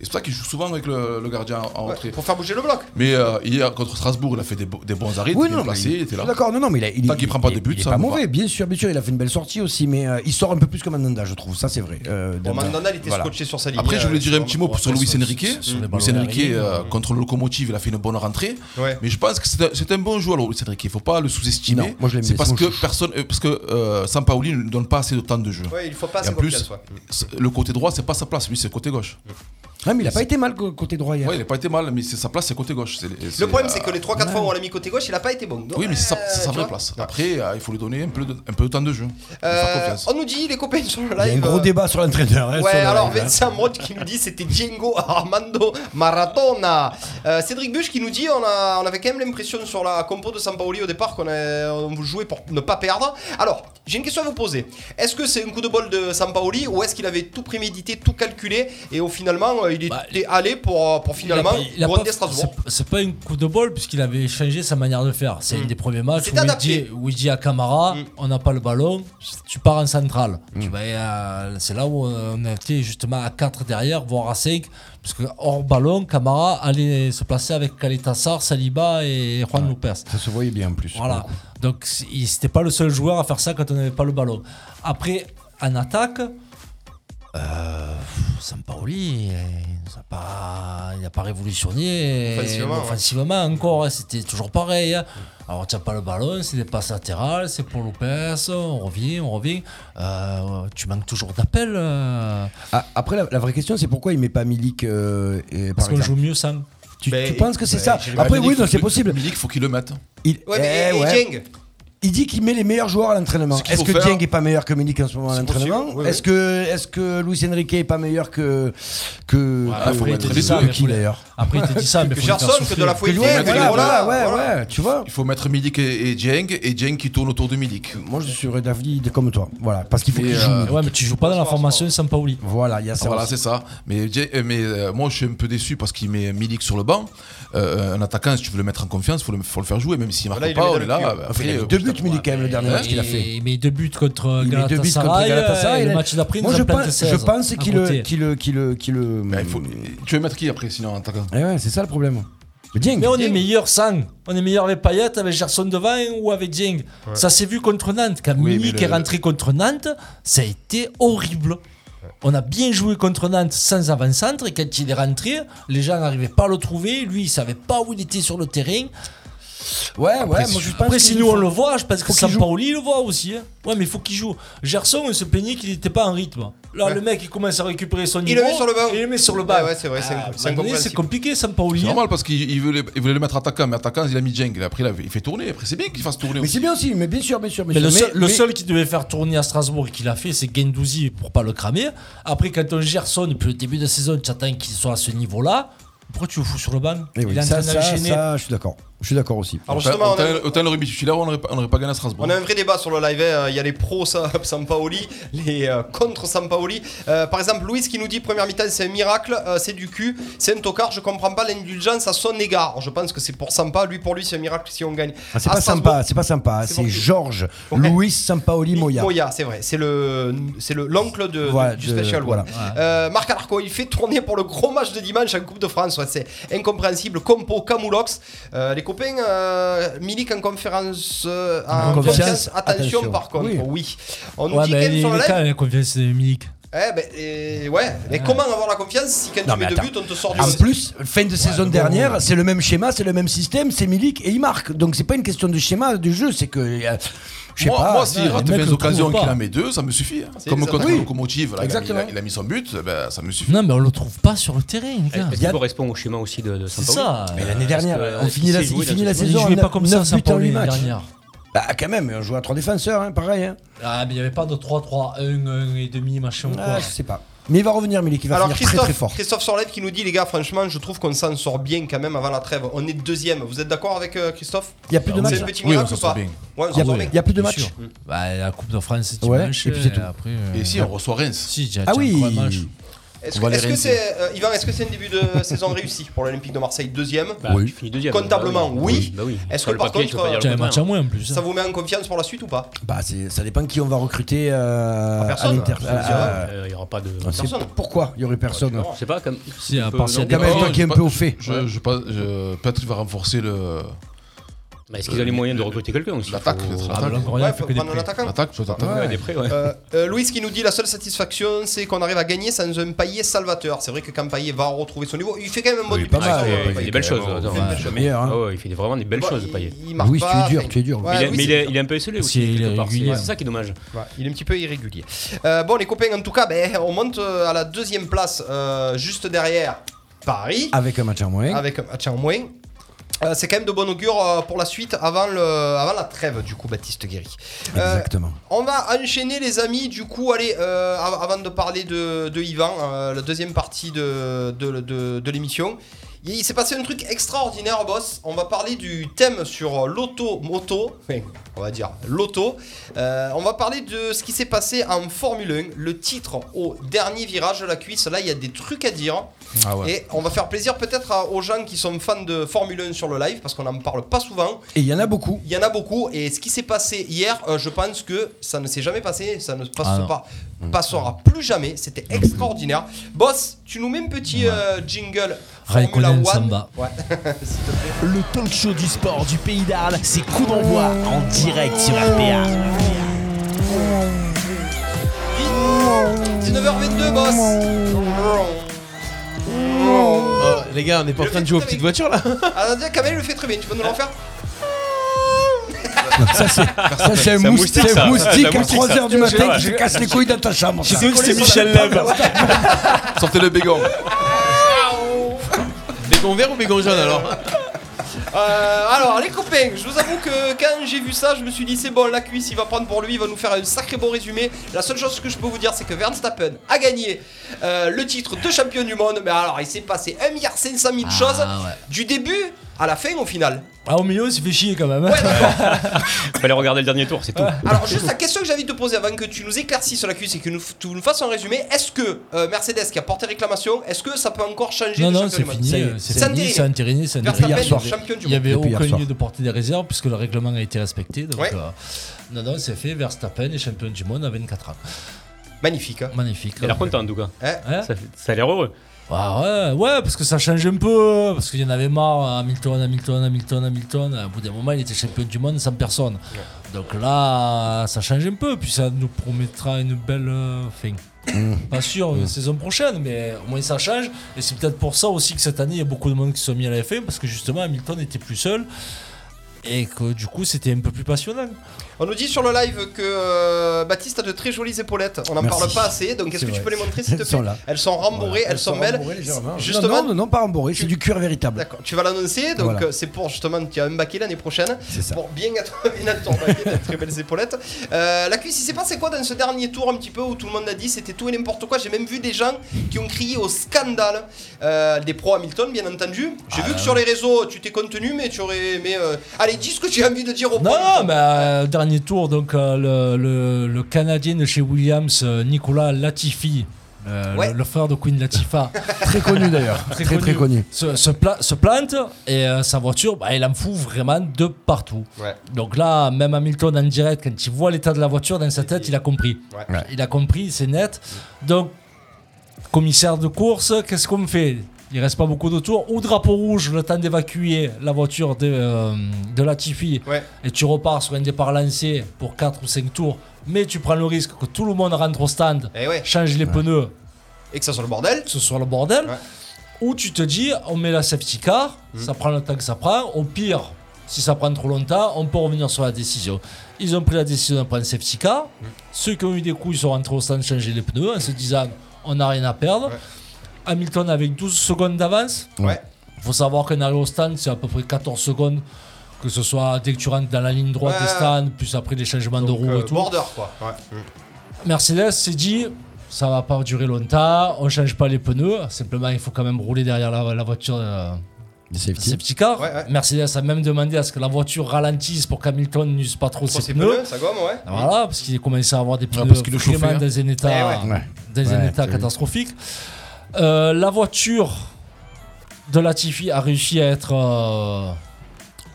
Speaker 9: Et c'est pour ça qu'il joue souvent avec le, le gardien en rentrée.
Speaker 7: Pour faire bouger le bloc.
Speaker 9: Mais euh, hier, contre Strasbourg, il a fait des, bo- des bons arrêts,
Speaker 5: Oui,
Speaker 9: bien
Speaker 5: non,
Speaker 9: placé,
Speaker 5: mais
Speaker 9: il était là.
Speaker 5: D'accord, non, non, mais il, a- il,
Speaker 9: Tant qu'il
Speaker 5: il-
Speaker 9: prend pas de
Speaker 5: il-
Speaker 9: but,
Speaker 5: il est
Speaker 9: ça
Speaker 5: pas
Speaker 9: me va.
Speaker 5: mauvais, bien sûr, bien sûr, il a fait une belle sortie aussi, mais euh, il sort un peu plus que Mandanda, je trouve, ça c'est vrai. Euh,
Speaker 7: Bon, Mandanda, il était scotché sur sa ligne,
Speaker 9: Après, je voulais
Speaker 7: euh,
Speaker 9: dire
Speaker 7: sur-
Speaker 9: un petit mot pour sur Luis
Speaker 7: sur-
Speaker 9: Enrique.
Speaker 7: sur- sur les ballons
Speaker 9: Luis Enrique,
Speaker 7: arrière.
Speaker 9: euh, contre le locomotive, il a fait une bonne rentrée.
Speaker 7: Ouais.
Speaker 9: Mais je pense que c'est un, c'est un bon joueur, Luis Enrique. Il ne faut pas le
Speaker 5: Non,
Speaker 9: sous-estimer.
Speaker 5: moi, je l'aime
Speaker 9: C'est
Speaker 5: bien,
Speaker 9: parce
Speaker 5: c'est
Speaker 9: que
Speaker 5: mon
Speaker 9: personne, euh, parce que euh, Sampaoli ne lui donne pas assez de temps de jeu.
Speaker 7: Ouais, il faut pas
Speaker 9: Et
Speaker 7: assez
Speaker 9: en plus,
Speaker 7: confiance, ouais.
Speaker 9: c'est- le côté droit, c'est pas sa place. Lui, c'est le côté gauche.
Speaker 5: Ah, mais il a
Speaker 9: Et
Speaker 5: pas
Speaker 9: c'est-
Speaker 5: été mal co- côté droit hier.
Speaker 9: Ouais, il n'a pas été mal, mais c'est sa place, c'est côté gauche. C'est-
Speaker 7: Le problème, c'est
Speaker 9: euh,
Speaker 7: que les 3-4 fois où on l'a mis côté gauche, il a pas été bon. Donc,
Speaker 9: Oui, mais c'est sa,
Speaker 7: euh,
Speaker 9: c'est sa
Speaker 7: tu
Speaker 9: vraie
Speaker 7: vois.
Speaker 9: place. Après, euh, il faut lui donner un peu de, un peu de temps de jeu. Faut lui faire
Speaker 7: Euh,
Speaker 9: confiance.
Speaker 7: on nous dit, les copains sur le live.
Speaker 5: Il y a un gros
Speaker 7: euh,
Speaker 5: débat sur l'entraîneur. hein,
Speaker 7: Ouais,
Speaker 5: sur le
Speaker 7: alors
Speaker 5: live, hein.
Speaker 7: Vincent Mott qui nous dit c'était Django Armando Maratona. Euh, Cédric Buche qui nous dit on, a, on avait quand même l'impression sur la compo de Sampaoli au départ qu'on a- on vous jouait pour ne pas perdre. Alors, j'ai une question à vous poser. Est-ce que c'est un coup de bol de Sampaoli ou est-ce qu'il avait tout prémédité, tout calculé et au finalement euh, il était allé pour, pour finalement
Speaker 13: Bah, Il a pas- il a
Speaker 7: gronder
Speaker 13: pas-
Speaker 7: Strasbourg
Speaker 13: c'est- C'est pas un coup de bol puisqu'il avait changé sa manière de faire. C'est un des premiers matchs où
Speaker 7: C'était
Speaker 13: il,
Speaker 7: Mm. adapté. Mm.
Speaker 13: dit, où il dit à Camara on n'a pas le ballon, tu pars en centrale. Tu vas, euh, c'est là où on était justement à 4 derrière, voire à 5. Parce que hors ballon, Camara allait se placer avec Kaletassar, Saliba et Juan Lopez.
Speaker 5: Ça se voyait bien en plus. pour le
Speaker 13: Voilà.
Speaker 5: coup.
Speaker 13: Donc c'est- il- c'était pas le seul joueur à faire ça quand on n'avait pas le ballon. Après, en attaque, euh, pff, Sampaoli, euh, ça a pas- il n'a pas révolutionné euh,
Speaker 7: Offensivement, ouais.
Speaker 13: offensivement encore. hein, C'était toujours pareil. hein. Alors tu n'as pas le ballon, c'est des passes latérales, c'est pour Lopez, on revient, on revient. Euh, tu manques toujours d'appel. euh,
Speaker 5: Ah, après, la, la vraie question, c'est pourquoi il met pas Milik euh, et, par
Speaker 13: parce qu'on
Speaker 5: exemple.
Speaker 13: joue mieux sans. Ben,
Speaker 5: Tu, tu penses que c'est ça
Speaker 9: Bah,
Speaker 5: Après,
Speaker 9: Milik,
Speaker 5: oui, non,
Speaker 9: faut
Speaker 5: c'est
Speaker 9: que-
Speaker 5: possible.
Speaker 9: Milik, faut qu'il le mette.
Speaker 5: Il...
Speaker 7: Ouais, mais
Speaker 5: eh,
Speaker 7: et- et
Speaker 5: ouais.
Speaker 7: Dieng
Speaker 5: Il dit qu'il met les meilleurs joueurs à l'entraînement.
Speaker 9: qu'il
Speaker 5: Est-ce
Speaker 9: faut
Speaker 5: que
Speaker 9: faire.
Speaker 5: Dieng est pas meilleur que Milik en ce moment à
Speaker 9: possible,
Speaker 5: l'entraînement
Speaker 9: oui, oui.
Speaker 5: Est-ce que est-ce que Luis Enrique est pas meilleur que que
Speaker 13: Voilà,
Speaker 5: que-
Speaker 13: après, il te
Speaker 5: que-
Speaker 13: dit ça,
Speaker 5: que
Speaker 13: mais
Speaker 5: qui
Speaker 13: faut le-
Speaker 5: d'ailleurs
Speaker 13: après, il te dit ça, mais Que faut le faire Gerson, souffler. que de la Fuente,
Speaker 5: Que- voilà,
Speaker 9: mettre les
Speaker 5: voilà,
Speaker 9: gros
Speaker 5: ouais,
Speaker 9: là,
Speaker 5: ouais,
Speaker 9: voilà.
Speaker 5: tu vois.
Speaker 9: Il faut mettre Milik et, et Dieng, et Dieng qui tourne autour de Milik.
Speaker 5: Moi, je suis d'avis comme toi. Voilà, parce qu'il faut
Speaker 9: Mais,
Speaker 5: qu'il joue.
Speaker 9: euh,
Speaker 13: Ouais, mais tu joues pas dans la formation Sam Paoli.
Speaker 5: Voilà, il y a ça.
Speaker 9: Ah, Voilà,
Speaker 5: aussi.
Speaker 9: c'est ça. Mais, Dieng- euh, mais euh, moi, je suis un peu déçu parce qu'il met Milik sur le banc. Euh, un attaquant, si tu veux le mettre en confiance, il faut le, faut le faire jouer, même s'il marque
Speaker 5: Voilà, il
Speaker 9: pas,
Speaker 5: le
Speaker 9: on
Speaker 5: met
Speaker 9: est
Speaker 5: dans
Speaker 9: là.
Speaker 5: le cul.
Speaker 9: bah,
Speaker 5: Enfin,
Speaker 9: après,
Speaker 5: il a mis
Speaker 9: euh,
Speaker 5: deux buts, Milik, quand même, le dernier
Speaker 9: Ouais.
Speaker 5: match qu'il a fait.
Speaker 13: Il met deux buts contre
Speaker 5: Il met deux buts contre
Speaker 13: Galatasaray.
Speaker 5: Galatasaray,
Speaker 13: euh, et
Speaker 5: il
Speaker 13: le
Speaker 5: a-
Speaker 13: match d'après,
Speaker 5: Moi,
Speaker 13: nous
Speaker 5: je
Speaker 13: en plein
Speaker 5: pense, je
Speaker 13: 16,
Speaker 5: pense
Speaker 13: à
Speaker 5: qu'il le,
Speaker 13: côté.
Speaker 5: qu'il le, qu'il le, qu'il le-
Speaker 9: Ben, Tu veux mettre qui après, sinon, en attaquant
Speaker 5: Eh ouais, c'est ça le problème. Mais Dieng.
Speaker 13: Mais
Speaker 6: on est meilleur sans. On est meilleur avec Payet, avec Gerson devant ou avec Dieng.
Speaker 13: Ouais.
Speaker 6: Ça s'est vu contre Nantes. Quand
Speaker 13: Oui, mais
Speaker 6: Milik
Speaker 13: le-
Speaker 6: est rentré contre Nantes, ça a été horrible. On a bien joué contre Nantes sans avant-centre et quand il est rentré, les gens n'arrivaient pas à le trouver. Lui, il savait pas où il était sur le terrain.
Speaker 5: Ouais, ouais,
Speaker 6: si,
Speaker 5: moi, je pense
Speaker 6: après, si
Speaker 5: qu'il
Speaker 6: nous
Speaker 5: faut-
Speaker 6: on le voit, je pense que
Speaker 5: faut qu'il joue.
Speaker 6: Sampaoli le voit aussi. hein. Ouais, mais il faut qu'il joue. Gerson, on se plaignait qu'il n'était pas en rythme. Là,
Speaker 7: Ouais.
Speaker 6: le mec, il commence à récupérer son
Speaker 7: Il
Speaker 6: niveau.
Speaker 7: le met sur le banc.
Speaker 6: Il le met sur le banc.
Speaker 7: Ouais, ouais, c'est vrai, c'est-
Speaker 6: Ah, à un moment
Speaker 7: c'est
Speaker 6: donné,
Speaker 7: incompréhensible.
Speaker 6: C'est compliqué, Sampaoli.
Speaker 9: C'est normal parce qu'il il veut, les- il voulait le mettre attaquant, mais attaquant, il a mis Dieng. Après, il a- il fait tourner. Après, c'est bien qu'il fasse tourner.
Speaker 5: Mais c'est bien aussi, mais bien sûr, bien sûr.
Speaker 6: Mais
Speaker 5: bien
Speaker 6: le,
Speaker 5: sûr.
Speaker 6: seul, le
Speaker 5: mais-
Speaker 6: seul qui devait faire tourner à Strasbourg et qui l'a fait, c'est Gendouzi pour pas le cramer. Après, quand on Gerson, depuis le début de saison, tu attends qu'il soit à ce niveau-là, pourquoi tu le fous sur le banc
Speaker 5: Eh oui,
Speaker 6: Il est en
Speaker 5: ça,
Speaker 6: train
Speaker 5: ça,
Speaker 6: d'enchaîner.
Speaker 5: ça, je suis d'accord. Je suis d'accord aussi.
Speaker 7: Alors,
Speaker 9: Autant-
Speaker 7: justement, on
Speaker 9: autant-
Speaker 7: a-
Speaker 9: autant le remis titulaire, on n'aurait pas- on n'aurait pas gagné à Strasbourg.
Speaker 7: On a un vrai débat sur le live. hein. Il y a les pros ça, Sampaoli, les euh, contre Sampaoli. Euh, par exemple, Louis qui nous dit première mi-temps, c'est un miracle, euh, c'est du cul, c'est un tocard. Je comprends pas l'indulgence à son égard. Je pense que c'est pour Sampa. Lui, pour lui, c'est un miracle si on gagne.
Speaker 5: Ah, c'est
Speaker 7: À
Speaker 5: pas
Speaker 7: Strasbourg-
Speaker 5: sympa, c'est pas sympa. hein, C'est Georges Louis Sampaoli Moya.
Speaker 7: Moya, c'est vrai, c'est le c'est le l'oncle de,
Speaker 5: Voilà,
Speaker 7: du
Speaker 5: de-
Speaker 7: Special One.
Speaker 5: voilà.
Speaker 7: Euh, Marc Alarco, il fait tourner pour le gros match de dimanche en Coupe de France. Ouais, c'est incompréhensible. Compo, Camoulox, Euh, les copains, euh, Milik en conférence, euh, en
Speaker 13: En
Speaker 7: confiance.
Speaker 13: confiance,
Speaker 7: Attention,
Speaker 13: attention.
Speaker 7: par contre, oui.
Speaker 13: Oui.
Speaker 7: On nous
Speaker 13: Ouais,
Speaker 7: dit
Speaker 13: mais
Speaker 7: quand même
Speaker 13: il
Speaker 7: sur le
Speaker 13: est
Speaker 7: live.
Speaker 13: quand même la confiance de Milik.
Speaker 7: Eh ben, euh, ouais, mais comment avoir la confiance si quand
Speaker 5: Non,
Speaker 7: tu
Speaker 5: mais
Speaker 7: mets deux
Speaker 5: attends.
Speaker 7: buts, on te sort du
Speaker 5: En
Speaker 7: onze
Speaker 5: plus, fin de saison
Speaker 7: bon,
Speaker 5: dernière,
Speaker 7: ouais.
Speaker 5: c'est le même schéma, c'est le même système, c'est Milik et il marque. Donc c'est pas une question de schéma de jeu, c'est que euh, je sais
Speaker 9: moi,
Speaker 5: pas.
Speaker 9: moi, s'il
Speaker 5: les
Speaker 9: rate
Speaker 5: mecs
Speaker 9: mes
Speaker 5: le
Speaker 9: occasions
Speaker 5: trouvent
Speaker 9: et qu'il
Speaker 5: pas.
Speaker 9: en met deux, ça me suffit. hein.
Speaker 5: C'est
Speaker 9: Comme
Speaker 5: les
Speaker 9: contre
Speaker 5: attaques.
Speaker 9: la locomotive, là, il a- il,
Speaker 5: Exactement.
Speaker 9: a, il a mis son but, eh ben, ça me suffit.
Speaker 13: Non, mais on le trouve pas sur le terrain, les gars.
Speaker 7: Eh,
Speaker 8: Est-ce qu'il correspond au schéma aussi de, de
Speaker 13: C'est
Speaker 8: Sampaoli
Speaker 13: ça. Mais l'année
Speaker 8: Est-ce
Speaker 5: dernière,
Speaker 8: que-
Speaker 5: on
Speaker 8: est-ce
Speaker 5: finit
Speaker 8: qu'il
Speaker 5: la,
Speaker 8: sait
Speaker 5: il
Speaker 8: jouer
Speaker 5: finit
Speaker 8: dans
Speaker 5: la
Speaker 8: ce
Speaker 5: saison.
Speaker 8: schéma
Speaker 5: en
Speaker 13: jouait pas comme ça,
Speaker 5: neuf buts en
Speaker 13: Sampaoli,
Speaker 5: huit
Speaker 13: l'année
Speaker 5: matchs.
Speaker 13: dernière.
Speaker 5: Bah quand même, on joue à trois défenseurs, hein, pareil. hein.
Speaker 13: Ah, mais il n'y avait pas de 3-3, 1, 1 et demi, machin ou
Speaker 5: Ah,
Speaker 13: quoi.
Speaker 5: je sais pas. Mais il va revenir, Milik, il va
Speaker 7: Alors
Speaker 5: finir
Speaker 7: Christophe,
Speaker 5: très très fort.
Speaker 7: Christophe Sorlet qui nous dit les gars franchement je trouve qu'on s'en sort bien quand même avant la trêve. On est deuxième. Vous êtes d'accord avec euh, Christophe
Speaker 5: Il y a plus de
Speaker 7: C'est
Speaker 5: matchs,
Speaker 7: un
Speaker 5: là.
Speaker 7: petit
Speaker 5: Oui,
Speaker 7: miracle
Speaker 5: on s'en
Speaker 7: ou pas Mm.
Speaker 5: sort bien.
Speaker 7: Ouais, on
Speaker 5: Il y a-
Speaker 7: s'en sort bien.
Speaker 5: Ah, il y a plus de
Speaker 13: Bien
Speaker 5: matchs.
Speaker 13: sûr. Bah, la Coupe de France, c'est
Speaker 5: Ouais,
Speaker 13: dimanche. euh,
Speaker 5: et puis c'est tout.
Speaker 13: Après,
Speaker 9: Et si, on reçoit Reims.
Speaker 13: Si, j'ai-
Speaker 5: Ah
Speaker 13: j'ai
Speaker 5: oui.
Speaker 13: encore un match.
Speaker 7: Est-ce
Speaker 9: On
Speaker 7: que
Speaker 9: va les
Speaker 7: est-ce que
Speaker 9: rincer.
Speaker 7: c'est euh, Yvan, est-ce que c'est un début de saison réussi pour l'Olympique de Marseille deuxième
Speaker 8: Bah, Oui. tu finis deuxième.
Speaker 7: Comptablement
Speaker 8: Bah oui.
Speaker 7: oui.
Speaker 8: Bah oui.
Speaker 7: Est-ce
Speaker 8: Sur
Speaker 7: que
Speaker 8: le
Speaker 7: par
Speaker 8: papier, tu vas pas
Speaker 7: contre
Speaker 8: dire le hein. T'as un match à
Speaker 13: moins, en plus, hein.
Speaker 7: ça vous met en confiance pour la suite ou pas
Speaker 5: Bah c'est- ça dépend qui on va recruter euh, à,
Speaker 7: personne.
Speaker 5: l'Inter.
Speaker 7: Ça veut dire,
Speaker 5: Euh,
Speaker 8: Euh, Il n'y aura pas de.
Speaker 5: on sait
Speaker 7: personne.
Speaker 5: p- Pourquoi il y aurait personne
Speaker 8: Je sais pas, comme.
Speaker 13: Si, à
Speaker 8: peut-
Speaker 13: part sur-
Speaker 8: non,
Speaker 5: Gabriel,
Speaker 8: mais-
Speaker 5: toi qui es un peu au fait.
Speaker 9: Oh, Je, je, pense- je- Patrick va renforcer le.
Speaker 8: Bah, Est-ce qu'ils ont les moyens de recruter quelqu'un aussi
Speaker 9: L'attaque,
Speaker 8: Faut-
Speaker 9: peut-être,
Speaker 8: Ah,
Speaker 9: l'attaque.
Speaker 8: bah,
Speaker 9: Ouais,
Speaker 8: Longoria, il
Speaker 7: faut
Speaker 8: fait que des
Speaker 7: prendre un
Speaker 8: prêts.
Speaker 7: attaquant.
Speaker 9: L'attaque, tu vois,
Speaker 8: Ouais, des prêts, ouais.
Speaker 7: Euh, euh, Louis qui nous dit la seule satisfaction c'est qu'on arrive à gagner sans un Payet salvateur. C'est vrai que quand Payet va retrouver son niveau, il fait quand même un bon
Speaker 5: Oui,
Speaker 7: début
Speaker 5: pas
Speaker 7: de
Speaker 5: mal,
Speaker 7: saison,
Speaker 5: ouais,
Speaker 7: euh,
Speaker 8: Ah, Il fait
Speaker 7: Payet.
Speaker 8: des belles choses.
Speaker 5: Ouais,
Speaker 8: attends,
Speaker 5: ouais,
Speaker 8: ouais.
Speaker 5: c'est le meilleur, hein.
Speaker 8: Ah ouais, Il fait des- vraiment des belles
Speaker 7: Bon,
Speaker 8: choses,
Speaker 7: il-
Speaker 8: Payet.
Speaker 7: il marque
Speaker 5: Louis, tu es
Speaker 7: pas,
Speaker 5: dur,
Speaker 7: enfin,
Speaker 5: tu es dur.
Speaker 8: Il
Speaker 7: ouais,
Speaker 8: est-
Speaker 7: Louis,
Speaker 8: mais il
Speaker 7: c'est
Speaker 8: est,
Speaker 7: dur.
Speaker 8: il est un peu esselé
Speaker 13: Si,
Speaker 8: aussi.
Speaker 13: il
Speaker 8: quelque
Speaker 13: est
Speaker 8: part,
Speaker 13: régulier.
Speaker 8: C'est c'est ça qui est dommage.
Speaker 7: Ouais, il est un petit peu irrégulier. Euh, bon, les copains, en tout cas, ben, on monte euh, à la deuxième place, euh, juste derrière Paris,
Speaker 5: Avec un match en moins.
Speaker 7: avec un match en moins. Euh, c'est quand même de bon augure euh, pour la suite avant, le, avant la trêve, du coup, Baptiste Guéry. Euh,
Speaker 5: Exactement.
Speaker 7: on va enchaîner, les amis. Du coup, allez, euh, av- avant de parler de, de Yvan, euh, la deuxième partie de, de, de- de l'émission. Il il s'est passé un truc extraordinaire, boss. On va parler du thème sur l'auto-moto. Enfin, On va dire l'auto. Euh, on va parler de ce qui s'est passé en Formule 1. Le titre au dernier virage de la cuisse. Là, il y a des trucs à dire.
Speaker 9: Ah ouais.
Speaker 7: Et on va faire plaisir peut-être à- aux gens qui sont fans de Formule 1 sur le live, parce qu'on n'en parle pas souvent.
Speaker 5: Et il y en a beaucoup.
Speaker 7: Il y en a beaucoup et ce qui s'est passé hier, euh, je pense que ça ne s'est jamais passé, ça ne passe
Speaker 13: Ah non.
Speaker 7: pas, passera plus jamais. C'était extraordinaire. Boss, tu nous mets un petit euh, jingle Formula
Speaker 13: Raikkonen
Speaker 7: One.
Speaker 13: Samba.
Speaker 7: Ouais.
Speaker 20: Le talk show du sport du pays d'Arles, c'est Coup d'envoi en direct sur RPA.
Speaker 7: 19h22, boss.
Speaker 21: Oh, les gars, on est pas en train de jouer aux petites voitures là
Speaker 7: Ah, tiens, Kamel le fait très bien. Tu peux nous le refaire
Speaker 5: Ça, c'est- ça, c'est un
Speaker 21: C'est un
Speaker 5: moustique,
Speaker 21: moustique,
Speaker 5: c'est un
Speaker 21: ça.
Speaker 5: moustique
Speaker 21: C'est un
Speaker 5: à
Speaker 21: moustique,
Speaker 5: 3h
Speaker 21: ça.
Speaker 5: du matin
Speaker 21: Ouais.
Speaker 5: qui te casse les couilles dans ta chambre.
Speaker 21: Je
Speaker 5: ça.
Speaker 21: sais que c'est Michel Leb.
Speaker 9: Sortez le bégon.
Speaker 21: Bégon vert ou bégon jaune alors
Speaker 7: Euh, alors, les copains, je vous avoue que quand j'ai vu ça, je me suis dit c'est bon, la cuisse, il va prendre pour lui, il va nous faire un sacré bon résumé. La seule chose que je peux vous dire, c'est que Verstappen a gagné euh, le titre de champion du monde. Mais alors, il s'est passé 1,5 milliard de choses du début à la fin au final.
Speaker 13: Ah, au milieu, c'est fait chier quand même. hein.
Speaker 8: Fallait regarder le dernier tour, c'est tout.
Speaker 13: Ah.
Speaker 7: Alors juste la question que j'ai envie de te poser avant que tu nous éclaircisses sur la cuisse et que nous- tu nous fasses un résumé, est-ce que euh, Mercedes qui a porté réclamation, est-ce que ça peut encore changer
Speaker 13: Non,
Speaker 7: le
Speaker 13: non,
Speaker 7: champion
Speaker 13: c'est
Speaker 7: du monde
Speaker 13: fini,
Speaker 7: Ça y est,
Speaker 13: euh, c'est fini, c'est entériné, c'est entériné.
Speaker 7: Verstappen est champion du
Speaker 13: Il n'y avait
Speaker 7: monde.
Speaker 13: aucun lieu de porter des réserves puisque le règlement a été respecté. Donc,
Speaker 7: Ouais.
Speaker 13: euh, non, non, c'est fait. Verstappen est champion du monde à 24 ans.
Speaker 7: Magnifique. hein.
Speaker 13: Magnifique.
Speaker 8: Il a l'air content en tout cas.
Speaker 13: Hein
Speaker 8: Ça, ça a l'air heureux.
Speaker 13: Ah ouais, ouais, parce que ça change un peu, parce qu'il y en avait marre, hein, Hamilton, Hamilton, Hamilton, Hamilton, au bout d'un moment il était champion du monde sans personne. Donc là, ça change un peu, puis ça nous promettra une belle euh, fin. Pas sûr, euh, saison prochaine, mais au moins ça change. Et c'est peut-être pour ça aussi que cette année, il y a beaucoup de monde qui se sont mis à la F1, parce que justement Hamilton était plus seul, et que du coup c'était un peu plus passionnant.
Speaker 7: On nous dit sur le live que euh, Baptiste a de très jolies épaulettes. On n'en
Speaker 5: Merci.
Speaker 7: parle pas assez, donc est-ce
Speaker 5: C'est
Speaker 7: que tu
Speaker 5: vrai.
Speaker 7: peux les montrer s'il te plaît
Speaker 5: Elles sont là.
Speaker 7: Elles sont rembourrées,
Speaker 5: Voilà.
Speaker 7: elles, sont, belles.
Speaker 5: rembourrées, légèrement.
Speaker 7: Justement,
Speaker 5: non, non, non, pas rembourrées, c'est du cuir véritable.
Speaker 7: D'accord, tu vas l'annoncer, donc
Speaker 5: Voilà.
Speaker 7: euh, c'est pour justement, tu as un baquet l'année prochaine.
Speaker 5: ça.
Speaker 7: Pour bien être bien à ton baquet, t'as de très belles épaulettes. Euh, la cuisse, il s'est passé quoi dans ce dernier tour un petit peu où tout le monde a dit c'était tout et n'importe quoi J'ai même vu des gens qui ont crié au scandale euh, des pros Hamilton, bien entendu. J'ai
Speaker 5: Ah
Speaker 7: vu que sur les réseaux, tu t'es contenu, mais tu aurais aimé. euh, Allez, dis ce que tu as envie de dire au
Speaker 13: Non, non, mais euh, dernier tour, donc euh, le, le- le Canadien de chez Williams, euh, Nicolas Latifi. euh,
Speaker 5: Ouais.
Speaker 13: le, le frère de Queen Latifa.
Speaker 5: Très connu d'ailleurs. Très, très connu.
Speaker 13: Se, se pla- se plante et euh, sa voiture, bah, elle en fout vraiment de partout.
Speaker 7: Ouais.
Speaker 13: Donc là, même Hamilton en direct, quand il voit l'état de la voiture dans sa tête, il a compris.
Speaker 7: Ouais.
Speaker 13: Il a compris, c'est net. Donc, commissaire de course, qu'est-ce qu'on fait Il reste pas beaucoup de tours. Ou drapeau rouge, le temps d'évacuer la voiture de, euh, de Latifi. Et tu repars sur un départ lancé pour 4 ou 5 tours. Mais tu prends le risque que tout le monde rentre au stand,
Speaker 7: Eh
Speaker 13: change les pneus.
Speaker 7: Et que ça soit le bordel.
Speaker 13: Que ce soit le bordel. Ou tu te dis, on met la safety car,
Speaker 7: Mhm.
Speaker 13: ça prend le temps que ça prend. Au pire, si ça prend trop longtemps, on peut revenir sur la décision. Ils ont pris la décision de prendre safety car.
Speaker 7: Mhm.
Speaker 13: Ceux qui ont eu des coups, ils sont rentrés au stand changer les pneus en se disant, on n'a rien à perdre. Hamilton avec 12 secondes d'avance.
Speaker 7: Ouais.
Speaker 13: faut savoir qu'un arrêt au stand, c'est à peu près 14 secondes. Que ce soit dès que tu rentres dans la ligne droite des
Speaker 7: Ouais. euh,
Speaker 13: stands, plus après les changements de roues et tout.
Speaker 7: border, quoi. Ouais.
Speaker 13: Mercedes s'est dit ça va pas durer longtemps, on change pas les pneus, simplement il faut quand même rouler derrière la, la voiture euh,
Speaker 5: safety.
Speaker 13: car. Mercedes a même demandé à ce que la voiture ralentisse pour qu'Hamilton n'use pas trop ses,
Speaker 7: ses
Speaker 13: pneus.
Speaker 7: pneus, ça gomme, ouais.
Speaker 13: Ah, Voilà, parce qu'il commençait à avoir des pneus
Speaker 5: parce qu'il le
Speaker 13: vraiment
Speaker 5: chauffait, hein.
Speaker 13: dans un état,
Speaker 5: Eh ouais. Ouais.
Speaker 13: dans un
Speaker 5: Ouais,
Speaker 13: état
Speaker 5: t'as vu.
Speaker 13: catastrophique. Euh, la voiture de Latifi a réussi à être euh,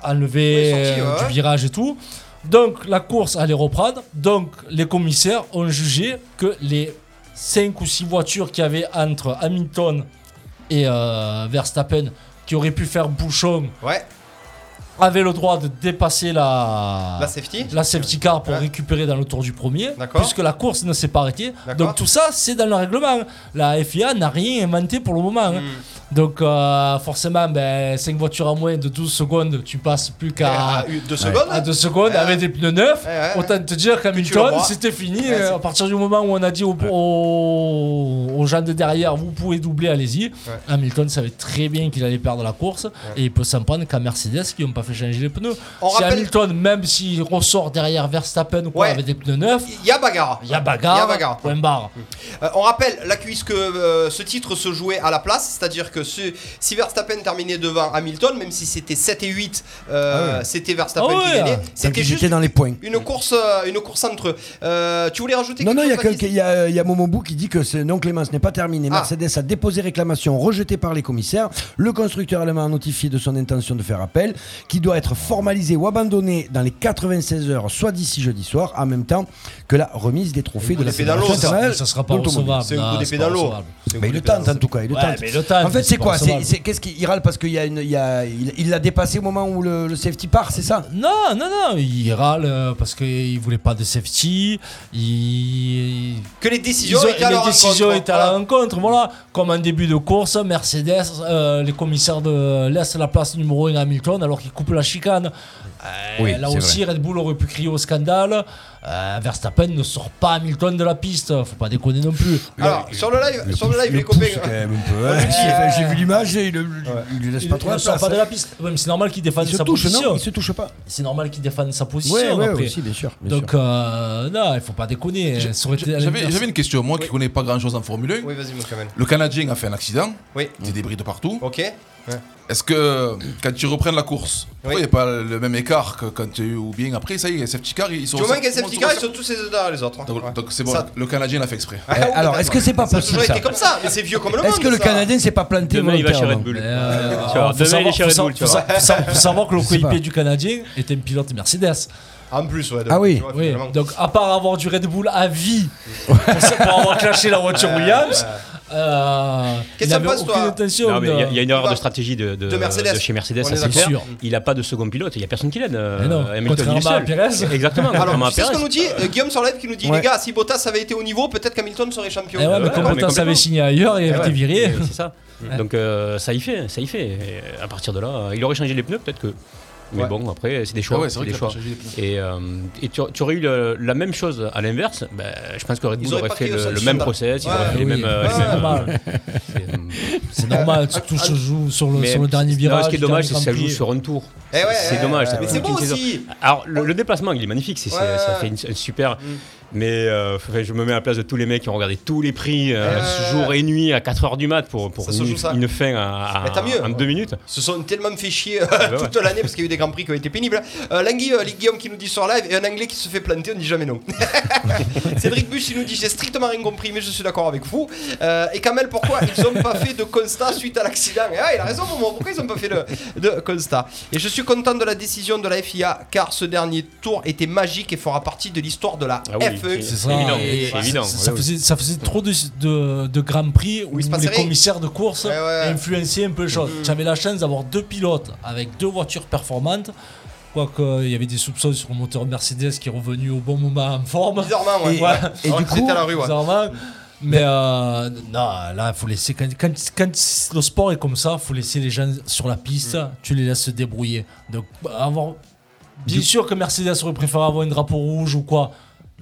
Speaker 13: enlevée
Speaker 7: Oui, sortie,
Speaker 13: euh,
Speaker 7: ouais.
Speaker 13: du virage et tout. Donc la course allait reprendre. Donc les commissaires ont jugé que les 5 ou 6 voitures qu'il y avait entre Hamilton et euh, Verstappen qui auraient pu faire bouchon
Speaker 7: ouais.
Speaker 13: avaient le droit de dépasser la,
Speaker 7: La safety.
Speaker 13: Ah. la safety car pour récupérer dans le tour du premier puisque la course ne s'est pas arrêtée.
Speaker 7: D'accord.
Speaker 13: Donc tout ça c'est dans le règlement. La FIA n'a rien inventé pour le moment.
Speaker 7: Hmm.
Speaker 13: hein. Donc euh, forcément, ben, 5 voitures en moins de 12 secondes, tu passes plus qu'à
Speaker 7: à une- deux secondes.
Speaker 13: à deux secondes avec des pneus neufs. Autant te dire
Speaker 7: tu le
Speaker 13: qu'Hamilton,
Speaker 7: vois.
Speaker 13: c'était fini.
Speaker 7: Ouais, c'est-
Speaker 13: euh, à partir du moment où on a dit aux, aux- aux gens de derrière, vous pouvez doubler, allez-y. Hamilton savait très bien qu'il allait perdre la course et il peut s'en prendre qu'à Mercedes qui n'ont pas fait changer les pneus.
Speaker 7: On
Speaker 13: si
Speaker 7: rappelle-
Speaker 13: Hamilton, même s'il ressort derrière Verstappen ou quoi, avec des pneus neufs,
Speaker 7: Il y a bagarre.
Speaker 13: il y a bagarre.
Speaker 7: Y a bagarre.
Speaker 13: Point barre.
Speaker 7: Euh, on rappelle la cuisse que euh, ce titre se jouait à la place, c'est-à-dire que ce- si Verstappen terminait devant Hamilton, même si c'était 7 et 8, euh,
Speaker 5: Ah ouais.
Speaker 7: c'était Verstappen
Speaker 5: Ah ouais.
Speaker 7: qui gagnait.
Speaker 5: Donc
Speaker 7: C'était
Speaker 5: ils
Speaker 7: juste
Speaker 5: étaient dans les points.
Speaker 7: une course, euh, une course entre eux. Euh, tu voulais rajouter
Speaker 5: Non,
Speaker 7: quelque
Speaker 5: non, il y, a
Speaker 7: chose Baptiste
Speaker 5: quelqu'un- il y a, euh, il y a Momobou qui dit que c'est non Clément, ce n'est pas terminé.
Speaker 7: Ah.
Speaker 5: Mercedes a déposé réclamation rejetée par les commissaires. Le constructeur allemand a notifié de son intention de faire appel, qui doit être formalisé ou abandonné dans les 96 heures, soit d'ici jeudi soir, en même temps que la remise des trophées de la
Speaker 13: d'épée dans l'eau,
Speaker 5: Fédération
Speaker 13: ça.
Speaker 5: internationale
Speaker 13: Ça sera pas
Speaker 5: d'automobile.
Speaker 13: recevable, C'est un non, coup d'épée c'est pas dans l'eau. recevable. C'est
Speaker 5: Mais
Speaker 13: un coup
Speaker 5: il le
Speaker 13: d'épée dans
Speaker 5: tente
Speaker 13: l'eau.
Speaker 5: en tout cas, il le
Speaker 13: Ouais,
Speaker 5: tente.
Speaker 13: mais il le tente,
Speaker 5: En
Speaker 13: mais
Speaker 5: fait,
Speaker 13: c'est
Speaker 5: c'est
Speaker 13: pas
Speaker 5: quoi C'est-
Speaker 13: recevable.
Speaker 5: c'est- Qu'est-ce qu'il il râle parce qu'il y a une, il, y a- il- il l'a dépassé au moment où le, le safety part, c'est ça
Speaker 13: Non, non, non, il râle euh, parce qu'il voulait pas de safety. Il...
Speaker 7: Que les décisions
Speaker 13: Ils ont-
Speaker 7: étaient à
Speaker 13: les
Speaker 7: leur
Speaker 13: décisions
Speaker 7: encontre,
Speaker 13: étaient à la rencontre. Voilà, comme en début de course, Mercedes, euh, les commissaires de laissent la place numéro 1 à Hamilton alors qu'il coupe la chicane. Euh,
Speaker 5: Oui,
Speaker 13: là
Speaker 5: c'est
Speaker 13: aussi, Red Bull aurait pu crier au scandale. Euh, Verstappen ne sort pas Hamilton de la piste, faut pas déconner non plus.
Speaker 7: Alors, sur le live, sur le live, les
Speaker 13: pouce,
Speaker 7: copains.
Speaker 13: c'est quand
Speaker 5: même un peu, hein. J'ai- J'ai vu l'image et il, le- il lui laisse pas trop
Speaker 13: il
Speaker 5: la
Speaker 13: ne sort
Speaker 5: place.
Speaker 13: pas de la piste. Ouais, mais c'est normal qu'il défende
Speaker 5: Il se
Speaker 13: sa
Speaker 5: touche, non
Speaker 13: position.
Speaker 5: Il se touche pas.
Speaker 13: C'est normal qu'il défende sa position.
Speaker 5: Ouais, ouais,
Speaker 13: après.
Speaker 5: aussi, bien sûr, bien
Speaker 13: Donc, euh, non, il faut pas déconner. Ça aurait été à
Speaker 9: J'avais
Speaker 13: l'inverse.
Speaker 9: j'avais une question, moi qui connais pas grand chose en Formule 1.
Speaker 7: Oui, vas-y, mon Kamel.
Speaker 9: Le Canadien a fait un accident.
Speaker 7: Oui.
Speaker 9: Des débris de partout.
Speaker 7: Ok.
Speaker 9: Est-ce que quand tu reprennes la course, pourquoi il n'y a pas le même écart que quand tu ou bien après ça y est, safety car, ils sont.
Speaker 7: Tu vois, même qu'un
Speaker 9: ils
Speaker 7: safety car, ils sont tous les deux derrière les autres. hein.
Speaker 9: Donc, donc c'est bon,
Speaker 7: Ça-
Speaker 9: le Canadien l'a fait exprès.
Speaker 5: Eh, alors, est-ce que c'est pas
Speaker 7: Ça a
Speaker 5: possible
Speaker 7: toujours
Speaker 5: ça
Speaker 7: été comme ça, mais c'est vieux comme le monde.
Speaker 5: Est-ce que le
Speaker 7: ça.
Speaker 5: Canadien s'est pas planté
Speaker 13: Demain, il va chez
Speaker 5: volontairement
Speaker 13: Red Bull.
Speaker 5: Mais,
Speaker 13: Euh,
Speaker 5: alors,
Speaker 13: alors, faut
Speaker 5: faut
Speaker 13: savoir-
Speaker 5: savoir-
Speaker 13: faut
Speaker 5: faut
Speaker 13: sa-
Speaker 5: savoir-
Speaker 13: faut sa- faut savoir que le
Speaker 5: Je sais pas.
Speaker 13: coéquipier du Canadien était un pilote Mercedes.
Speaker 7: En plus, ouais.
Speaker 13: Ah oui.
Speaker 7: tu vois, finalement.
Speaker 13: Donc, à part avoir du Red Bull à vie pour pour avoir clashé la voiture
Speaker 7: Ouais,
Speaker 13: Williams,
Speaker 7: ouais.
Speaker 13: euh,
Speaker 7: Qu'est-ce
Speaker 13: il
Speaker 7: que ça
Speaker 13: n'avait
Speaker 7: passe, toi
Speaker 13: aucune intention
Speaker 8: Non, mais il y a- il y, a une erreur
Speaker 13: Ivan.
Speaker 8: de stratégie de, de-
Speaker 13: De Mercedes.
Speaker 8: de chez Mercedes,
Speaker 13: On
Speaker 8: ça,
Speaker 13: est
Speaker 8: c'est
Speaker 13: d'accord.
Speaker 8: clair. Il n'a pas de second pilote, il n'y a personne qui l'aide. euh,
Speaker 13: Mais non,
Speaker 8: Hamilton, il est
Speaker 13: contrairement à
Speaker 8: seul.
Speaker 13: Pérez.
Speaker 8: Exactement, contrairement
Speaker 7: Alors,
Speaker 8: à
Speaker 7: tu sais ce
Speaker 8: Pérez.
Speaker 7: qu'on nous dit Euh, Guillaume sur live qui nous dit
Speaker 8: Ouais.
Speaker 7: les gars, si Bottas avait été au niveau, peut-être qu'Hamilton serait champion.
Speaker 8: Ah
Speaker 7: Euh,
Speaker 13: Eh ouais, mais comme Bottas avait signé ailleurs, il
Speaker 8: Eh
Speaker 13: avait été
Speaker 8: ouais.
Speaker 13: viré.
Speaker 8: C'est ça. Donc euh, ça y fait, ça y fait. Et à partir de là, euh, il aurait changé les pneus peut-être que. Mais
Speaker 13: Ouais.
Speaker 8: bon, après, c'est des choix.
Speaker 9: Ah ouais, c'est vrai
Speaker 8: des
Speaker 9: qu'il a
Speaker 8: choix.
Speaker 9: pas changé
Speaker 8: Et, euh, et tu, tu aurais eu le- la même chose à l'inverse. ben, je pense que Red
Speaker 7: Ils
Speaker 8: Bull
Speaker 7: auraient
Speaker 8: aurait
Speaker 7: pas
Speaker 8: fait
Speaker 7: créé
Speaker 8: le,
Speaker 7: ça,
Speaker 8: le
Speaker 7: ils
Speaker 8: même
Speaker 7: sont
Speaker 8: process, ils
Speaker 7: pas-
Speaker 8: auraient
Speaker 13: Ah
Speaker 8: fait les
Speaker 7: Ouais,
Speaker 8: mêmes. euh,
Speaker 7: oui.
Speaker 8: les mêmes, euh,
Speaker 13: C'est normal, tout
Speaker 7: Ah,
Speaker 13: se joue sur le,
Speaker 8: mais-
Speaker 13: sur le dernier
Speaker 8: non,
Speaker 13: virage.
Speaker 8: ce qui est
Speaker 13: du
Speaker 8: dommage, c'est
Speaker 13: dernier
Speaker 8: que ça
Speaker 13: Grand
Speaker 8: joue
Speaker 13: Prix.
Speaker 8: sur un tour.
Speaker 7: Eh ouais,
Speaker 8: c'est
Speaker 7: ouais,
Speaker 8: dommage.
Speaker 7: ouais,
Speaker 8: ça
Speaker 7: mais
Speaker 8: fait
Speaker 7: c'est
Speaker 8: une
Speaker 7: beau
Speaker 8: petite saison.
Speaker 7: aussi.
Speaker 8: Alors, le, le déplacement, il est magnifique. c'est- c'est-
Speaker 7: Ouais. Mm.
Speaker 8: Ça fait une, un super. Mais euh, enfin, je me mets à la place de tous les mecs qui ont regardé tous les prix euh,
Speaker 7: Ouais.
Speaker 8: jour et nuit à 4h du mat pour, pour
Speaker 7: Ça se
Speaker 8: une,
Speaker 7: joue ça.
Speaker 8: une fin à, à-
Speaker 7: Mais tant mieux.
Speaker 8: en deux minutes.
Speaker 7: Ils se sont tellement fait chier euh,
Speaker 8: bah ouais.
Speaker 7: toute l'année parce qu'il y a eu des grands prix qui ont été pénibles. Euh, Langui, euh, Guillaume qui nous dit sur live et un anglais qui se fait planter, on dit jamais non. Cédric Bush il nous dit j'ai strictement rien compris mais je suis d'accord avec vous. Euh, et Kamel pourquoi ils n'ont pas fait de constat suite à l'accident Eh ouais, Il a raison Momo, pourquoi ils n'ont pas fait de, de constat Et je suis content de la décision de la FIA car ce dernier tour était magique et fera partie de l'histoire de la E.
Speaker 8: Ah oui,
Speaker 7: F1.
Speaker 8: c'est- c'est évident,
Speaker 7: Et-
Speaker 8: c'est évident.
Speaker 13: Ça, ça
Speaker 8: Ouais,
Speaker 13: faisait, ça faisait trop de, de, de grands prix où
Speaker 7: il se
Speaker 13: les
Speaker 7: passait rien.
Speaker 13: commissaires de course influenciaient un peu les choses.
Speaker 7: Mm.
Speaker 13: J'avais la chance d'avoir deux pilotes avec deux voitures performantes. Quoique euh, il y avait des soupçons sur le moteur Mercedes qui est revenu au bon moment en forme.
Speaker 7: Bizarrement, ouais.
Speaker 13: Et,
Speaker 7: Ouais. Alors que c'était à la rue, Ah ouais.
Speaker 13: bizarrement. Mais euh, non, là, il faut laisser. Quand, quand, quand le sport est comme ça, il faut laisser les gens sur la piste, tu les laisses se débrouiller. Donc, bah, avoir. Bien sûr que Mercedes aurait préféré avoir un drapeau rouge ou quoi.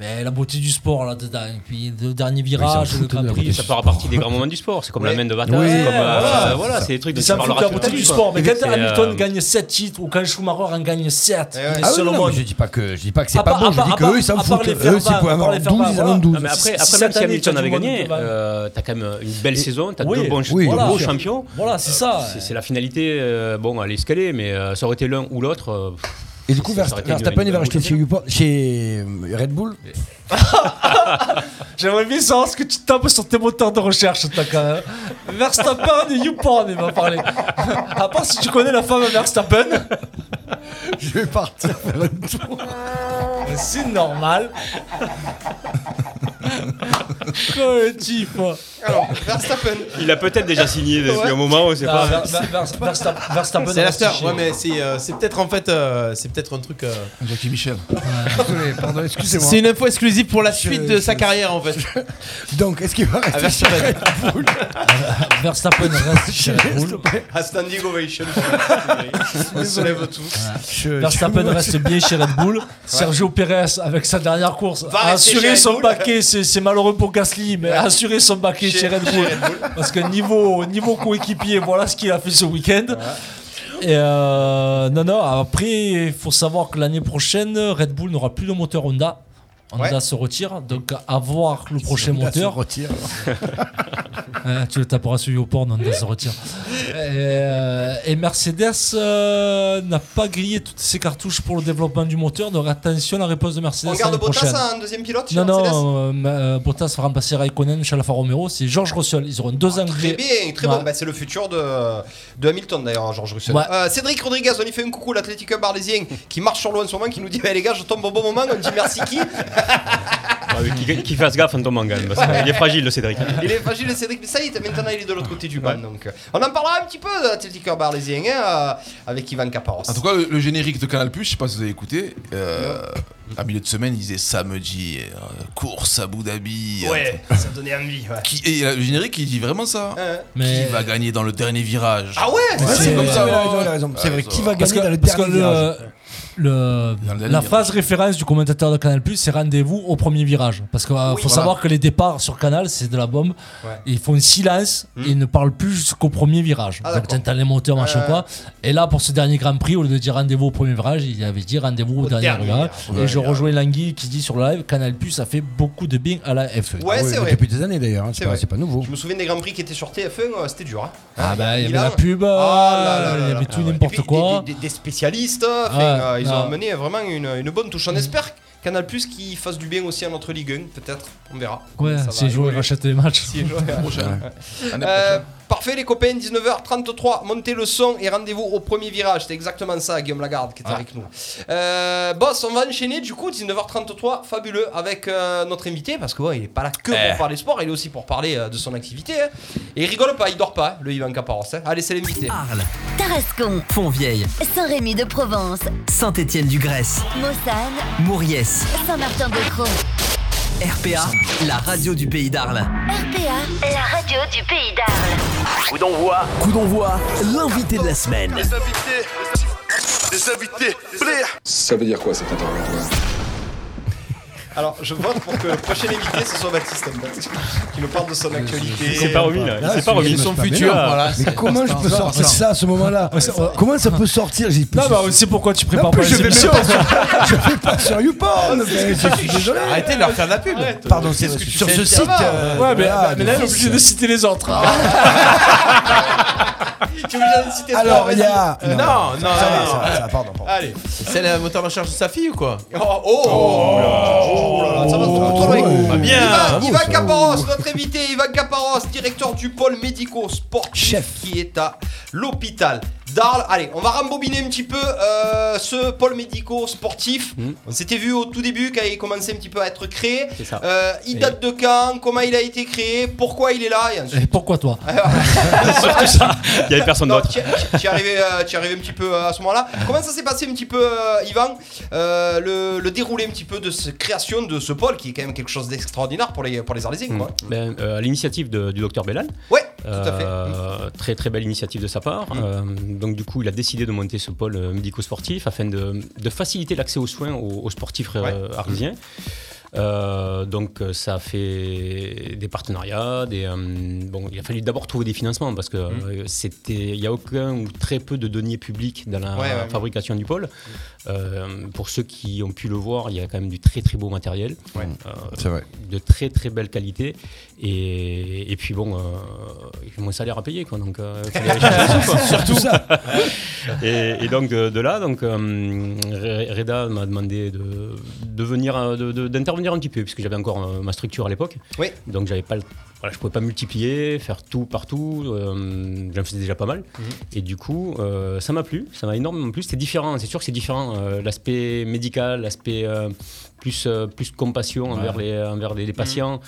Speaker 13: Mais la beauté du sport là-dedans, et puis le dernier virage, le Grand Prix,
Speaker 8: ça fera partie des grands moments du sport. C'est comme la main de bataille.
Speaker 13: Ouais,
Speaker 8: c'est comme, euh,
Speaker 13: voilà,
Speaker 8: voilà, c'est des trucs de
Speaker 13: Mais ça me fout de la beauté du sport. Mais
Speaker 5: euh,
Speaker 13: quand Hamilton gagne 7 titres ou quand Schumacher en gagne 7, il est
Speaker 5: Ah oui,
Speaker 13: seul au
Speaker 5: non,
Speaker 13: monde.
Speaker 5: mais je dis pas que je dis pas que c'est
Speaker 13: À
Speaker 5: pas
Speaker 13: part-
Speaker 5: bon,
Speaker 13: à
Speaker 5: je
Speaker 13: part-
Speaker 5: dis
Speaker 13: à
Speaker 5: que
Speaker 13: part-
Speaker 5: eux ils s'en
Speaker 13: à part
Speaker 5: foutent.
Speaker 13: les
Speaker 5: Eux
Speaker 13: fervents,
Speaker 5: s'ils pouvaient
Speaker 13: à part
Speaker 5: avoir
Speaker 13: les
Speaker 5: 12, ils en
Speaker 13: fervents,
Speaker 5: ont 12.
Speaker 8: Non, mais après,
Speaker 13: Si-
Speaker 8: après
Speaker 13: si
Speaker 8: même
Speaker 13: cette
Speaker 8: si
Speaker 13: année,
Speaker 8: Hamilton
Speaker 13: tu as
Speaker 8: avait
Speaker 13: du monde
Speaker 8: gagné,
Speaker 13: devant.
Speaker 8: euh, t'as quand même une belle saison, t'as
Speaker 13: Oui,
Speaker 8: deux bons,
Speaker 13: oui,
Speaker 8: deux
Speaker 13: voilà.
Speaker 8: bons champions.
Speaker 13: Voilà,
Speaker 5: Euh,
Speaker 13: c'est ça.
Speaker 8: C'est- C'est la finalité. euh, bon, elle est escalée, mais euh, ça aurait été l'un ou l'autre. euh, pff,
Speaker 5: Et du coup,
Speaker 8: ça aurait été une-
Speaker 5: Verstappen,
Speaker 8: une-
Speaker 5: il va acheter chez Upor- chez Red Bull.
Speaker 13: J'aimerais bien savoir ce que tu tapes sur tes moteurs de recherche, Taka. Verstappen et YouPorn, il va parler. À part si tu connais la femme à Verstappen.
Speaker 5: Je vais partir faire un tour.
Speaker 13: C'est normal. Que type.
Speaker 7: Alors, Verstappen.
Speaker 8: Il a peut-être déjà signé depuis un moment, on sait
Speaker 13: Non,
Speaker 8: pas.
Speaker 13: Ver- Ah, Ver- Ver- Verstappen- Verstappen
Speaker 21: C'est
Speaker 13: reste
Speaker 21: l'after,
Speaker 13: chez
Speaker 21: ouais,
Speaker 13: lui.
Speaker 21: mais c'est euh, c'est peut-être en fait, euh, c'est peut-être un truc. euh,
Speaker 9: Jackie Michel.
Speaker 5: Désolé, pardon, excusez-moi.
Speaker 21: C'est une info exclusive pour la
Speaker 5: Je-
Speaker 21: suite de sa
Speaker 5: je-
Speaker 21: carrière en fait.
Speaker 5: Donc, est-ce qu'il va rester
Speaker 21: Avec
Speaker 5: chez Red Bull
Speaker 13: Verstappen reste chez Red Bull.
Speaker 7: A standing ovation. On se lève tous.
Speaker 5: Je-
Speaker 13: Verstappen
Speaker 5: je-
Speaker 13: reste bien chez Red Bull. Sergio Pérez, avec sa dernière course, a
Speaker 7: rester chez
Speaker 13: assuré
Speaker 7: Red
Speaker 13: son
Speaker 7: Bull.
Speaker 13: baquet. C'est c'est malheureux pour Gasly, mais a assuré son baquet
Speaker 7: Chez-
Speaker 13: chez Red Bull. Parce que niveau, niveau coéquipier, voilà ce qu'il a fait ce week-end. Et euh, non, non, après, il faut savoir que l'année prochaine, Red Bull n'aura plus de moteur Honda. Honda
Speaker 5: Ouais.
Speaker 13: se retire, donc à voir le prochain
Speaker 5: Honda se
Speaker 13: moteur.
Speaker 5: retire.
Speaker 13: Euh, tu le taperas sur YouPorn, Honda se retire. Et, euh, et Mercedes euh, n'a pas grillé toutes ses cartouches pour le développement du moteur, donc attention à la réponse de Mercedes.
Speaker 7: On garde
Speaker 13: l'année
Speaker 7: Bottas
Speaker 13: prochaine.
Speaker 7: en deuxième pilote chez
Speaker 13: Non,
Speaker 7: Mercedes
Speaker 13: non, euh, ma- euh, Bottas va remplacer Raikkonen chez Alfa Romeo, c'est George Russell. Ils auront deux
Speaker 7: Ah, Très
Speaker 13: Anglais.
Speaker 7: bien, très
Speaker 13: Ouais.
Speaker 7: bon. Bah, c'est le futur de, de Hamilton d'ailleurs, Georges Russell.
Speaker 13: Ouais.
Speaker 7: Euh, Cédric Rodriguez, on y fait un coucou, l'athlétique barlésien qui marche sur l'eau en ce moment, qui nous dit Eh les gars, je tombe au bon moment. On dit merci qui
Speaker 8: Ah oui, Qu'il qu'il fasse gaffe en tombant, quand même, parce qu'il est fragile, le Cédric.
Speaker 7: Il est fragile, le Cédric. Mais ça y est, maintenant il est de l'autre côté du banc. Donc, euh, on en parlera un petit peu de l'athlétique barlésien hein, euh, avec Ivan Caparos.
Speaker 13: Ah,
Speaker 9: En tout cas, le, le générique de Canal Plus, je sais pas si vous avez écouté. euh, à milieu de semaine, il disait samedi, euh, course à Abu Dhabi.
Speaker 7: ouais, ça donnait envie. Ouais.
Speaker 9: Qui- Et euh, le générique, il dit vraiment ça.
Speaker 13: Mais-
Speaker 9: Qui va gagner dans le dernier virage
Speaker 7: Hein, Ah ouais
Speaker 9: C'est comme ça.
Speaker 5: Il a raison, il a raison. C'est vrai, qui va gagner dans le
Speaker 13: parce que
Speaker 5: dernier virage
Speaker 13: le-
Speaker 9: dernier
Speaker 13: la
Speaker 9: virage.
Speaker 13: phrase référence du commentateur de Canal Plus, c'est rendez-vous au premier virage. Parce qu'il faut
Speaker 9: Voilà.
Speaker 13: savoir que les départs sur Canal, c'est de la bombe.
Speaker 7: Ouais. Hmm.
Speaker 13: Ils font silence et ils ne parlent plus jusqu'au premier virage.
Speaker 7: Ah,
Speaker 13: Donc
Speaker 7: d'accord.
Speaker 13: t'as les moteurs, machin
Speaker 7: Euh.
Speaker 13: quoi. Et là, pour ce dernier Grand Prix, au lieu de dire rendez-vous au premier virage, il avait dit rendez-vous au, dernier,
Speaker 7: dernier
Speaker 13: virage.
Speaker 7: virage.
Speaker 13: Et je
Speaker 7: Ouais.
Speaker 13: rejoins Langui qui dit sur le live Canal Plus a fait beaucoup de bien à la E. FE.
Speaker 7: Ah Ouais, c'est vrai.
Speaker 5: Depuis des années d'ailleurs, hein,
Speaker 7: C'est
Speaker 5: c'est pas,
Speaker 7: vrai.
Speaker 5: c'est pas nouveau.
Speaker 7: Je me souviens des Grands Prix qui étaient sur TF1, euh, c'était dur. hein.
Speaker 13: Ah bah, il y avait
Speaker 7: Milan.
Speaker 13: la pub,
Speaker 7: Ah là là
Speaker 13: euh,
Speaker 7: là
Speaker 13: il y
Speaker 7: là.
Speaker 13: avait tout
Speaker 7: Ah ouais.
Speaker 13: n'importe
Speaker 7: Et puis,
Speaker 13: quoi.
Speaker 7: Des, des- des spécialistes, enfin,
Speaker 13: Ouais,
Speaker 7: euh, ils
Speaker 13: non.
Speaker 7: ont amené vraiment une, une bonne touche. On espère que Canal Plus qui fasse du bien aussi à notre Ligue 1, peut-être. On verra.
Speaker 13: Ouais,
Speaker 7: Ça va
Speaker 13: si les joueurs
Speaker 7: évoluer.
Speaker 13: rachètent les matchs.
Speaker 7: Si les joueurs-
Speaker 9: Prochain.
Speaker 7: Ouais. Euh, Parfait les copains, 19h33, montez le son et rendez-vous au premier virage. C'est exactement ça, Guillaume Lagarde qui est avec nous. Euh, boss, on va enchaîner du coup 19h33, fabuleux, avec euh, notre invité, parce que ouais, il est pas là que
Speaker 9: Eh.
Speaker 7: pour parler sport, il est aussi pour parler euh, de son activité. hein. Et il rigole pas, il dort pas, le Ivan Caparos. hein. Allez, c'est l'invité.
Speaker 11: Tarascon,
Speaker 22: Fontvieille,
Speaker 11: Saint-Rémy de Provence,
Speaker 22: Saint-Étienne-du-Grèce,
Speaker 11: Mossane,
Speaker 22: Mauriès,
Speaker 11: Saint-Martin-de-Croix,
Speaker 22: RPA, la radio du pays d'Arles.
Speaker 13: Ah,
Speaker 11: RPA, la radio du pays d'Arles.
Speaker 22: Coup d'envoi. Coup d'envoi, l'invité de la semaine.
Speaker 1: Les invités,
Speaker 2: Ça veut dire quoi cet interrogatoire
Speaker 7: Alors, je vote pour que le prochain invité, ce soit Baptiste, en fait, qui nous parle de son actualité.
Speaker 8: C'est pas remis, là. C'est pas remis.
Speaker 5: Son
Speaker 8: futur, voilà.
Speaker 5: Mais comment je peux
Speaker 8: Ça,
Speaker 5: sortir
Speaker 8: ça.
Speaker 5: ça à ce moment-là Euh, Comment ça peut sortir J'ai plus-
Speaker 13: Non, bah, on sait pourquoi tu
Speaker 5: Non,
Speaker 13: prépares
Speaker 5: plus,
Speaker 13: pas
Speaker 5: je
Speaker 13: les
Speaker 5: vais
Speaker 13: émissions.
Speaker 5: même pas sur- je vais pas sur YouPorn. mais Je suis désolé.
Speaker 21: Arrêtez de leur faire de la pub.
Speaker 5: Pardon, c'est
Speaker 21: tu
Speaker 5: sur
Speaker 21: fais
Speaker 5: ce
Speaker 21: le
Speaker 5: site.
Speaker 21: tabac
Speaker 5: euh,
Speaker 13: Ouais, mais,
Speaker 5: voilà,
Speaker 13: mais là, il est
Speaker 5: d'office.
Speaker 13: obligé de citer les autres.
Speaker 7: Tu veux bien citer ça,
Speaker 21: Alors,
Speaker 7: vas-y.
Speaker 21: il y a-
Speaker 7: Euh,
Speaker 21: Non, non, non,
Speaker 7: ça va,
Speaker 21: non.
Speaker 7: ça va.
Speaker 5: pardon.
Speaker 7: Allez.
Speaker 21: C'est le moteur de recherche de sa fille ou quoi
Speaker 7: Oh, oh, oh, là là, ça va trop, trop loin.
Speaker 21: Bah, bien.
Speaker 7: Ivan,
Speaker 21: Oh,
Speaker 7: Ivan
Speaker 21: ça va.
Speaker 7: Caparos, notre invité, Ivan Caparos, directeur du pôle médico-sportif qui est à l'hôpital d'Arles. Allez, on va rembobiner un petit peu euh, ce pôle médico-sportif.
Speaker 21: Hmm.
Speaker 7: On s'était vu au tout début quand il commençait un petit peu à être créé.
Speaker 8: C'est ça.
Speaker 7: Euh, il date de quand Comment il a été créé Pourquoi il est là et ensuite-
Speaker 13: Et Eh, pourquoi toi
Speaker 8: Surtout ça. Il y avait personne d'autre.
Speaker 7: Tu tu es arrivé, euh, tu es arrivé un petit peu euh, à ce moment-là. Comment ça s'est passé un petit peu, euh, Yvan Euh, le, le déroulé un petit peu de cette création de ce pôle qui est quand même quelque chose d'extraordinaire pour les, pour les Arlésiens.
Speaker 8: Mm.
Speaker 7: Quoi.
Speaker 8: Ben, euh, à l'initiative de- du docteur Bellan.
Speaker 7: Ouais,
Speaker 8: tout à fait.
Speaker 7: Euh,
Speaker 8: Euh, Très très belle initiative de sa part. Euh, donc du coup, il a décidé de monter ce pôle euh, médico-sportif afin de, de faciliter l'accès aux soins aux, aux sportifs euh, arlésiens. Euh, donc euh, ça a fait des partenariats, des, euh, bon, il a fallu d'abord trouver des financements parce que euh, c'était, il n'y a aucun ou très peu de deniers publics dans la
Speaker 7: Ouais, ouais, ouais.
Speaker 8: fabrication du pôle. Euh, pour ceux qui ont pu le voir, il y a quand même du très très beau matériel, Euh,
Speaker 5: C'est vrai.
Speaker 8: de très très belle qualité et, et puis bon, euh, j'ai mon salaire à payer quoi, donc euh, faut aller chercher les sous, quoi.
Speaker 5: Surtout ça.
Speaker 8: et, et donc de, de là, donc euh, Re- Reda m'a demandé de, de venir euh, de- de- d'intervenir un petit peu puisque j'avais encore euh, ma structure à l'époque,
Speaker 7: Oui.
Speaker 8: donc j'avais pas le- voilà, je pouvais pas multiplier, faire tout partout, euh, j'en faisais déjà pas mal.
Speaker 13: Mhm.
Speaker 8: Et du coup, euh, ça m'a plu, ça m'a énormément plu. C'était différent, c'est sûr que c'est différent. euh, l'aspect médical, l'aspect euh, plus, euh, plus compassion envers les, envers les, les
Speaker 13: Mhm.
Speaker 8: patients,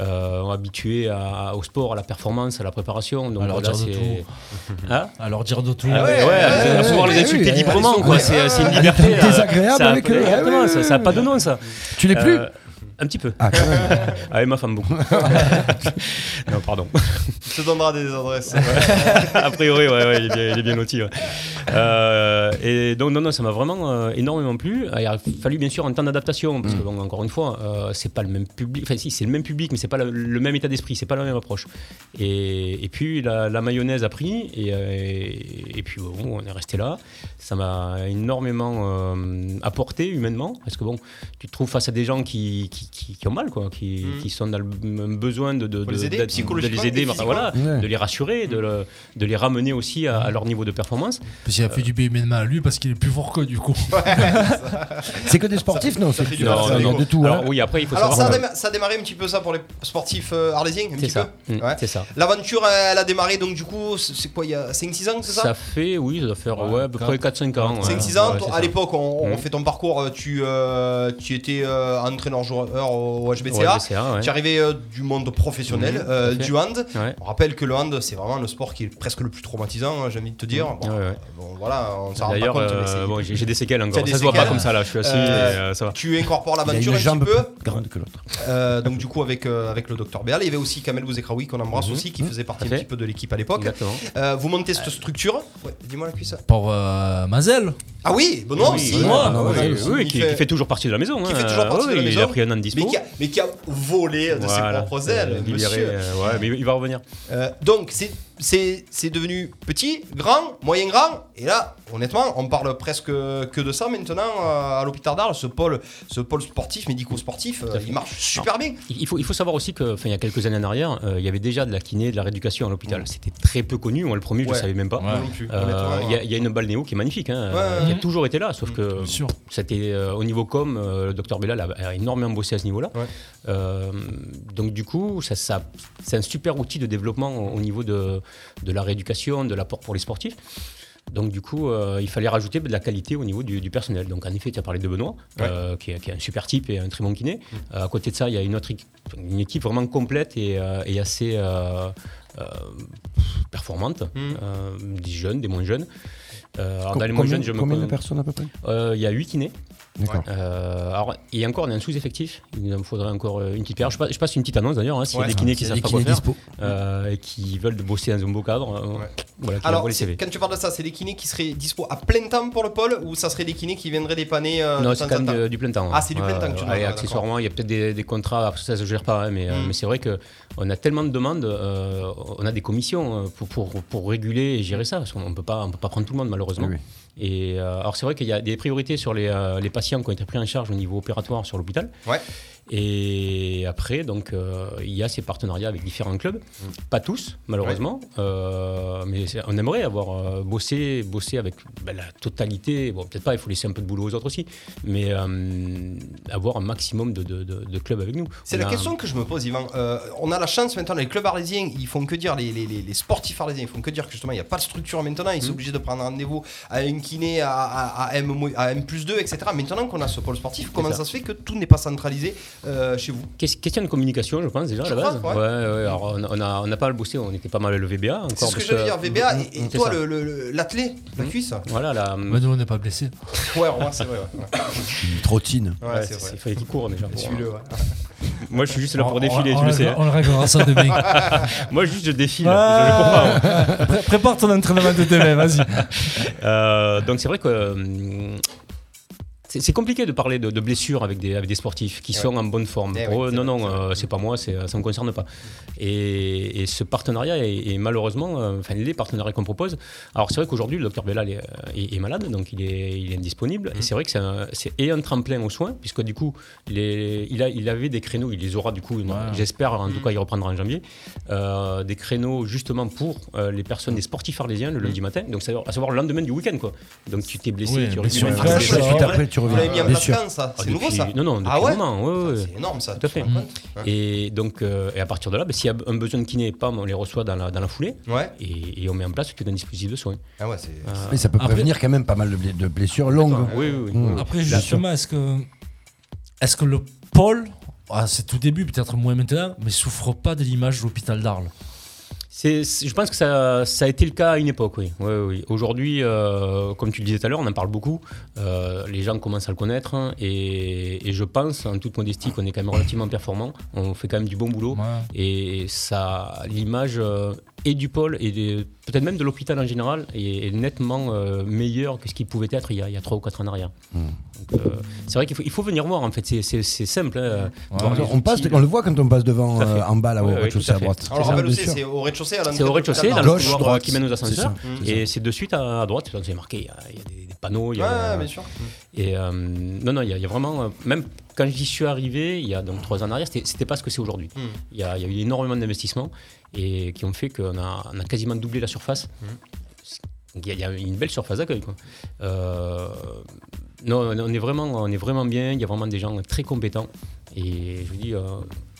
Speaker 8: euh, habitués à- au sport, à la performance, à la préparation. Donc
Speaker 13: À leur
Speaker 8: voilà,
Speaker 13: dire de
Speaker 8: c'est.
Speaker 13: tout.
Speaker 8: Hein
Speaker 13: À leur dire de tout.
Speaker 8: Ah ouais, ouais,
Speaker 13: ouais, Eh
Speaker 8: pouvoir
Speaker 13: ouais,
Speaker 8: les insulter
Speaker 13: ouais,
Speaker 8: librement,
Speaker 13: ouais,
Speaker 8: quoi.
Speaker 13: ouais,
Speaker 8: c'est, c'est une
Speaker 13: ouais,
Speaker 8: liberté.
Speaker 13: ouais,
Speaker 8: euh,
Speaker 13: désagréable
Speaker 8: ça a
Speaker 13: avec
Speaker 8: pas-
Speaker 13: eux.
Speaker 8: exactement, ça, ça a pas de nom, ça. Euh,
Speaker 13: Tu l'es plus
Speaker 8: Un petit peu.
Speaker 13: Ah, quand même.
Speaker 8: Avec ma femme, beaucoup. non, pardon.
Speaker 7: Je te donnera des adresses.
Speaker 8: a priori, ouais, ouais, il est bien, il est bien loti. ouais. Euh, et donc, non, non, ça m'a vraiment euh, énormément plu. Il a fallu bien sûr un temps d'adaptation,
Speaker 7: Mm.
Speaker 8: parce que, bon, encore une fois, euh, c'est pas le même public. Enfin, si, c'est le même public, mais c'est pas la- le même état d'esprit, c'est pas la même approche. Et, et puis, la, la mayonnaise a pris, et, euh, et puis, bon, on est resté là. Ça m'a énormément euh, apporté humainement, parce que, bon, tu te trouves face à des gens qui, qui, qui- qui ont mal, quoi, qui, qui sont dans le besoin de, de,
Speaker 7: Mm. Faut les
Speaker 8: de-
Speaker 7: aider
Speaker 8: de-
Speaker 7: psychologiquement
Speaker 8: de les aider,
Speaker 7: et
Speaker 8: enfin,
Speaker 7: physiquement.
Speaker 8: voilà, de les rassurer, de, le- de les ramener aussi à, à leur niveau de performance.
Speaker 13: Parce qu'il a fait du E BMM à lui parce qu'il est plus fort que du coup.
Speaker 5: C'est que des sportifs, non C'est
Speaker 8: du mal, ça,
Speaker 5: il y a
Speaker 8: les
Speaker 5: de tout.
Speaker 8: Alors,
Speaker 5: hein.
Speaker 8: oui, après, il faut
Speaker 7: Alors ça a,
Speaker 8: savoir.
Speaker 7: déma- ça a démarré un petit peu ça pour les sportifs euh, arlésiens, un
Speaker 8: C'est
Speaker 7: petit
Speaker 8: ça.
Speaker 7: peu.
Speaker 8: Mm, C'est ça.
Speaker 7: L'aventure, euh, elle a démarré donc du coup, c'est c'est quoi, il y a 5-6 ans, c'est ça
Speaker 8: Ça fait, oui, ça doit faire ouais, à peu près 4-5 ans.
Speaker 7: 5-6
Speaker 8: ouais.
Speaker 7: ans,
Speaker 8: Ouais,
Speaker 7: toi,
Speaker 8: c'est
Speaker 7: à
Speaker 8: ça.
Speaker 7: l'époque, on, on
Speaker 8: Mm.
Speaker 7: fait ton parcours. euh, Tu, euh, tu étais euh, entraîneur-joueur au HBCA.
Speaker 8: Au HBCA, ouais.
Speaker 7: Tu arrivais euh, du monde professionnel,
Speaker 8: Mm,
Speaker 7: euh,
Speaker 8: tout à fait.
Speaker 7: du hand.
Speaker 8: Ouais.
Speaker 7: On rappelle que le hand, c'est vraiment le sport qui est presque le plus traumatisant, hein, j'ai envie de te dire.
Speaker 8: Mm.
Speaker 7: Bon,
Speaker 8: Ouais, ouais.
Speaker 7: bon, voilà, on s'en rend pas
Speaker 8: D'ailleurs,
Speaker 7: compte.
Speaker 8: euh,
Speaker 7: mais c'est-
Speaker 8: bon, j'ai j'ai des séquelles
Speaker 7: T'as
Speaker 8: encore.
Speaker 7: des
Speaker 8: Ça se voit pas
Speaker 7: séquelles.
Speaker 8: comme ça là, je suis assis,
Speaker 7: Euh,
Speaker 8: et, euh, ça va.
Speaker 7: Tu incorpores l'aventure
Speaker 8: une
Speaker 7: un petit
Speaker 8: jambe
Speaker 7: peu.
Speaker 8: plus grande que l'autre.
Speaker 7: Euh, donc du coup avec, euh, avec le docteur Béal, il y avait aussi Kamel Bouzekraoui qu'on embrasse aussi qui faisait partie un
Speaker 8: Mhm. Tout à
Speaker 7: petit peu de l'équipe à l'époque.
Speaker 8: Exactement.
Speaker 7: Euh, vous montez cette structure Ouais, Dis-moi la cuisse.
Speaker 13: Pour euh, Mazel.
Speaker 7: Ah oui, Benoît aussi.
Speaker 13: Benoît,
Speaker 7: Ah,
Speaker 13: oui,
Speaker 7: Mazel
Speaker 13: oui,
Speaker 7: aussi,
Speaker 8: Oui,
Speaker 7: qui
Speaker 8: qui,
Speaker 7: fait-
Speaker 8: qui fait toujours partie de la maison.
Speaker 7: Qui
Speaker 8: hein.
Speaker 7: fait toujours partie de la
Speaker 8: Oui,
Speaker 7: maison.
Speaker 8: Il a pris un an de dispo.
Speaker 7: Mais qui a, mais qui a volé de
Speaker 8: Voilà.
Speaker 7: ses propres ailes,
Speaker 8: Euh, libéré,
Speaker 7: monsieur.
Speaker 8: euh, ouais, mais il va revenir.
Speaker 7: Euh, donc, c'est- c'est c'est devenu petit, grand, moyen grand. Et là, honnêtement, on parle presque que de ça maintenant euh, à l'hôpital d'Arles. Ce pôle, ce pôle sportif, médico-sportif, euh, il marche super bien.
Speaker 8: Il faut, il faut savoir aussi que, enfin, il y a quelques années en arrière, euh, il y avait déjà de la kiné, de la rééducation à l'hôpital. C'était très peu connu. Moi, le premier, je ne
Speaker 7: Mm. Ouais.
Speaker 8: savais même pas.
Speaker 7: Moi non plus,
Speaker 8: Euh,
Speaker 7: honnêtement.
Speaker 8: il y a- il y, a une balle néo qui est magnifique, hein, euh, qui a toujours été là,
Speaker 7: Mm,
Speaker 8: sauf que c'était euh, au niveau com, euh, le docteur Bellal a, a énormément bossé à ce niveau-là. Euh, donc du coup, ça, ça- c'est un super outil de développement au, au niveau de, de la rééducation, de l'apport pour les sportifs. Donc du coup, euh, il fallait rajouter de la qualité au niveau du, du personnel. Donc en effet, tu as parlé de Benoît, euh, qui, est, qui est un super type et un très bon kiné. Euh, à côté de ça, il y a une autre équ- une équipe vraiment complète et, euh, et assez euh, euh, performante, Euh, des jeunes, des moins jeunes. Euh, alors,
Speaker 23: Com-
Speaker 8: dans les moins
Speaker 23: combien-
Speaker 8: jeunes, je me
Speaker 23: combien de
Speaker 8: connais-
Speaker 23: personnes à peu près
Speaker 8: Euh, Il y a 8 kinés.
Speaker 23: D'accord.
Speaker 8: Euh, alors, et encore, on est un sous-effectif. Il nous en faudrait encore euh, une petite paire. Je, passe- je passe une petite annonce d'ailleurs. hein, S'il y a
Speaker 7: Ouais.
Speaker 8: des kinés
Speaker 7: S'il
Speaker 8: qui
Speaker 7: y a
Speaker 8: savent
Speaker 7: des
Speaker 8: pas quoi
Speaker 7: kinés
Speaker 8: faire euh, et qui veulent bosser dans un beau cadre, euh, voilà, qui
Speaker 7: Alors,
Speaker 8: envoient les
Speaker 7: c'est-
Speaker 8: CV.
Speaker 7: quand tu parles de ça, c'est des kinés qui seraient dispo à plein temps pour le pôle ou ça serait des kinés qui viendraient dépanner euh,
Speaker 8: Non,
Speaker 7: de
Speaker 8: c'est
Speaker 7: temps
Speaker 8: quand
Speaker 7: en temps
Speaker 8: même du, du plein temps.
Speaker 7: Ah, c'est du plein temps que
Speaker 8: Euh,
Speaker 7: tu demandes,
Speaker 8: Et
Speaker 7: ouais,
Speaker 8: accessoirement, il y a peut-être des, des contrats, ça je ne gère pas, hein, mais, euh,
Speaker 7: Mm.
Speaker 8: mais c'est vrai qu'on a tellement de demandes, euh, on a des commissions euh, pour, pour, pour réguler et gérer ça, parce qu'on ne peut pas on peut pas prendre tout le monde malheureusement. Et euh, alors c'est vrai qu'il y a des priorités sur les, euh, les patients qui ont été pris en charge au niveau opératoire sur l'hôpital. Et après, donc, euh, il y a ces partenariats avec différents clubs,
Speaker 7: Mm.
Speaker 8: pas tous malheureusement, Euh, mais c'est- on aimerait avoir euh, bossé, bossé avec ben, la totalité. Bon, peut-être pas, il faut laisser un peu de boulot aux autres aussi, mais euh, avoir un maximum de, de- de- de clubs avec nous.
Speaker 7: C'est
Speaker 8: On
Speaker 7: la
Speaker 8: a-
Speaker 7: question que je me pose, Yvan. Euh, on a la chance maintenant, les clubs arlésiens, ils font que dire, les, les- les- les sportifs arlésiens, ils font que dire que justement, il n'y a pas de structure maintenant,
Speaker 8: Mmh.
Speaker 7: ils sont obligés de prendre rendez-vous à une kiné, à, à- à M, à M plus 2, etc. Maintenant qu'on a ce pôle sportif, comment ça.
Speaker 8: ça.
Speaker 7: se fait que tout n'est pas centralisé euh, chez vous
Speaker 8: Ques- Question de communication, je pense déjà à
Speaker 7: Je
Speaker 8: la
Speaker 7: crois,
Speaker 8: base.
Speaker 7: ouais.
Speaker 8: Ouais, ouais, alors, on n'a on a pas bossé, on était pas mal à le VBA. encore,
Speaker 7: C'est ce que
Speaker 8: parce euh, mmh,
Speaker 7: j'allais dire, VBA, et, et
Speaker 8: C'est
Speaker 7: toi,
Speaker 8: ça. Mmh.
Speaker 7: le- le- le- l'athlète, la cuisse
Speaker 8: Voilà, la.
Speaker 13: Mais nous, on n'est pas blessés.
Speaker 7: Ouais, au moins, c'est vrai. ouais.
Speaker 5: Une trottine.
Speaker 7: Ouais,
Speaker 8: Ouais,
Speaker 7: c'est
Speaker 8: c'est-
Speaker 7: vrai.
Speaker 8: Il fallait qu'il court déjà. pour- euh,
Speaker 7: Suis-le, ouais.
Speaker 8: Moi, je suis juste là
Speaker 13: On-
Speaker 8: pour défiler,
Speaker 13: on-
Speaker 8: tu
Speaker 13: on
Speaker 8: le sais. hein.
Speaker 13: règle- on réglera ça demain.
Speaker 8: Moi, juste, je défile.
Speaker 13: Ouais.
Speaker 8: Je, je comprends.
Speaker 13: Pré- prépare ton entraînement de demain, vas-y.
Speaker 8: Euh, donc, c'est vrai que. euh, C'est c'est compliqué de parler de, de blessures avec des, avec des sportifs qui
Speaker 13: Eh
Speaker 8: sont
Speaker 13: ouais.
Speaker 8: en bonne forme.
Speaker 13: Eh
Speaker 8: Pour
Speaker 13: oui,
Speaker 8: eux, non, non, euh, c'est pas moi, c'est- ça ne me concerne pas. Et, et ce partenariat est, est malheureusement, euh, enfin les partenariats qu'on propose. Alors c'est vrai qu'aujourd'hui le docteur Bellal est, est- est malade, donc il est, il est indisponible.
Speaker 7: Mhm.
Speaker 8: Et c'est vrai que c'est un, c'est- et un tremplin aux soins, puisque du coup les- il, a, il avait des créneaux, il les aura du coup, j'espère en
Speaker 7: Mhm.
Speaker 8: tout cas il reprendra en janvier, euh, des créneaux justement pour euh, les personnes,
Speaker 7: Mhm.
Speaker 8: des sportifs arlésiens le lundi matin, donc c'est-à-dire- à savoir le lendemain du week-end quoi. Donc tu t'es blessé,
Speaker 13: Oui,
Speaker 8: tu
Speaker 13: blessure
Speaker 8: récupères-
Speaker 13: flash,
Speaker 8: blessure.
Speaker 13: suite après, tu
Speaker 7: Vous
Speaker 13: reviens.
Speaker 7: l'avez mis en place
Speaker 13: Blessure.
Speaker 7: quand, ça
Speaker 8: Ah,
Speaker 7: hein. C'est nouveau,
Speaker 8: depuis-
Speaker 7: ça
Speaker 8: Non, non, depuis
Speaker 7: Ah ouais
Speaker 8: un moment, ouais, ouais.
Speaker 7: C'est énorme, ça.
Speaker 8: Tout à fait. Et donc, euh, et à partir de là, bah, s'il y a un besoin de kiné, pam, on les reçoit dans la, dans la foulée et, et on met en place tout un dispositif de soins.
Speaker 7: Ah ouais, c'est.
Speaker 5: Mais ça peut prévenir quand même pas mal de bla- de blessures longues.
Speaker 8: Oui, oui, oui.
Speaker 5: Mmh.
Speaker 13: Après,
Speaker 5: Bien sûr.
Speaker 13: justement, est-ce que, est que le pôle, à c'est tout début, peut-être moins maintenant, mais souffre pas de l'image de l'hôpital d'Arles
Speaker 8: C'est- c'est- je pense que ça, ça a été le cas à une époque, oui. Ouais, oui. Aujourd'hui, euh, comme tu le disais tout à l'heure, on en parle beaucoup. Euh, les gens commencent à le connaître hein, et, et je pense, en toute modestie, qu'on est quand même relativement performant. On fait quand même du bon boulot et ça, l'image euh, et du pôle et des- peut-être même de l'hôpital en général est, est nettement euh, meilleure que ce qu'il pouvait être il y a, il y a 3 ou 4 ans en arrière.
Speaker 5: Hmm.
Speaker 8: Donc, euh, c'est vrai qu'il faut, il faut venir voir en fait, c'est- c'est c'est simple. hein. Voir les
Speaker 5: on, passe,
Speaker 8: outils,
Speaker 5: on le voit quand on passe devant,
Speaker 8: Tout à fait.
Speaker 5: euh, en bas, là,
Speaker 8: Ouais,
Speaker 5: au
Speaker 8: ouais,
Speaker 5: rez-de-chaussée
Speaker 8: tout
Speaker 5: à
Speaker 8: fait.
Speaker 5: droite.
Speaker 7: Alors, on rappelle aussi,
Speaker 5: Bien sûr.
Speaker 7: c'est au rez-de-chaussée, à l'entrée
Speaker 8: C'est au
Speaker 7: de l'hôpital
Speaker 8: rez-de-chaussée, dans
Speaker 7: d'Arles.
Speaker 8: le couloir euh, qui mène aux
Speaker 7: C'est ça,
Speaker 8: ascenseurs.
Speaker 7: mm.
Speaker 8: Et c'est de suite à, à droite, vous avez marqué, il y a- il y, a des, des panneaux. il Y a,
Speaker 7: Ouais, bien sûr.
Speaker 8: Et euh, non, non, il y, a- il y a vraiment. euh, Même quand j'y suis arrivé, il y a donc trois ans en arrière, c'était- c'était pas ce que c'est aujourd'hui.
Speaker 7: Mm.
Speaker 8: Il y, a il y a eu énormément d'investissements et qui ont fait qu'on a, on a quasiment doublé la surface. Donc, Il y, a- il y a une belle surface d'accueil. quoi. Euh, non, on est- on est, vraiment, on est vraiment bien. Il y a vraiment des gens très compétents. Et je vous dis, euh,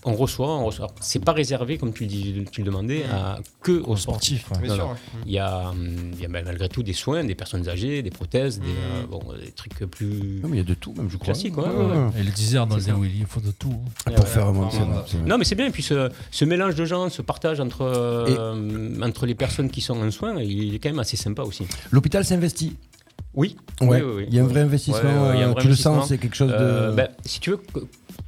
Speaker 8: on reçoit, on reçoit. Alors, C'est pas réservé, comme tu le, dis- tu le demandais, à- que aux sportifs.
Speaker 13: sportifs, ouais.
Speaker 8: Non,
Speaker 13: Bien
Speaker 8: non.
Speaker 13: sûr, ouais.
Speaker 8: Il y a, hum, il y a ben, malgré tout des soins, des personnes âgées, des prothèses, des, euh, bon, des trucs plus.
Speaker 5: Non, mais il y a de tout, même, je crois. Ah,
Speaker 8: Classique, ouais,
Speaker 5: Ouais,
Speaker 8: ouais, ouais.
Speaker 5: ouais.
Speaker 13: Et le disert dans le Daily, il faut de tout. hein.
Speaker 8: Ouais, ouais. Non, mais c'est bien. Et puis ce, ce mélange de gens, ce partage entre, euh, entre les personnes qui sont en soins, il est quand même assez sympa aussi.
Speaker 5: L'hôpital s'investit.
Speaker 8: Oui.
Speaker 5: Ouais.
Speaker 8: Oui, oui, oui.
Speaker 5: Il y a un vrai investissement,
Speaker 8: il y a un
Speaker 5: euh,
Speaker 8: vrai
Speaker 5: tu le sens,
Speaker 8: investissement.
Speaker 5: c'est quelque chose de-
Speaker 8: Euh, ben, si tu veux, que-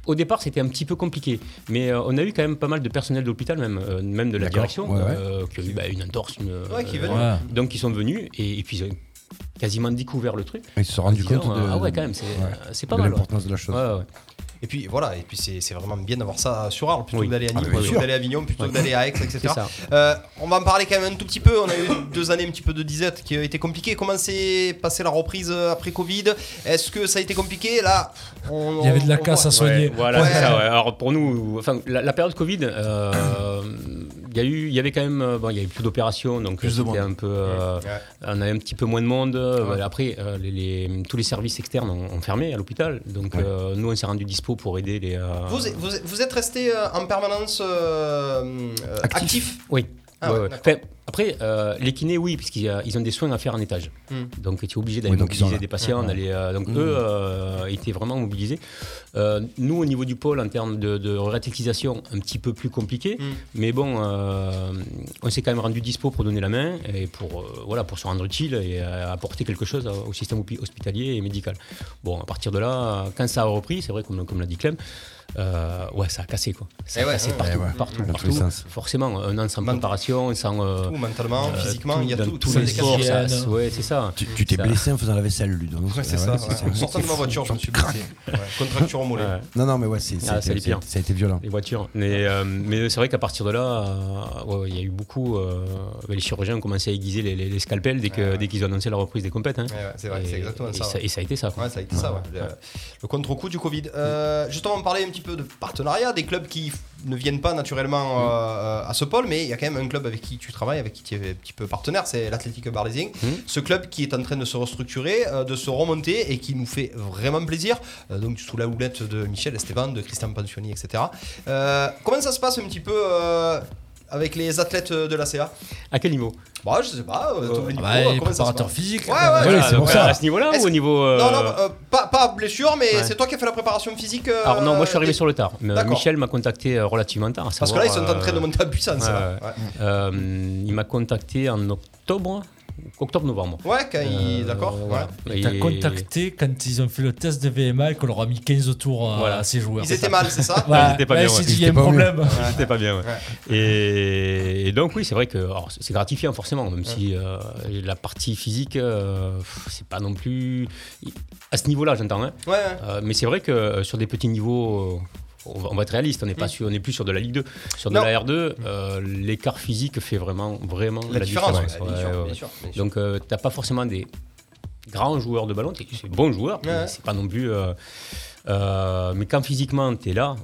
Speaker 8: Au départ, c'était un petit peu compliqué, mais euh, on a eu quand même pas mal de personnel d'hôpital, même, euh, même de la
Speaker 13: D'accord,
Speaker 8: direction,
Speaker 13: ouais, ouais.
Speaker 8: euh, qui a eu bah, une entorse, une,
Speaker 7: Ouais, qui est venu.
Speaker 13: Ouais.
Speaker 8: donc ils sont venus et, et puis ils ont quasiment découvert le truc.
Speaker 5: Ils se sont
Speaker 8: En
Speaker 5: rendus
Speaker 8: disant,
Speaker 5: compte de-
Speaker 8: euh, ah ouais, quand même, c'est
Speaker 5: ouais,
Speaker 8: c'est pas
Speaker 5: de
Speaker 8: mal. ouais.
Speaker 5: l'importance de la chose.
Speaker 8: Ouais, ouais.
Speaker 7: Et puis voilà, et puis c'est c'est vraiment bien d'avoir ça sur Arles, plutôt
Speaker 8: Oui.
Speaker 7: que d'aller à
Speaker 8: Ah,
Speaker 7: Nîmes,
Speaker 8: bien
Speaker 7: plutôt
Speaker 8: sûr.
Speaker 7: que d'aller à Avignon, plutôt que d'aller à Aix, etc.
Speaker 8: C'est ça.
Speaker 7: Euh, on va en parler quand même un tout petit peu. On a eu deux années un petit peu de disette qui a été compliquée. Comment s'est passée la reprise euh, après Covid Est-ce que ça a été compliqué Là, on-
Speaker 8: Il y avait de la
Speaker 7: on-
Speaker 8: casse
Speaker 7: on-
Speaker 8: à soigner. voilà,
Speaker 7: Ouais.
Speaker 8: c'est ça, ouais. Alors pour nous, enfin, la, la période Covid, euh, il y a eu, il y avait quand même, euh, bon, il y a eu plus d'opérations, donc
Speaker 9: Plus de
Speaker 8: c'était un peu, euh, on avait un petit peu moins de monde. Euh, voilà, Après, euh, les, les- tous les services externes ont, ont fermé à l'hôpital, donc euh, nous on s'est rendu dispo pour aider les. euh,
Speaker 7: Vous, vous, vous êtes resté euh, en permanence euh, euh, actif.
Speaker 8: Oui.
Speaker 7: Ah
Speaker 8: Ouais,
Speaker 7: ouais,
Speaker 8: ouais.
Speaker 7: d'accord.
Speaker 8: Enfin, après, euh, les kinés, oui, puisqu'ils euh, ils ont des soins à faire en étage.
Speaker 7: Hmm.
Speaker 8: Donc, tu es obligé d'aller
Speaker 5: Oui, donc ils sont
Speaker 8: mobiliser
Speaker 5: là.
Speaker 8: des patients.
Speaker 5: Ouais.
Speaker 8: d'aller, euh, donc,
Speaker 5: Hmm.
Speaker 8: eux euh, étaient vraiment mobilisés. Euh, nous, au niveau du pôle, en termes de, de réathlétisation, un petit peu plus compliqué.
Speaker 7: Hmm.
Speaker 8: Mais bon, euh, on s'est quand même rendu dispo pour donner la main et pour, euh, voilà, pour se rendre utile et euh, apporter quelque chose au au système hôpi- hospitalier et médical. Bon, à partir de là, quand ça a repris, c'est vrai, comme, comme l'a dit Clem, euh, ouais, ça a cassé quoi. Ça
Speaker 7: Eh
Speaker 8: a
Speaker 7: ouais,
Speaker 8: cassé
Speaker 7: ouais.
Speaker 8: partout,
Speaker 7: Eh ouais.
Speaker 8: partout,
Speaker 7: Dans tous
Speaker 8: partout.
Speaker 7: les sens.
Speaker 8: Forcément, un an sans préparation, sans. euh,
Speaker 7: Tout, mentalement, physiquement, il y a
Speaker 8: dans
Speaker 7: tout,
Speaker 8: Tous
Speaker 7: ça
Speaker 8: les
Speaker 7: décale.
Speaker 8: sports, ça,
Speaker 7: Hygiène.
Speaker 8: ouais, c'est ça.
Speaker 5: Tu tu t'es
Speaker 8: Ça-
Speaker 5: blessé en faisant la vaisselle, Ludo. donc,
Speaker 7: Ouais, c'est
Speaker 5: euh,
Speaker 7: ça.
Speaker 5: c'est-
Speaker 7: ouais.
Speaker 5: c'est-
Speaker 7: En sortant de ma voiture, je me suis blessé. Ouais. Contracture au mollet.
Speaker 5: Non, non, mais ouais, c'est ça a
Speaker 8: Ah, c'est
Speaker 5: été-
Speaker 8: les
Speaker 5: ça a
Speaker 8: pires.
Speaker 5: été- ça a été violent.
Speaker 8: Les voitures. Mais, euh, mais c'est vrai qu'à partir de là, euh, ouais, ouais, il y a eu beaucoup. euh, les chirurgiens ont commencé à aiguiser les, les- les scalpels dès que- dès qu'ils ont annoncé la reprise des compètes. hein.
Speaker 7: Ouais, ouais, c'est vrai,
Speaker 8: Et-
Speaker 7: c'est exactement
Speaker 8: et
Speaker 7: ça, ouais.
Speaker 8: Et ça a été ça. quoi.
Speaker 7: Ouais, ça a été ça, ouais. Le, le contre-coup du Covid. Euh, justement, on parlait un petit peu de partenariat, des clubs qui f- ne viennent pas
Speaker 8: Mm.
Speaker 7: naturellement euh, à ce pôle, mais il y a quand même un club avec qui tu travailles, avec qui tu es un petit peu partenaire, c'est l'Athletic Barlesing.
Speaker 8: Mm.
Speaker 7: Ce club qui est en train de se restructurer, euh, de se remonter et qui nous fait vraiment plaisir. Euh, donc, sous la houlette de Michel Esteban, de Christian Pancioni, etc. Euh, comment ça se passe un petit peu euh, avec les athlètes de la CA
Speaker 8: À quel niveau
Speaker 7: bah, Je sais pas, euh, t'as oublié le
Speaker 8: bah,
Speaker 7: micro,
Speaker 8: les
Speaker 7: comment ça se
Speaker 8: préparateurs
Speaker 7: passe
Speaker 8: physiques,
Speaker 7: Ouais,
Speaker 8: là,
Speaker 7: ouais,
Speaker 8: voilà,
Speaker 7: ouais,
Speaker 8: Ah, c'est pour
Speaker 7: ouais.
Speaker 8: ça. À ce niveau-là
Speaker 7: Est-ce
Speaker 8: ou au niveau, euh,
Speaker 7: Non, non, euh, pas, pas blessure, mais
Speaker 8: Ouais.
Speaker 7: c'est toi qui as fait la préparation physique. euh,
Speaker 8: Alors non, moi je suis arrivé sur le tard. Mais euh,
Speaker 7: D'accord.
Speaker 8: Michel m'a contacté euh, relativement tard. à
Speaker 7: Parce que là, ils sont
Speaker 8: savoir,
Speaker 7: en train de
Speaker 8: euh,
Speaker 7: monter en puissance,
Speaker 8: ouais,
Speaker 7: là.
Speaker 8: ouais.
Speaker 7: Ouais.
Speaker 8: Euh, il m'a contacté en octobre, octobre-novembre.
Speaker 7: Ouais, quand
Speaker 8: Euh,
Speaker 7: il- d'accord, ouais.
Speaker 8: Et-
Speaker 13: T'as contacté quand ils ont fait le test de VMA et qu'on leur a mis 15 tours euh,
Speaker 8: Voilà.
Speaker 13: à ces joueurs.
Speaker 7: Ils étaient mal, c'est ça
Speaker 13: Voilà.
Speaker 8: Ils étaient pas
Speaker 13: Là,
Speaker 8: bien,
Speaker 13: ils s'est
Speaker 8: ouais.
Speaker 13: dit, il y a un problème.
Speaker 8: Ils étaient pas bien, ouais. Et, et donc, oui, c'est vrai que alors, c'est gratifiant, forcément, même si euh, la partie physique, euh, pff, c'est pas non plus. À ce niveau-là, j'entends. hein.
Speaker 7: Ouais, ouais.
Speaker 8: Euh, mais c'est vrai que euh, sur des petits niveaux. euh, on va, on va être réaliste, on n'est pas sur- on n'est plus sur de la Ligue 2, sur de
Speaker 7: Mm. Non. Mm.
Speaker 8: la R2, euh, l'écart physique fait vraiment vraiment
Speaker 7: La
Speaker 8: la,
Speaker 7: différence,
Speaker 8: différence.
Speaker 7: ouais, bien sûr, bien sûr, bien sûr.
Speaker 8: Donc euh, t'as pas forcément des grands joueurs de ballon, t'es- c'est bon joueur,
Speaker 7: Ouais, ouais.
Speaker 8: mais c'est pas non plus. euh, euh, mais quand physiquement t'es là,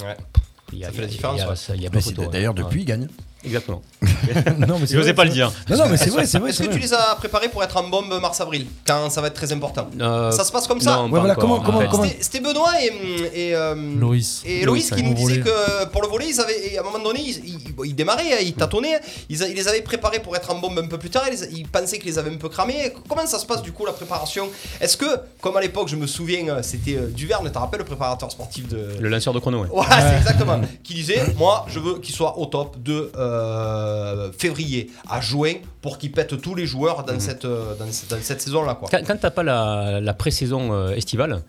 Speaker 8: il y a-
Speaker 7: Ça fait la
Speaker 8: il y a-
Speaker 7: différence,
Speaker 8: il y a-
Speaker 7: ouais.
Speaker 8: ça- il y a
Speaker 7: Mais
Speaker 8: pas
Speaker 7: c'est-
Speaker 8: photo. ouais.
Speaker 7: d'ailleurs, depuis,
Speaker 8: Ouais.
Speaker 7: il gagne.
Speaker 8: Exactement.
Speaker 5: Non, mais
Speaker 8: Je
Speaker 5: c'est
Speaker 8: n'osais
Speaker 5: vrai,
Speaker 8: pas
Speaker 5: c'est
Speaker 8: le dire.
Speaker 5: vrai. Non, non, mais c'est vrai, c'est vrai,
Speaker 7: Est-ce
Speaker 5: c'est
Speaker 7: que
Speaker 5: vrai.
Speaker 7: tu les as préparés pour être en bombe mars-avril Quand ça va être très important.
Speaker 8: Euh,
Speaker 7: ça se passe comme ça
Speaker 8: non, Ouais, pas voilà, encore, comment- en comment- fait. comment-
Speaker 7: C'était- C'était Benoît et. hum, et
Speaker 8: Mm.
Speaker 7: hum,
Speaker 13: Loïs.
Speaker 7: Et Loïs
Speaker 13: Loïs,
Speaker 7: qui
Speaker 13: ouais.
Speaker 7: nous
Speaker 13: Au
Speaker 7: disait
Speaker 13: volet.
Speaker 7: que pour le volet, ils avaient, et à un moment donné, ils, ils- bon, ils démarraient, hein, ils tâtonnaient, ils, a- ils les avaient préparés pour être en bombe un peu plus tard, ils, ils pensaient qu'ils les avaient un peu cramés. Comment ça se passe du coup la préparation Est-ce que, comme à l'époque, je me souviens, euh, c'était euh, Duverne, t'as rappelles le préparateur sportif de,
Speaker 8: Le lanceur de chrono, ouais.
Speaker 7: voilà, c'est exactement. Qui disait, moi, je veux qu'il soit au top de euh, février à juin pour qu'il pète tous les joueurs
Speaker 8: Mhm.
Speaker 7: dans cette, euh, dans cette, dans cette saison-là. Quoi.
Speaker 8: Quand, quand t'as pas la, la pré-saison euh, estivale,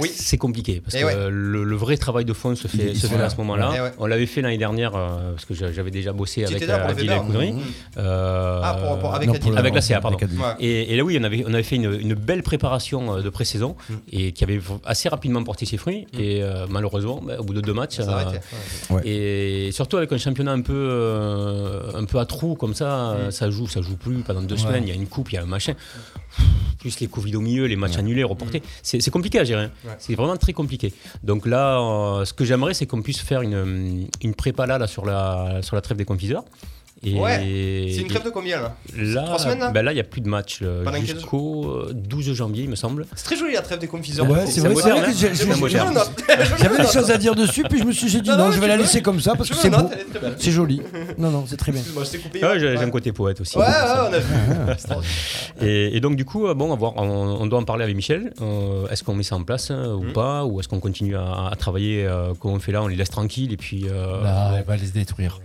Speaker 8: euh, c'est compliqué parce
Speaker 7: Eh
Speaker 8: que
Speaker 7: ouais.
Speaker 8: euh, le, le vrai travail de fond se fait,
Speaker 7: ils
Speaker 8: se
Speaker 7: sont
Speaker 8: fait
Speaker 7: là.
Speaker 8: à ce moment-là.
Speaker 7: Eh ouais.
Speaker 8: On l'avait fait l'année dernière euh, parce que j'a- j'avais déjà bossé
Speaker 7: Tu
Speaker 8: avec
Speaker 7: étais là
Speaker 8: euh,
Speaker 7: pour le
Speaker 8: Adil
Speaker 7: Weber.
Speaker 8: El Khoudouri.
Speaker 7: Mhm.
Speaker 8: Euh,
Speaker 7: Ah, pour- pour- avec Non, Adil. pour le-
Speaker 8: avec la CA, pardon.
Speaker 7: avec Adil. Ouais.
Speaker 8: Et, et là oui, on avait, on avait fait une, une belle préparation euh, de pré-saison
Speaker 7: Mmh.
Speaker 8: et qui avait v- assez rapidement porté ses fruits. Et euh, malheureusement, bah, au bout de deux matchs,
Speaker 7: Ça
Speaker 8: euh,
Speaker 7: s'arrêtait.
Speaker 8: et surtout avec un championnat un peu, euh, un peu à trous comme ça, euh,
Speaker 7: Mm.
Speaker 8: ça joue, ça joue plus pendant deux
Speaker 13: Ouais.
Speaker 8: semaines. Il y a une coupe, il y a un machin. Plus les Covid au milieu, les matchs annulés, reportés.
Speaker 7: Mm.
Speaker 8: C'est c'est compliqué à gérer. hein.
Speaker 13: Ouais.
Speaker 8: C'est vraiment très compliqué. Donc là, euh, ce que j'aimerais, c'est qu'on puisse faire une, une prépa là, là, sur, la, sur la trêve des confiseurs. Et
Speaker 7: Ouais. C'est une trêve de combien là
Speaker 8: Là,
Speaker 7: Trois semaines, là
Speaker 8: ben là, il n'y a plus de match euh,
Speaker 7: Pendant quinze
Speaker 8: jusqu'au euh, 12 janvier, il me semble.
Speaker 7: C'est très joli la trêve des confiseurs.
Speaker 5: Ouais, c'est vrai, c'est vrai que j'ai- j'ai-
Speaker 8: moderne.
Speaker 5: j'ai- j'avais des choses à dire dessus, puis je me suis j'ai dit
Speaker 7: Non,
Speaker 5: non,
Speaker 7: non,
Speaker 5: je
Speaker 7: tu
Speaker 5: vais la
Speaker 7: peux.
Speaker 5: laisser comme ça parce
Speaker 7: Tu
Speaker 5: que
Speaker 7: veux,
Speaker 5: c'est
Speaker 7: non,
Speaker 5: beau,
Speaker 7: elle est très belle.
Speaker 5: c'est joli. Non, non, c'est très bien.
Speaker 7: Excuse-moi, je t'ai coupé.
Speaker 8: Ouais, Ah, j'ai j'ai un côté poète aussi.
Speaker 7: Ouais, ouais, on a vu.
Speaker 8: et, et donc, du coup, euh, bon, à voir, on, on doit en parler avec Michel. Euh, est-ce qu'on met ça en place hein, ou
Speaker 7: Mm.
Speaker 8: pas Ou est-ce qu'on continue à, à travailler euh, comme on fait là On les laisse tranquilles et puis. euh,
Speaker 13: Bah, elle va les détruire.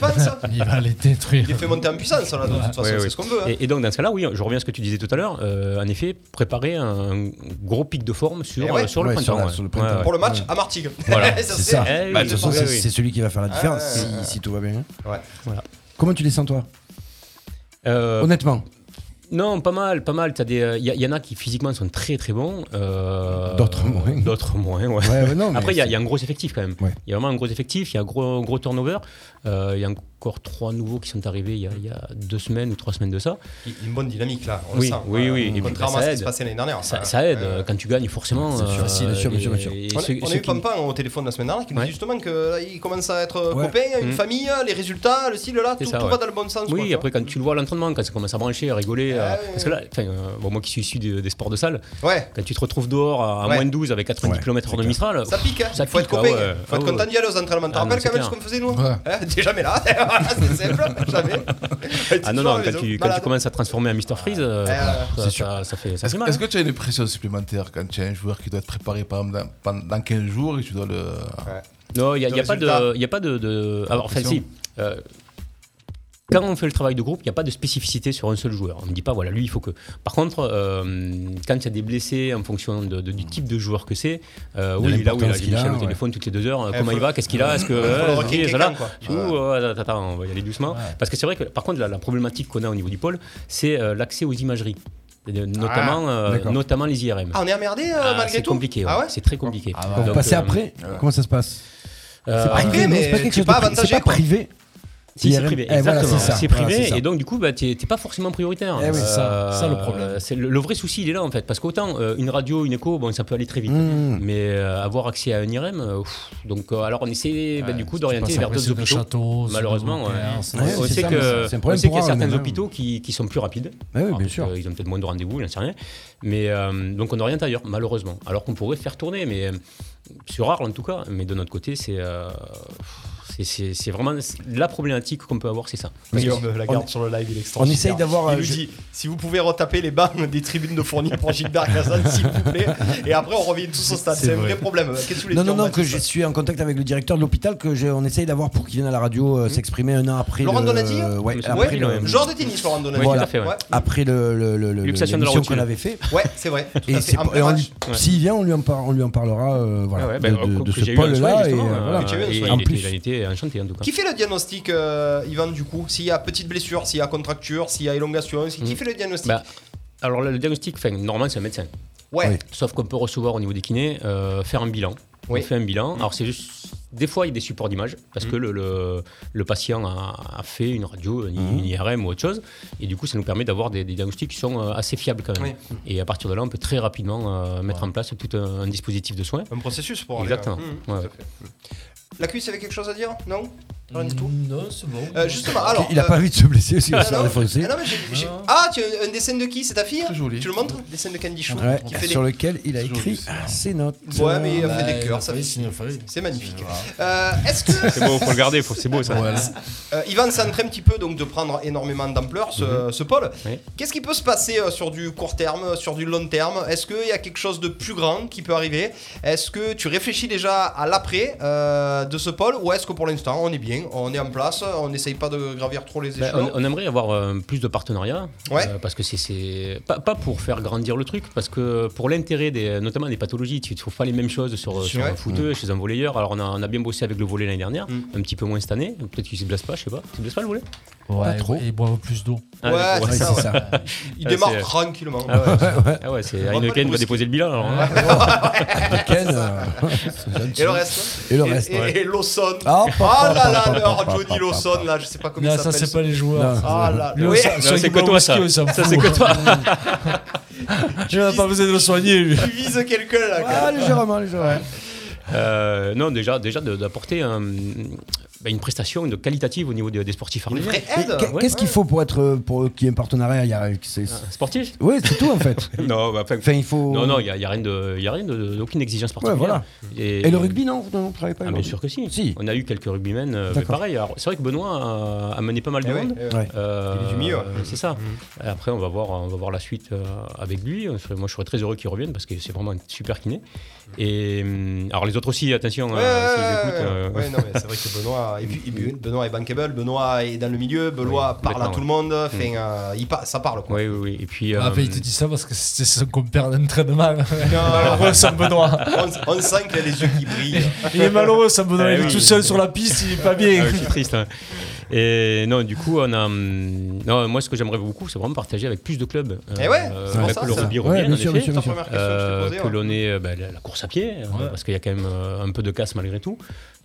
Speaker 7: penses
Speaker 13: Il va les détruire.
Speaker 7: Il les fait monter en puissance, là, de toute façon,
Speaker 8: Ouais,
Speaker 7: c'est
Speaker 8: ouais.
Speaker 7: ce qu'on veut. hein.
Speaker 8: Et, et donc, dans ce cas-là, oui, je reviens à ce que tu disais tout à l'heure. euh, en effet, préparer un gros pic de forme sur,
Speaker 7: Eh ouais.
Speaker 8: euh, sur le
Speaker 7: Ouais,
Speaker 8: printemps.
Speaker 7: sur la-
Speaker 8: ouais.
Speaker 7: sur le
Speaker 8: Ouais,
Speaker 7: printemps.
Speaker 8: ouais.
Speaker 7: Pour le match à Martigues.
Speaker 8: Voilà.
Speaker 7: C'est
Speaker 5: C'est ça.
Speaker 8: Eh oui,
Speaker 5: Bah, de toute façon,
Speaker 8: oui,
Speaker 5: c'est
Speaker 8: oui.
Speaker 5: c'est celui qui va faire la différence
Speaker 8: Ah,
Speaker 5: si,
Speaker 8: ouais.
Speaker 5: si tout va bien.
Speaker 7: Ouais.
Speaker 8: Voilà.
Speaker 5: Comment tu les sens, toi
Speaker 8: Euh,
Speaker 5: Honnêtement.
Speaker 8: Non, pas mal, pas mal. Il y, a- y en a qui physiquement sont très très bons. euh,
Speaker 5: D'autres moins.
Speaker 8: D'autres moins, ouais.
Speaker 5: Ouais, ouais, non, mais
Speaker 8: Après, il y, a-
Speaker 5: c'est-
Speaker 8: y a un gros effectif quand même. Il y a vraiment un gros effectif, il y a un gros, gros turnover. Euh, Il y a encore trois nouveaux qui sont arrivés il y, a- il y a deux semaines ou trois semaines de ça.
Speaker 7: Il y a Une bonne dynamique, là, on
Speaker 8: oui,
Speaker 7: le sent.
Speaker 8: oui,
Speaker 7: Euh,
Speaker 8: oui. Et puis,
Speaker 7: Contrairement
Speaker 8: bah,
Speaker 7: à
Speaker 8: ça
Speaker 7: ce
Speaker 8: aide.
Speaker 7: qui se passait l'année dernière.
Speaker 8: Ça,
Speaker 7: ça.
Speaker 8: ça aide euh, quand tu gagnes, forcément.
Speaker 5: C'est sûr,
Speaker 8: euh,
Speaker 5: si, bien sûr, bien sûr, bien
Speaker 8: et-
Speaker 5: sûr.
Speaker 8: et
Speaker 7: On a,
Speaker 8: ceux-
Speaker 7: on a
Speaker 8: ceux
Speaker 7: eu
Speaker 8: qui-
Speaker 7: Pampan au téléphone la semaine dernière qui nous
Speaker 8: Ouais.
Speaker 7: dit justement qu'il commence à être
Speaker 8: Ouais.
Speaker 7: copain, une
Speaker 8: Mhm.
Speaker 7: famille, les résultats, le style là,
Speaker 8: C'est
Speaker 7: tout,
Speaker 8: ça,
Speaker 7: tout
Speaker 8: ouais.
Speaker 7: va dans le bon sens. quoi,
Speaker 8: Oui,
Speaker 7: tu vois. Ah
Speaker 8: après quand tu le vois à l'entraînement, quand ça commence à brancher, à rigoler, euh, parce que là, enfin, euh, bon, moi qui suis issu des, des sports de salle, quand tu te retrouves dehors à, à
Speaker 7: Ouais.
Speaker 8: moins 12 avec 90 km/h de Mistral,
Speaker 7: Ça
Speaker 8: pff,
Speaker 7: pique, hein.
Speaker 8: ça
Speaker 7: faut être
Speaker 8: pique, ah
Speaker 7: copain,
Speaker 8: ouais.
Speaker 7: faut
Speaker 8: Ah
Speaker 7: être
Speaker 8: ouais.
Speaker 7: content d'y aller aux entraînements.
Speaker 8: Ah
Speaker 7: T'en
Speaker 8: non,
Speaker 7: rappelles
Speaker 8: c'est
Speaker 7: quand même
Speaker 8: clair.
Speaker 7: ce qu'on faisait nous Hein, T'es jamais là, Voilà, c'est simple, hein, jamais.
Speaker 8: Ah non, non,
Speaker 7: Toujours
Speaker 8: quand, tu,
Speaker 7: les
Speaker 8: quand
Speaker 7: autres
Speaker 8: tu
Speaker 7: malades.
Speaker 8: commences à te transformer en Mister Freeze, euh,
Speaker 7: Ouais, ouais,
Speaker 8: ça,
Speaker 9: c'est
Speaker 8: ça- ça fait, ça
Speaker 9: Est-ce
Speaker 8: fait mal. hein.
Speaker 9: est-ce que tu as une pression supplémentaire quand tu as un joueur qui doit être préparé par exemple, dans, pendant- dans 15 jours et tu dois le.
Speaker 8: Non, il n'y a,
Speaker 9: Le
Speaker 8: y a pas
Speaker 9: résultat.
Speaker 8: de. Y a pas de, de... Alors, enfin, si.
Speaker 9: Attention.
Speaker 8: euh, quand on fait le travail de groupe, il n'y a pas de spécificité sur un seul joueur. On ne dit pas, voilà, lui, il faut que. Par contre, euh, quand il y a des blessés en fonction de- de- du type de joueur que c'est, euh,
Speaker 13: De
Speaker 8: oui, là, oui, là,
Speaker 13: l'importance
Speaker 8: j'ai
Speaker 13: qu'il a,
Speaker 8: Michel au
Speaker 13: ouais.
Speaker 8: téléphone toutes les deux heures, euh,
Speaker 13: Eh,
Speaker 8: comment
Speaker 13: faut-
Speaker 8: il va, qu'est-ce qu'il a, est-ce que.
Speaker 13: Faut le
Speaker 8: euh,
Speaker 13: requinquer
Speaker 8: ok, voilà.
Speaker 13: quand, quoi.
Speaker 8: Ouh, ouais, attends, attends, on va y aller doucement. Parce que c'est vrai que, par contre, la, la problématique qu'on a au niveau du pôle, c'est euh, l'accès aux imageries. Et, euh, Notamment, euh,
Speaker 5: d'accord.
Speaker 8: notamment les IRM.
Speaker 7: Ah, on est emmerdé, euh,
Speaker 8: Ah,
Speaker 7: malgré
Speaker 8: C'est
Speaker 7: tout
Speaker 8: compliqué, ouais.
Speaker 7: Ah ouais
Speaker 8: c'est très compliqué.
Speaker 5: Quand Vous
Speaker 8: Donc,
Speaker 5: passez
Speaker 8: euh,
Speaker 5: bah, après
Speaker 8: euh,
Speaker 5: Comment ça se passe
Speaker 8: Euh,
Speaker 5: C'est privé,
Speaker 8: privé,
Speaker 5: mais c'est
Speaker 8: mais
Speaker 5: pas quelque
Speaker 8: c'est
Speaker 5: chose
Speaker 8: pas
Speaker 5: de pri- C'est
Speaker 8: avantagé,
Speaker 5: pas
Speaker 8: quoi.
Speaker 5: privé.
Speaker 8: Si, c'est
Speaker 5: IRM.
Speaker 8: privé,
Speaker 5: Eh, voilà,
Speaker 8: exactement.
Speaker 5: ça.
Speaker 8: c'est
Speaker 5: Voilà,
Speaker 8: privé,
Speaker 5: c'est ça.
Speaker 8: et donc du coup, bah, t'es t'es pas forcément prioritaire. Euh,
Speaker 5: Eh oui, c'est ça.
Speaker 13: Ça, le problème.
Speaker 8: c'est le, le vrai souci, il est là en fait, parce qu'autant euh, une radio, une écho, bon, ça peut aller très vite,
Speaker 13: Mm.
Speaker 8: mais euh, avoir accès à un IRM, euh, pff, donc euh, alors on essaie bah,
Speaker 13: Ouais,
Speaker 8: du coup
Speaker 13: tu
Speaker 8: d'orienter
Speaker 13: passes
Speaker 8: vers
Speaker 13: après
Speaker 8: d'autres
Speaker 13: sur le
Speaker 8: hôpitaux.
Speaker 13: château, sur
Speaker 8: Malheureusement,
Speaker 13: le
Speaker 8: ouais.
Speaker 13: nucléaire, c'est-
Speaker 8: on,
Speaker 13: Ouais, c'est
Speaker 8: sait
Speaker 13: ça,
Speaker 8: que
Speaker 13: mais c'est un
Speaker 8: on
Speaker 13: problème
Speaker 8: sait qu'il y
Speaker 13: pour
Speaker 8: a
Speaker 13: eux,
Speaker 8: certains
Speaker 13: même, hein.
Speaker 8: hôpitaux qui, qui sont plus rapides.
Speaker 5: Bah
Speaker 13: Ouais, ouais,
Speaker 8: Alors,
Speaker 13: bien
Speaker 8: peut-être,
Speaker 13: sûr.
Speaker 8: euh, ils ont peut-être moins de rendez-vous, j'en sais rien, mais euh, donc on oriente ailleurs, malheureusement. Alors qu'on pourrait faire tourner, mais euh, sur Arles en tout cas, mais de notre côté, c'est euh, c'est- c'est c'est vraiment la problématique qu'on peut avoir, c'est ça.
Speaker 7: Guillaume Lagarde
Speaker 8: On-
Speaker 7: sur le live, il est
Speaker 8: on
Speaker 7: extraordinaire.
Speaker 8: essaye d'avoir,
Speaker 7: Il
Speaker 8: euh,
Speaker 7: nous
Speaker 8: je-
Speaker 7: dit si vous pouvez retaper les bannes des tribunes de Fournier pour Gilbert Gazan, s'il vous plaît. Et après, on revient tous au stade.
Speaker 5: C'est
Speaker 7: C'est un vrai
Speaker 5: vrai.
Speaker 7: problème. Qu'est-ce que vous voulez
Speaker 5: Non,
Speaker 7: dire,
Speaker 5: non, non,
Speaker 7: Mathis
Speaker 5: que je suis en contact avec le directeur de l'hôpital que j'ai- on essaye d'avoir pour qu'il vienne à la radio euh, s'exprimer un an après.
Speaker 7: Laurent
Speaker 5: le-
Speaker 7: Donati
Speaker 5: Ouais,
Speaker 7: Monsieur
Speaker 5: après
Speaker 7: Boyer,
Speaker 5: le-
Speaker 7: le- Genre de tennis, Laurent Donati.
Speaker 5: Voilà.
Speaker 7: Ouais, tout à fait, ouais.
Speaker 5: Après le, le, le, le-
Speaker 7: Luxation de la
Speaker 5: l'émission
Speaker 7: rotule.
Speaker 5: qu'on avait fait.
Speaker 7: Ouais, c'est vrai. tout
Speaker 5: Et
Speaker 7: à
Speaker 5: c'est
Speaker 7: fait, en plein
Speaker 5: et on
Speaker 7: match.
Speaker 5: lui- s'il vient, on lui en, par- on lui en parlera euh, voilà,
Speaker 8: Ah ouais,
Speaker 5: de,
Speaker 8: ben,
Speaker 5: de-
Speaker 8: que-
Speaker 5: de
Speaker 8: que j'ai
Speaker 5: ce
Speaker 8: eu un
Speaker 5: pôle
Speaker 8: soin,
Speaker 5: là. Et,
Speaker 8: justement,
Speaker 5: euh, voilà.
Speaker 8: euh, et
Speaker 5: en
Speaker 8: il était- il a
Speaker 5: plus,
Speaker 8: été enchanté en tout cas.
Speaker 7: Qui fait le diagnostic, euh, Yvan, du coup S'il y a petite blessure, s'il y a contracture, s'il y a élongation, si- qui fait le diagnostic
Speaker 8: Bah, alors le, le diagnostic, enfin, normalement c'est un médecin.
Speaker 7: Ouais. Oui.
Speaker 8: Sauf qu'on peut recevoir au niveau des kinés, euh, faire un bilan.
Speaker 7: Oui.
Speaker 8: On fait un bilan. Alors c'est juste, des fois il y a des supports d'image parce
Speaker 7: Mm.
Speaker 8: que le, le, le patient a, a fait une radio, une, une IRM ou autre chose, et du coup ça nous permet d'avoir des, des diagnostics qui sont euh, assez fiables quand même. Et à partir de là, on peut très rapidement euh, mettre en place tout un, un dispositif de soins.
Speaker 7: Un processus pour aller,
Speaker 8: Exactement.
Speaker 7: euh,
Speaker 8: Ouais.
Speaker 7: La cuisse avait quelque chose à dire Non Rien du tout
Speaker 13: Non, c'est bon.
Speaker 7: Euh, justement, alors.
Speaker 5: Hmm. il a
Speaker 7: euh,
Speaker 5: pas hein, envie de se blesser, sinon il va se
Speaker 7: Ah
Speaker 5: faire
Speaker 7: non,
Speaker 5: défoncer.
Speaker 7: ah non, mais j'ai- j'ai- Ah, tu as un dessin de qui C'est ta fille hein Tu le montres Dessin de Candy Chou.
Speaker 5: Ouais,
Speaker 7: qui fait des-
Speaker 5: sur lequel il a écrit ses notes.
Speaker 7: Ouais, mais il a
Speaker 5: Bah,
Speaker 7: fait des
Speaker 5: il
Speaker 7: cœurs,
Speaker 5: a
Speaker 7: ça
Speaker 5: fait-
Speaker 7: fait- C'est magnifique. Euh, Est-ce que.
Speaker 8: C'est beau, faut le garder, faut- c'est beau ça.
Speaker 5: Voilà.
Speaker 7: Euh, Yvan c'est en train un petit peu donc de prendre énormément d'ampleur ce, ce pôle.
Speaker 8: Mhm. Oui.
Speaker 7: Qu'est-ce qui peut se passer euh, sur du court terme, euh, sur du long terme Est-ce qu'il y a quelque chose de plus grand qui peut arriver Est-ce que tu réfléchis déjà à l'après euh, de ce pôle ou est-ce que pour l'instant on est bien, on est en place, on n'essaye pas de gravir trop les
Speaker 8: Ben,
Speaker 7: échelons
Speaker 8: on, on aimerait avoir euh, plus de partenariats,
Speaker 7: Ouais.
Speaker 8: euh, parce que c'est- c'est pas, pas pour faire grandir le truc, parce que pour l'intérêt des, notamment des pathologies, tu ne trouves pas les mêmes choses sur,
Speaker 7: sûr,
Speaker 8: sur
Speaker 7: ouais.
Speaker 8: un
Speaker 5: Mm.
Speaker 8: footeux, chez un volleyeur. Alors on a, on a bien bossé avec le volet l'année dernière,
Speaker 7: Mm.
Speaker 8: un petit peu moins cette année. Peut-être qu'il se blesse pas, je sais pas. Tu te blesses pas le volet
Speaker 13: Ouais, et boivent plus d'eau.
Speaker 8: Ah, d'accord.
Speaker 7: Il
Speaker 8: Ah,
Speaker 7: démarre
Speaker 8: c'est-
Speaker 7: tranquillement.
Speaker 8: Ah ouais,
Speaker 7: Ouais, ouais.
Speaker 8: ah ouais, c'est
Speaker 7: On va pas
Speaker 8: Heineken
Speaker 7: le
Speaker 8: va déposer le bilan. alors, hein.
Speaker 5: Heineken, euh, c'est gentil.
Speaker 7: Et le reste
Speaker 5: Et le reste.
Speaker 7: Et, et Lawson.
Speaker 5: Ah,
Speaker 7: Ah,
Speaker 5: pa, pa,
Speaker 7: là là,
Speaker 5: pa, pa,
Speaker 7: alors,
Speaker 5: pa, pa,
Speaker 7: Johnny
Speaker 5: pa,
Speaker 7: Lawson, là, je sais pas comment
Speaker 13: Non,
Speaker 7: il
Speaker 13: ça,
Speaker 7: s'appelle.
Speaker 13: c'est pas les joueurs. Non.
Speaker 7: Ah là
Speaker 13: Lui, on
Speaker 7: oui.
Speaker 13: s'en- Non, soigne c'est que mon toi, ça. whisky, on s'en Ça, c'est fout. que toi. Je n'ai pas besoin de le soigner, lui.
Speaker 7: Tu vises quelqu'un là.
Speaker 5: Ah, légèrement, légèrement.
Speaker 8: Euh, non, déjà, déjà de- d'apporter un- ben, une prestation de qualitative au niveau des, des sportifs
Speaker 13: Ah.
Speaker 8: arlésiens.
Speaker 5: Et qu'est- Qu'est-ce qu'il faut pour être euh, pour qu'il y ait un partenariat il y a- c'est-
Speaker 8: Sportif
Speaker 5: Oui, c'est tout en fait.
Speaker 8: Non, bah, enfin,
Speaker 5: Enfin, il faut-
Speaker 8: Non, non, il n'y a, y a rien de, y a rien de, aucune exigence particulière.
Speaker 5: voilà.
Speaker 8: Et,
Speaker 5: Et le rugby, non, non, on travaille pas.
Speaker 8: Ah,
Speaker 5: le
Speaker 8: bien
Speaker 5: rugby.
Speaker 8: sûr que si. On a eu quelques rugbymen, euh, mais
Speaker 5: D'accord.
Speaker 8: pareil. Alors, c'est vrai que Benoît a, a mené pas mal de
Speaker 7: Eh ouais,
Speaker 8: monde.
Speaker 7: eh ouais.
Speaker 8: Euh,
Speaker 7: Il est du Mm-hmm. milieu, ouais.
Speaker 8: euh, C'est ça. Après, on va voir, on va voir la suite euh, avec lui. Je serais- Moi, je serais très heureux qu'il revienne parce que c'est vraiment un super kiné. Et hum, alors les autres aussi, attention.
Speaker 7: Ouais,
Speaker 8: euh, s'ils
Speaker 7: ouais,
Speaker 8: écoutent,
Speaker 7: ouais,
Speaker 8: euh,
Speaker 7: ouais, non, mais c'est vrai que Benoît, euh, et puis, et puis Benoît est bankable, Benoît est dans le milieu, Benoît parle à
Speaker 8: complètement,
Speaker 7: tout le monde,
Speaker 8: ouais.
Speaker 7: enfin, euh, il pa- ça parle quoi.
Speaker 8: Oui, oui, oui. Et puis.
Speaker 13: Ah,
Speaker 8: euh,
Speaker 13: ben, il te dit ça parce que c'est son compère d'entraînement.
Speaker 7: Malheureux,
Speaker 13: Saint Benoît.
Speaker 7: On, on sent qu'il a les yeux qui brillent.
Speaker 13: Il est malheureux, Saint Benoît.
Speaker 8: Eh
Speaker 13: il est
Speaker 8: oui.
Speaker 13: tout seul sur la piste, il est pas bien.
Speaker 8: Ah oui, c'est triste. hein. Et non, du coup, on a. hum, Non, moi, ce que j'aimerais beaucoup, c'est vraiment partager avec plus de clubs.
Speaker 7: Eh ouais, c'est pour
Speaker 8: bah,
Speaker 7: ça,
Speaker 8: que le
Speaker 7: ça.
Speaker 8: rugby
Speaker 7: Ouais,
Speaker 8: revienne,
Speaker 7: bien
Speaker 8: en
Speaker 7: sûr,
Speaker 8: effet.
Speaker 7: bien sûr, bien sûr. Ta première question que je t'ai hein.
Speaker 8: Euh,
Speaker 7: posée,
Speaker 8: que
Speaker 7: ouais.
Speaker 8: l'on ait euh, bah, la la course à pied, euh,
Speaker 7: Ouais.
Speaker 8: parce qu'il y a quand même euh, un peu de casse malgré tout.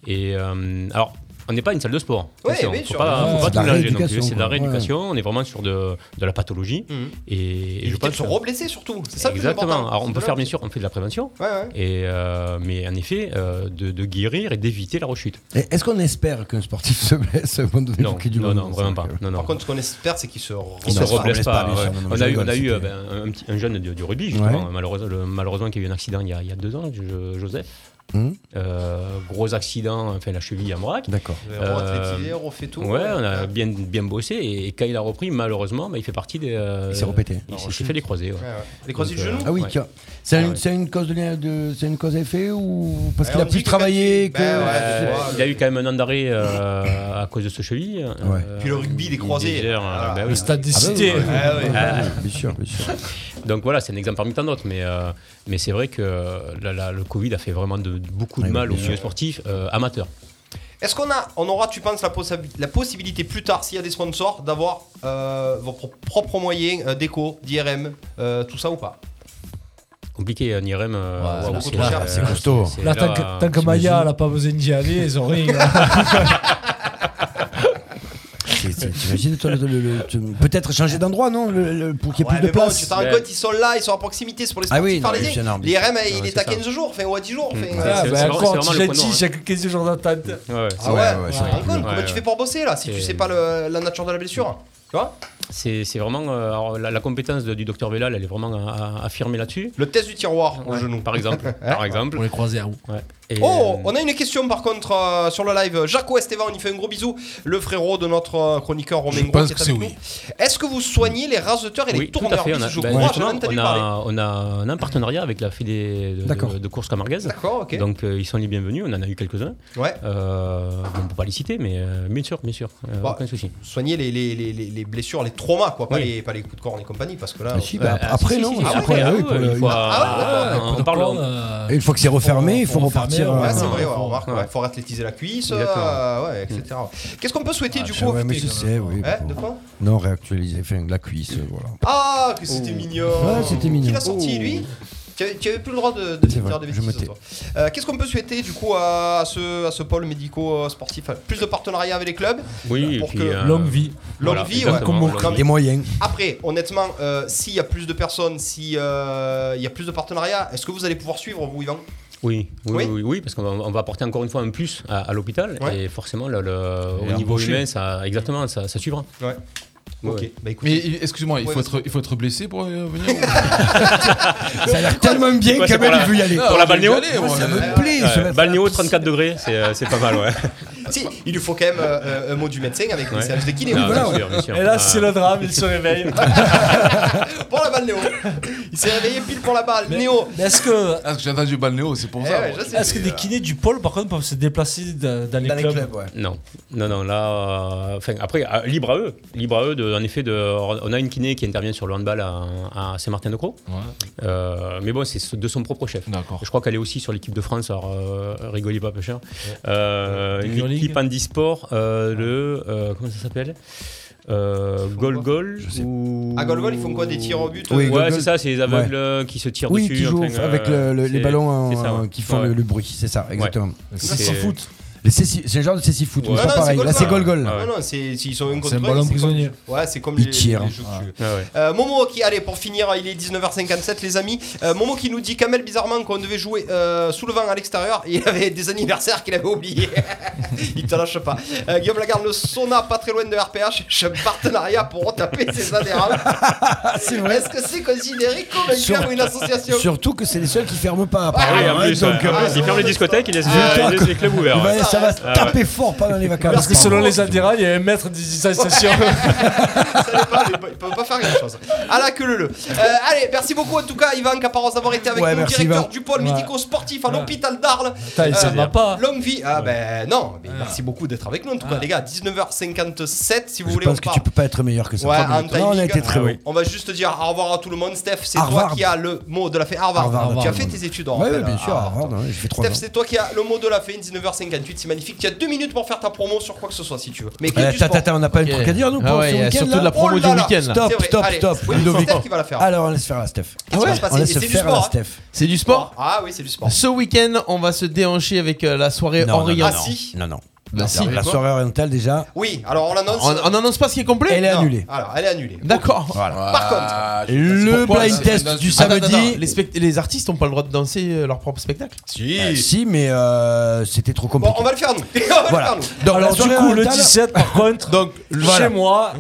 Speaker 8: Et euh, alors. On n'est pas une salle de sport.
Speaker 7: Ouais,
Speaker 8: Attention,
Speaker 7: bien
Speaker 8: faut
Speaker 7: sûr.
Speaker 8: pas, faut
Speaker 7: Ouais,
Speaker 8: pas
Speaker 7: c'est de
Speaker 8: tout
Speaker 7: la
Speaker 8: mélanger non plus.
Speaker 7: rééducation,
Speaker 8: C'est de la
Speaker 7: quoi. Ouais.
Speaker 8: rééducation. On est vraiment sur de, de la pathologie.
Speaker 7: Mhm.
Speaker 8: Et, et je
Speaker 7: Éviter
Speaker 8: pense
Speaker 7: de se
Speaker 8: que-
Speaker 7: reblesser surtout. C'est ça le plus
Speaker 8: Exactement.
Speaker 7: important.
Speaker 8: Alors on
Speaker 7: C'est
Speaker 8: peut
Speaker 7: de
Speaker 8: faire
Speaker 7: la-
Speaker 8: bien sûr, on fait de la prévention.
Speaker 7: Ouais, ouais.
Speaker 8: Et euh, mais en effet, euh, de, de guérir et d'éviter la rechute.
Speaker 5: Et Est-ce qu'on espère qu'un sportif se blesse à un moment donné
Speaker 8: Non,
Speaker 5: pour qu'il y ait du
Speaker 8: non,
Speaker 5: monde
Speaker 8: non, vraiment pas. Non, non.
Speaker 7: Par contre, ce qu'on espère, c'est qu'il se
Speaker 8: Il se
Speaker 7: reblesse
Speaker 8: reblesse pas.
Speaker 5: bien
Speaker 8: ouais.
Speaker 5: sûr, non, non,
Speaker 8: on
Speaker 5: je
Speaker 8: a eu,
Speaker 5: rigole,
Speaker 8: on a eu
Speaker 5: c'était-
Speaker 8: euh, ben, un, petit- un jeune du, du rugby, justement,
Speaker 5: Ouais.
Speaker 8: malheureusement, le- malheureusement, qui a eu un accident il y a, il y a deux ans, je- Joseph.
Speaker 5: Hum.
Speaker 8: Euh, gros accident, enfin la cheville en braque.
Speaker 5: D'accord.
Speaker 7: Retraité, refait tout,
Speaker 8: Ouais,
Speaker 7: Euh, ouais.
Speaker 8: on a bien, bien bossé et, et quand il a repris, malheureusement, bah, il fait partie des. euh,
Speaker 5: Il s'est repété.
Speaker 8: Il s'est- il s'est fait les croisés. ouais.
Speaker 7: Ouais, ouais. Les croisés
Speaker 8: Donc,
Speaker 7: du
Speaker 8: euh,
Speaker 7: genou
Speaker 5: Ah oui,
Speaker 8: ouais.
Speaker 5: tiens. C'est
Speaker 8: Ouais,
Speaker 5: une,
Speaker 8: ouais.
Speaker 5: c'est une cause de, lien- de- c'est une cause à effet ou parce
Speaker 7: Ouais,
Speaker 5: qu'il a
Speaker 7: on
Speaker 5: plus
Speaker 7: dit que
Speaker 5: travaillé
Speaker 7: quand
Speaker 5: que. Ah
Speaker 7: il- ben ouais,
Speaker 8: Euh,
Speaker 7: des fois,
Speaker 8: il a eu quand même un an d'arrêt euh, à cause de ce cheville. Euh,
Speaker 7: Puis le rugby, des
Speaker 8: il-
Speaker 7: croisés.
Speaker 8: il gère,
Speaker 7: Voilà.
Speaker 8: euh, bah oui.
Speaker 7: Le stade des Ah bah oui, cités. ouais. Ah ouais.
Speaker 8: Ah.
Speaker 5: Bien sûr, bien sûr.
Speaker 8: Donc voilà, c'est un exemple parmi tant d'autres, mais, euh, mais c'est vrai que euh, la- la- le Covid a fait vraiment de, de- beaucoup de
Speaker 5: Ouais,
Speaker 8: mal au
Speaker 5: bien
Speaker 8: milieu
Speaker 5: sûr.
Speaker 8: sportif euh, amateur.
Speaker 7: Est-ce qu'on a, on aura, tu penses, la, possi- la possibilité plus tard, s'il y a des sponsors, d'avoir euh, vos pro- propres moyens euh, d'éco, d'IRM, euh, tout ça ou pas
Speaker 8: Compliqué, un IRM. euh,
Speaker 7: Ouais,
Speaker 8: wow,
Speaker 7: là,
Speaker 8: c'est-
Speaker 7: c'est- là, c'est
Speaker 5: costaud.
Speaker 8: c'est-
Speaker 13: Là,
Speaker 8: là, euh,
Speaker 13: tant que, tant que Maya, elle a pas besoin d'y aller, ils ont rien.
Speaker 5: C'est- c'est- T'imagines, toi, le- le- le- tu- peut-être changer d'endroit, non le- le- Pour qu'il y ait
Speaker 7: Ouais,
Speaker 5: plus de
Speaker 7: mais bon,
Speaker 5: place.
Speaker 7: tu t'en rends compte, ils sont là, ils sont à proximité, c'est pour les
Speaker 5: Ah
Speaker 7: sportifs
Speaker 5: oui, non, mais c'est
Speaker 7: parisiens.
Speaker 5: énorme.
Speaker 7: L'IRM,
Speaker 5: Ouais,
Speaker 7: il est
Speaker 5: c'est
Speaker 7: à
Speaker 5: ça. Mm.
Speaker 7: 15 jours, enfin, ou à 10 jours. enfin,
Speaker 13: Ah,
Speaker 7: euh,
Speaker 13: bah,
Speaker 8: c'est
Speaker 13: encore,
Speaker 8: vraiment
Speaker 13: tu
Speaker 8: le
Speaker 13: l'as
Speaker 8: point
Speaker 13: dit,
Speaker 8: noir, hein.
Speaker 13: chaque 15 jours d'attente.
Speaker 7: Ah ouais, tu te rends compte, comment
Speaker 8: Ouais.
Speaker 7: tu fais pour bosser là, si tu
Speaker 8: C'est-
Speaker 7: sais pas le- la nature de la blessure Tu vois
Speaker 8: C'est c'est vraiment. euh, alors, la, la compétence de- du docteur Vellal, elle est vraiment à- à- affirmée là-dessus.
Speaker 7: Le test du tiroir au genou.
Speaker 8: Par exemple. par exemple. Pour les croisés à roue.
Speaker 7: Oh,
Speaker 8: euh,
Speaker 7: on a une question par contre euh, sur le live. Jaco Estevan, on y fait un gros bisou. Le frérot de notre euh, chroniqueur Romain Gros
Speaker 9: pense
Speaker 7: qui est
Speaker 9: que c'est
Speaker 7: avec
Speaker 9: oui.
Speaker 7: nous. Est-ce que vous soignez les raseteurs et les
Speaker 8: Oui, tout à
Speaker 7: tourneurs
Speaker 8: fait. On a,
Speaker 7: Je
Speaker 8: bah,
Speaker 7: crois, j'en ai
Speaker 8: justement,
Speaker 7: entendu
Speaker 8: on a-
Speaker 7: parler.
Speaker 8: on a- on a un partenariat avec la Fédé de,
Speaker 7: D'accord.
Speaker 8: de, de course camargaise.
Speaker 7: D'accord, ok.
Speaker 8: Donc euh, ils sont les bienvenus. On en a eu quelques-uns.
Speaker 7: Ouais.
Speaker 8: Euh, on ne peut pas les citer, mais euh, bien sûr, bien sûr. Euh,
Speaker 7: Bah,
Speaker 8: aucun souci.
Speaker 7: Soigner les, les- les- les- les blessures, les traumas, quoi. Pas,
Speaker 8: Oui.
Speaker 7: les, pas les coups de corne et compagnie, parce que là.
Speaker 5: Ah, si, bah,
Speaker 8: Euh,
Speaker 5: après,
Speaker 8: si,
Speaker 5: non.
Speaker 8: si, si,
Speaker 5: Ah,
Speaker 8: après,
Speaker 5: ouais,
Speaker 8: ah
Speaker 5: oui,
Speaker 8: ouais,
Speaker 5: pour le-
Speaker 8: une fois-
Speaker 7: Ah ouais, d'accord,
Speaker 8: on parle-
Speaker 13: euh,
Speaker 5: Et une fois que c'est refermé, il faut repartir.
Speaker 7: Ouais,
Speaker 5: euh,
Speaker 7: c'est vrai, ouais, remarque, ouais, faut athlétiser la cuisse,
Speaker 5: Exactement.
Speaker 7: euh, ouais, etc.
Speaker 8: Mm.
Speaker 7: Qu'est-ce qu'on peut souhaiter du
Speaker 5: Ah
Speaker 7: coup
Speaker 5: ouais, mais je sais, oui.
Speaker 7: Hein,
Speaker 5: bon.
Speaker 7: de quoi
Speaker 5: Non, réactualiser, enfin, de la cuisse, euh, voilà.
Speaker 7: Ah, que c'était mignon
Speaker 5: Ouais, c'était mignon.
Speaker 7: Qui l'a sorti,
Speaker 5: Oh.
Speaker 7: lui tu avais, tu avais plus le droit de, de
Speaker 5: C'est
Speaker 7: dire
Speaker 5: vrai,
Speaker 7: des
Speaker 5: je me
Speaker 7: bêtises,
Speaker 5: tais.
Speaker 7: toi. Euh, Qu'est-ce qu'on peut souhaiter du coup à ce, à ce pôle médico-sportif Plus de partenariats avec les clubs
Speaker 8: Oui, et
Speaker 7: pour
Speaker 8: puis,
Speaker 7: que-
Speaker 8: euh,
Speaker 13: Longue vie.
Speaker 7: Longue
Speaker 8: voilà,
Speaker 7: vie, ouais.
Speaker 8: exactement,
Speaker 7: Non,
Speaker 8: longue
Speaker 7: mais-
Speaker 8: vie.
Speaker 5: Des moyens.
Speaker 7: Après, honnêtement, euh, s'il y a plus de personnes, s'il y a plus de partenariats, est-ce que vous allez pouvoir suivre, vous, Yvan
Speaker 8: Oui, oui,
Speaker 7: Oui
Speaker 8: oui, oui, parce qu'on va, on va apporter encore une fois un plus à, à l'hôpital et forcément le- le-
Speaker 9: Et
Speaker 8: au niveau
Speaker 9: embaucher.
Speaker 8: humain, ça, exactement, ça, ça suivra.
Speaker 7: Ouais.
Speaker 8: Ouais.
Speaker 7: Ok, bah
Speaker 9: Mais
Speaker 7: écoutez.
Speaker 9: il- excuse-moi, il,
Speaker 7: Ouais,
Speaker 9: faut
Speaker 7: vas-y.
Speaker 9: être- il faut être blessé pour euh, venir ou-
Speaker 5: Ça a l'air tellement bien
Speaker 8: Ouais,
Speaker 5: quand
Speaker 8: c'est pour
Speaker 5: même, il
Speaker 8: la-
Speaker 5: veut y aller.
Speaker 8: Pour la balnéo
Speaker 9: aller, moi, Ah,
Speaker 5: Ça
Speaker 9: ça
Speaker 5: me
Speaker 9: me
Speaker 5: plaît. se mettre-
Speaker 8: Balnéo 34 degrés, c'est euh, c'est pas mal, ouais.
Speaker 7: Si, il lui faut quand même euh, un mot du médecin avec les
Speaker 8: Ouais.
Speaker 7: services de kiné.
Speaker 8: Ah,
Speaker 7: ou pas
Speaker 8: bien sûr, bien sûr. Euh,
Speaker 13: Et là, c'est le drame, il se réveille.
Speaker 8: Ah,
Speaker 7: pour la balle, Néo. Il s'est réveillé pile pour la balle, Néo.
Speaker 6: Mais Est-ce que,
Speaker 9: Ah, parce que j'ai entendu balnéo, c'est
Speaker 5: Eh
Speaker 9: pour ça.
Speaker 7: ouais,
Speaker 9: moi.
Speaker 7: je sais.
Speaker 6: est-ce que des kinés du pôle, par contre, peuvent se déplacer de- dans les clubs
Speaker 8: Non, non, non, là, euh, enfin, après, euh, libre à eux, libre à eux, de, en effet, de, on a une kiné qui intervient sur le handball à, à Saint-Martin-de-Croix, Euh, mais bon, c'est ce- de son propre chef. Je crois qu'elle est aussi sur l'équipe de France, alors euh, rigolez pas, peu cher. Euh, une
Speaker 6: curling.
Speaker 8: équipe handisport, euh, le, euh, comment ça s'appelle euh, Gol Gol ou...
Speaker 7: À Golgol, Ah, ils font quoi, des tirs au but, euh,
Speaker 5: Oui,
Speaker 8: Ouais,
Speaker 5: Golgol.
Speaker 8: c'est ça, c'est les aveugles euh, qui se tirent
Speaker 5: Oui,
Speaker 8: dessus.
Speaker 5: qui jouent
Speaker 8: enfin, euh,
Speaker 5: avec le- le- les
Speaker 8: c'est-
Speaker 5: ballons en-
Speaker 8: c'est ça, ouais.
Speaker 5: qui font
Speaker 8: Ouais.
Speaker 5: le, le bruit, c'est ça, exactement.
Speaker 8: Ouais. C'est-
Speaker 5: Les céci- C'est le genre de cécifoot, foot
Speaker 7: Ouais,
Speaker 5: mais c'est
Speaker 7: non,
Speaker 5: pas pareil. Là, c'est
Speaker 7: Golgol. Ah
Speaker 5: Golgol.
Speaker 7: Non, non, c'est s'ils sont un contre
Speaker 5: un
Speaker 7: un,
Speaker 5: ballon
Speaker 7: c'est comme-
Speaker 5: prisonnier.
Speaker 7: Ouais, c'est comme
Speaker 5: Ils
Speaker 7: les,
Speaker 5: tirent.
Speaker 7: les jeux que
Speaker 8: Ah
Speaker 7: tu veux.
Speaker 8: ouais.
Speaker 7: Euh, Momo qui, allez, pour finir, il est 19h57, les amis. Euh, Momo qui nous dit, Kamel, bizarrement, qu'on devait jouer euh, sous le vent à l'extérieur. et Il avait des anniversaires qu'il avait oubliés. il te lâche pas. Euh, Guillaume Lagarde, le sauna pas très loin de RPH, cherche un partenariat pour retaper ses adhérents.
Speaker 5: C'est vrai.
Speaker 7: Est-ce que c'est considéré comme un
Speaker 5: Sur-
Speaker 7: club ou une association
Speaker 5: Surtout que c'est les seuls qui ferment pas.
Speaker 8: Ah oui, en
Speaker 5: apparemment, hein,
Speaker 8: plus,
Speaker 5: donc,
Speaker 8: ouais. Ah,
Speaker 5: euh,
Speaker 8: ils ferment les discothèques, ils laissent,
Speaker 5: Ah,
Speaker 8: ils laissent les clubs ouverts.
Speaker 5: Il va
Speaker 8: ouais.
Speaker 5: y- ça va taper fort pendant les vacances.
Speaker 13: Parce que selon les Alderas, il y a un mètre de distanciation.
Speaker 7: Ils peuvent pas faire grand chose. À la queue le Euh, Allez, merci beaucoup en tout cas, Ivan Caparos, d'avoir été avec
Speaker 5: Ouais,
Speaker 7: nous,
Speaker 5: merci,
Speaker 7: directeur
Speaker 5: Ivan.
Speaker 7: du pôle
Speaker 5: Ouais.
Speaker 7: médico-sportif à l'hôpital d'Arles.
Speaker 5: Putain, ça va
Speaker 7: pas. Longue vie. Ah ben non, mais merci beaucoup d'être avec nous en tout cas, les gars. 19h57, si vous
Speaker 5: Je
Speaker 7: voulez, on
Speaker 5: pense que
Speaker 7: part.
Speaker 5: tu peux pas être meilleur que ça.
Speaker 7: Ouais,
Speaker 5: Enfin,
Speaker 7: en
Speaker 5: non, on a
Speaker 7: timing, Ah,
Speaker 5: été très bon.
Speaker 7: On va juste dire au revoir à tout le monde. Steph, c'est toi
Speaker 5: Harvard.
Speaker 7: qui as le mot de la fée. Harvard,
Speaker 5: Harvard,
Speaker 7: tu as
Speaker 5: Harvard.
Speaker 7: fait tes études en
Speaker 5: Ouais,
Speaker 7: rappel,
Speaker 5: ouais, bien
Speaker 7: à
Speaker 5: sûr,
Speaker 7: Harvard.
Speaker 5: Harvard, ouais, j'ai fait trois
Speaker 7: Ah Steph,
Speaker 5: ans.
Speaker 7: c'est toi qui as le mot de la fée, 19h58, c'est magnifique. Tu as deux minutes pour faire ta promo sur quoi que ce soit si tu veux. Mais que
Speaker 5: Euh,
Speaker 7: du
Speaker 5: attends,
Speaker 7: sport.
Speaker 5: attends, on n'a pas
Speaker 7: Ok.
Speaker 5: un truc à dire, nous,
Speaker 7: Ah
Speaker 5: pour
Speaker 7: ouais,
Speaker 5: ce
Speaker 7: il y a
Speaker 5: week-end
Speaker 7: surtout de la promo
Speaker 5: Oh
Speaker 7: du
Speaker 5: là là,
Speaker 7: week-end, là.
Speaker 5: Stop,
Speaker 7: C'est vrai,
Speaker 5: stop,
Speaker 7: allez,
Speaker 5: stop.
Speaker 7: oui, c'est
Speaker 5: Ludovic.
Speaker 7: Steph qui va la faire.
Speaker 5: Alors, on laisse faire la Steph.
Speaker 7: Ah
Speaker 5: on
Speaker 7: ouais, c'est-
Speaker 5: laisse
Speaker 7: c'est du
Speaker 5: faire
Speaker 7: sport,
Speaker 5: la
Speaker 7: hein.
Speaker 5: Steph.
Speaker 21: C'est du sport
Speaker 7: Ah oui, c'est du sport.
Speaker 21: Ce week-end, on va se déhancher avec euh, la soirée
Speaker 5: Non,
Speaker 21: Henri
Speaker 5: non,
Speaker 21: Henriade.
Speaker 5: non, Non, non.
Speaker 21: Bah
Speaker 5: Non,
Speaker 21: si.
Speaker 5: La soirée orientale, déjà.
Speaker 7: Ah, Oui, alors on l'annonce.
Speaker 21: On n'annonce pas ce qui est complet
Speaker 5: Elle est annulée.
Speaker 7: Alors, elle est annulée.
Speaker 21: D'accord.
Speaker 9: Ah,
Speaker 7: Par contre,
Speaker 5: Le
Speaker 21: Pourquoi
Speaker 5: blind
Speaker 21: c'est-
Speaker 5: test
Speaker 21: Attends,
Speaker 5: du
Speaker 21: attends,
Speaker 5: samedi.
Speaker 21: attends, Les, spect- les artistes n'ont pas le droit de danser euh, leur propre spectacle
Speaker 5: Euh, Si, mais euh, c'était trop compliqué.
Speaker 7: bon, on va le faire nous. On va le
Speaker 5: Voilà.
Speaker 7: faire,
Speaker 5: Donc,
Speaker 7: nous.
Speaker 5: la
Speaker 13: Alors, du
Speaker 5: soirée
Speaker 13: coup, le
Speaker 5: orientale-
Speaker 13: 17, par contre, donc,
Speaker 5: voilà.
Speaker 13: chez moi,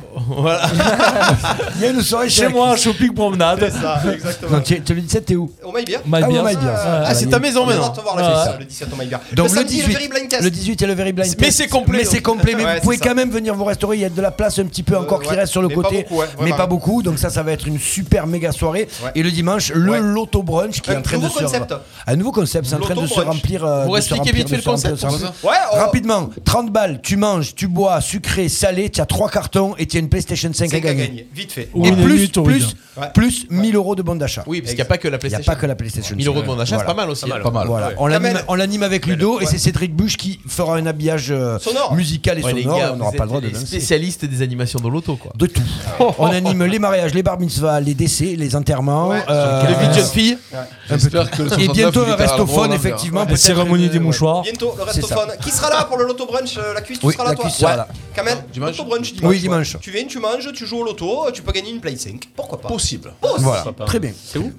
Speaker 5: Il y a une soirée
Speaker 13: chez moi, shopping promenade.
Speaker 7: C'est ça, exactement.
Speaker 5: Non, tu tu le 17, t'es où
Speaker 7: Au Maïbia.
Speaker 5: Ah, au Maïbia.
Speaker 21: Ah, c'est ta maison
Speaker 7: On
Speaker 21: maintenant.
Speaker 7: va te voir la fête, le 17 au Maïbia.
Speaker 5: Donc
Speaker 7: le
Speaker 5: le
Speaker 7: samedi,
Speaker 5: 18,
Speaker 7: le Very Blind Test.
Speaker 5: le 18 et le Very Blind
Speaker 21: Mais
Speaker 5: Test.
Speaker 21: c'est complet.
Speaker 5: Mais c'est complet. Mais
Speaker 7: Ouais,
Speaker 5: vous pouvez
Speaker 7: c'est ça. Euh,
Speaker 5: quand même venir vous restaurer. Il y a de la place un petit peu encore qui
Speaker 7: ouais.
Speaker 5: reste sur le
Speaker 7: Mais pas
Speaker 5: côté,
Speaker 7: beaucoup, ouais,
Speaker 5: mais
Speaker 7: vraiment.
Speaker 5: pas beaucoup. Donc ça, ça va être une super méga soirée.
Speaker 7: Ouais.
Speaker 5: Et le dimanche, le loto brunch qui est
Speaker 7: Un
Speaker 5: en train de
Speaker 7: nouveau
Speaker 5: se
Speaker 7: concept.
Speaker 5: un nouveau concept. C'est en train de se
Speaker 7: L'auto-brunch.
Speaker 5: remplir. euh,
Speaker 21: Vous
Speaker 5: de se
Speaker 21: expliquez
Speaker 5: remplir,
Speaker 21: vite
Speaker 5: de
Speaker 21: fait
Speaker 5: se
Speaker 21: le concept,
Speaker 5: remplir, de se
Speaker 21: pour
Speaker 5: remplir.
Speaker 7: ça. Ouais, oh. on-
Speaker 5: Rapidement, 30 balles. Tu manges, tu bois, sucré, salé. Tu as trois cartons et tu as une PlayStation 5 à
Speaker 7: C'est qu'à
Speaker 5: gagner.
Speaker 7: gagner. Vite fait.
Speaker 5: Et plus, plus,
Speaker 7: Ouais.
Speaker 5: plus 1000 euros de bons d'achat.
Speaker 21: Oui, parce qu'il n'y a pas que la
Speaker 5: Il n'y a
Speaker 21: PlayStation.
Speaker 5: pas que la PlayStation.
Speaker 21: 1000 euros de
Speaker 5: Voilà.
Speaker 21: bon d'achat, c'est pas mal aussi.
Speaker 9: Pas mal.
Speaker 5: Voilà.
Speaker 9: Ouais.
Speaker 5: On l'anime-
Speaker 7: Kamel.
Speaker 5: on l'anime avec Ludo et c'est Cédric Buche qui fera un habillage euh,
Speaker 7: Sonore.
Speaker 5: musical et
Speaker 21: Ouais, les
Speaker 5: sonore.
Speaker 21: gars,
Speaker 5: on
Speaker 21: vous
Speaker 5: n'aura pas
Speaker 21: êtes
Speaker 5: le droit de
Speaker 21: les
Speaker 5: danser.
Speaker 21: spécialistes des animations de l'auto, quoi.
Speaker 5: De tout. on anime les mariages, les bar mitzvahs, les décès, les enterrements. euh,
Speaker 21: Les vies de jeunes filles.
Speaker 9: J'espère que le
Speaker 5: et
Speaker 9: 69,
Speaker 5: bientôt
Speaker 9: il est
Speaker 5: un
Speaker 9: à la Roland
Speaker 5: restophone,
Speaker 9: Berger.
Speaker 5: effectivement.
Speaker 13: La
Speaker 5: peut-être,
Speaker 13: cérémonie
Speaker 5: euh,
Speaker 13: des
Speaker 5: ouais.
Speaker 13: mouchoirs.
Speaker 7: Bientôt le
Speaker 5: C'est ça.
Speaker 7: restophone. Qui sera là pour le loto brunch euh, La cuisse, tu
Speaker 5: Oui,
Speaker 7: seras là
Speaker 5: la
Speaker 7: toi
Speaker 5: cuisse sera là.
Speaker 7: Kamel,
Speaker 9: Dimanche
Speaker 7: loto brunch dimanche.
Speaker 5: Oui, dimanche.
Speaker 7: ouais. Tu viens, tu manges, tu joues au loto, euh, tu peux gagner une Play 5. Pourquoi pas
Speaker 9: hein. Possible.
Speaker 7: Possible.
Speaker 5: Voilà. Très bien.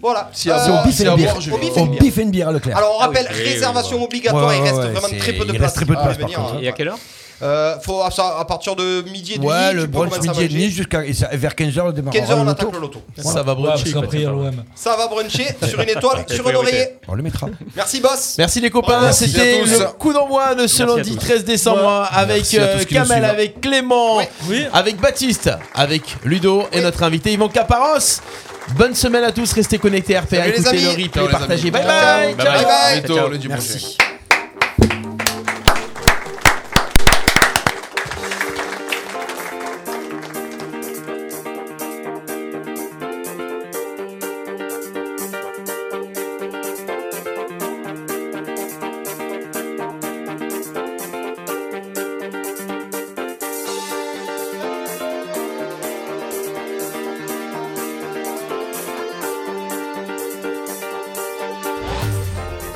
Speaker 7: Voilà.
Speaker 9: Si à
Speaker 7: Euh,
Speaker 5: C'est au
Speaker 9: c'est
Speaker 5: Biff and
Speaker 9: à
Speaker 5: Beer.
Speaker 9: boire, je vais
Speaker 7: Au Biff
Speaker 5: Au
Speaker 7: and Beer.
Speaker 5: Beer. and Beer à Leclerc.
Speaker 7: Alors on rappelle, réservation obligatoire,
Speaker 5: Ouais,
Speaker 7: il reste
Speaker 5: ouais,
Speaker 7: vraiment
Speaker 5: c'est-
Speaker 7: très peu de
Speaker 5: il
Speaker 7: place.
Speaker 5: reste très peu de
Speaker 7: pour
Speaker 5: place,
Speaker 7: venir,
Speaker 5: par contre.
Speaker 7: hein.
Speaker 8: Et à quelle heure
Speaker 7: Euh, faut à, ça- à partir de midi et demi.
Speaker 5: Ouais,
Speaker 7: tu
Speaker 5: le
Speaker 7: peux
Speaker 5: brunch
Speaker 7: commencer à
Speaker 5: midi et demi
Speaker 7: manger.
Speaker 5: jusqu'à et ça- vers 15h le démarrage.
Speaker 7: 15h, on attaque le loto.
Speaker 21: Ça va
Speaker 13: Ouais, parce
Speaker 21: bruncher.
Speaker 13: qu'après, il y a l'OM.
Speaker 7: Ça va bruncher sur une étoile, sur un
Speaker 8: priorité.
Speaker 7: oreiller.
Speaker 5: On le mettra.
Speaker 7: Merci, boss.
Speaker 21: Merci les copains,
Speaker 9: Merci
Speaker 21: c'était
Speaker 9: à tous.
Speaker 21: le coup d'envoi de ce
Speaker 8: Merci à
Speaker 21: lundi
Speaker 8: tous.
Speaker 21: 13 décembre avec
Speaker 9: Merci à
Speaker 21: euh,
Speaker 9: tous qui nous
Speaker 21: Kamel,
Speaker 9: suivent.
Speaker 21: avec Clément,
Speaker 13: Oui.
Speaker 21: avec Baptiste, avec Ludo et notre invité Yvan Caparos. Bonne semaine à tous, restez connectés RPA,
Speaker 7: Salut les
Speaker 21: écoutez
Speaker 7: amis.
Speaker 21: le
Speaker 9: Ciao,
Speaker 21: replay,
Speaker 9: les
Speaker 21: partagez.
Speaker 9: amis.
Speaker 21: Bye
Speaker 9: Ciao.
Speaker 21: bye,
Speaker 9: Bye bye.
Speaker 7: bye.
Speaker 9: Bientôt, lundi prochain.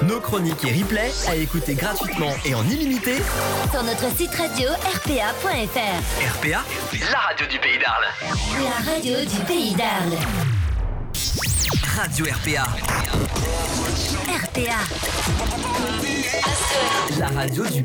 Speaker 22: Nos chroniques et replays à écouter gratuitement et en illimité.
Speaker 11: Sur notre site radio rpa.fr.
Speaker 22: RPA, la radio du pays d'Arles.
Speaker 11: La radio du pays d'Arles.
Speaker 22: Radio RPA,
Speaker 11: RPA.
Speaker 22: la radio du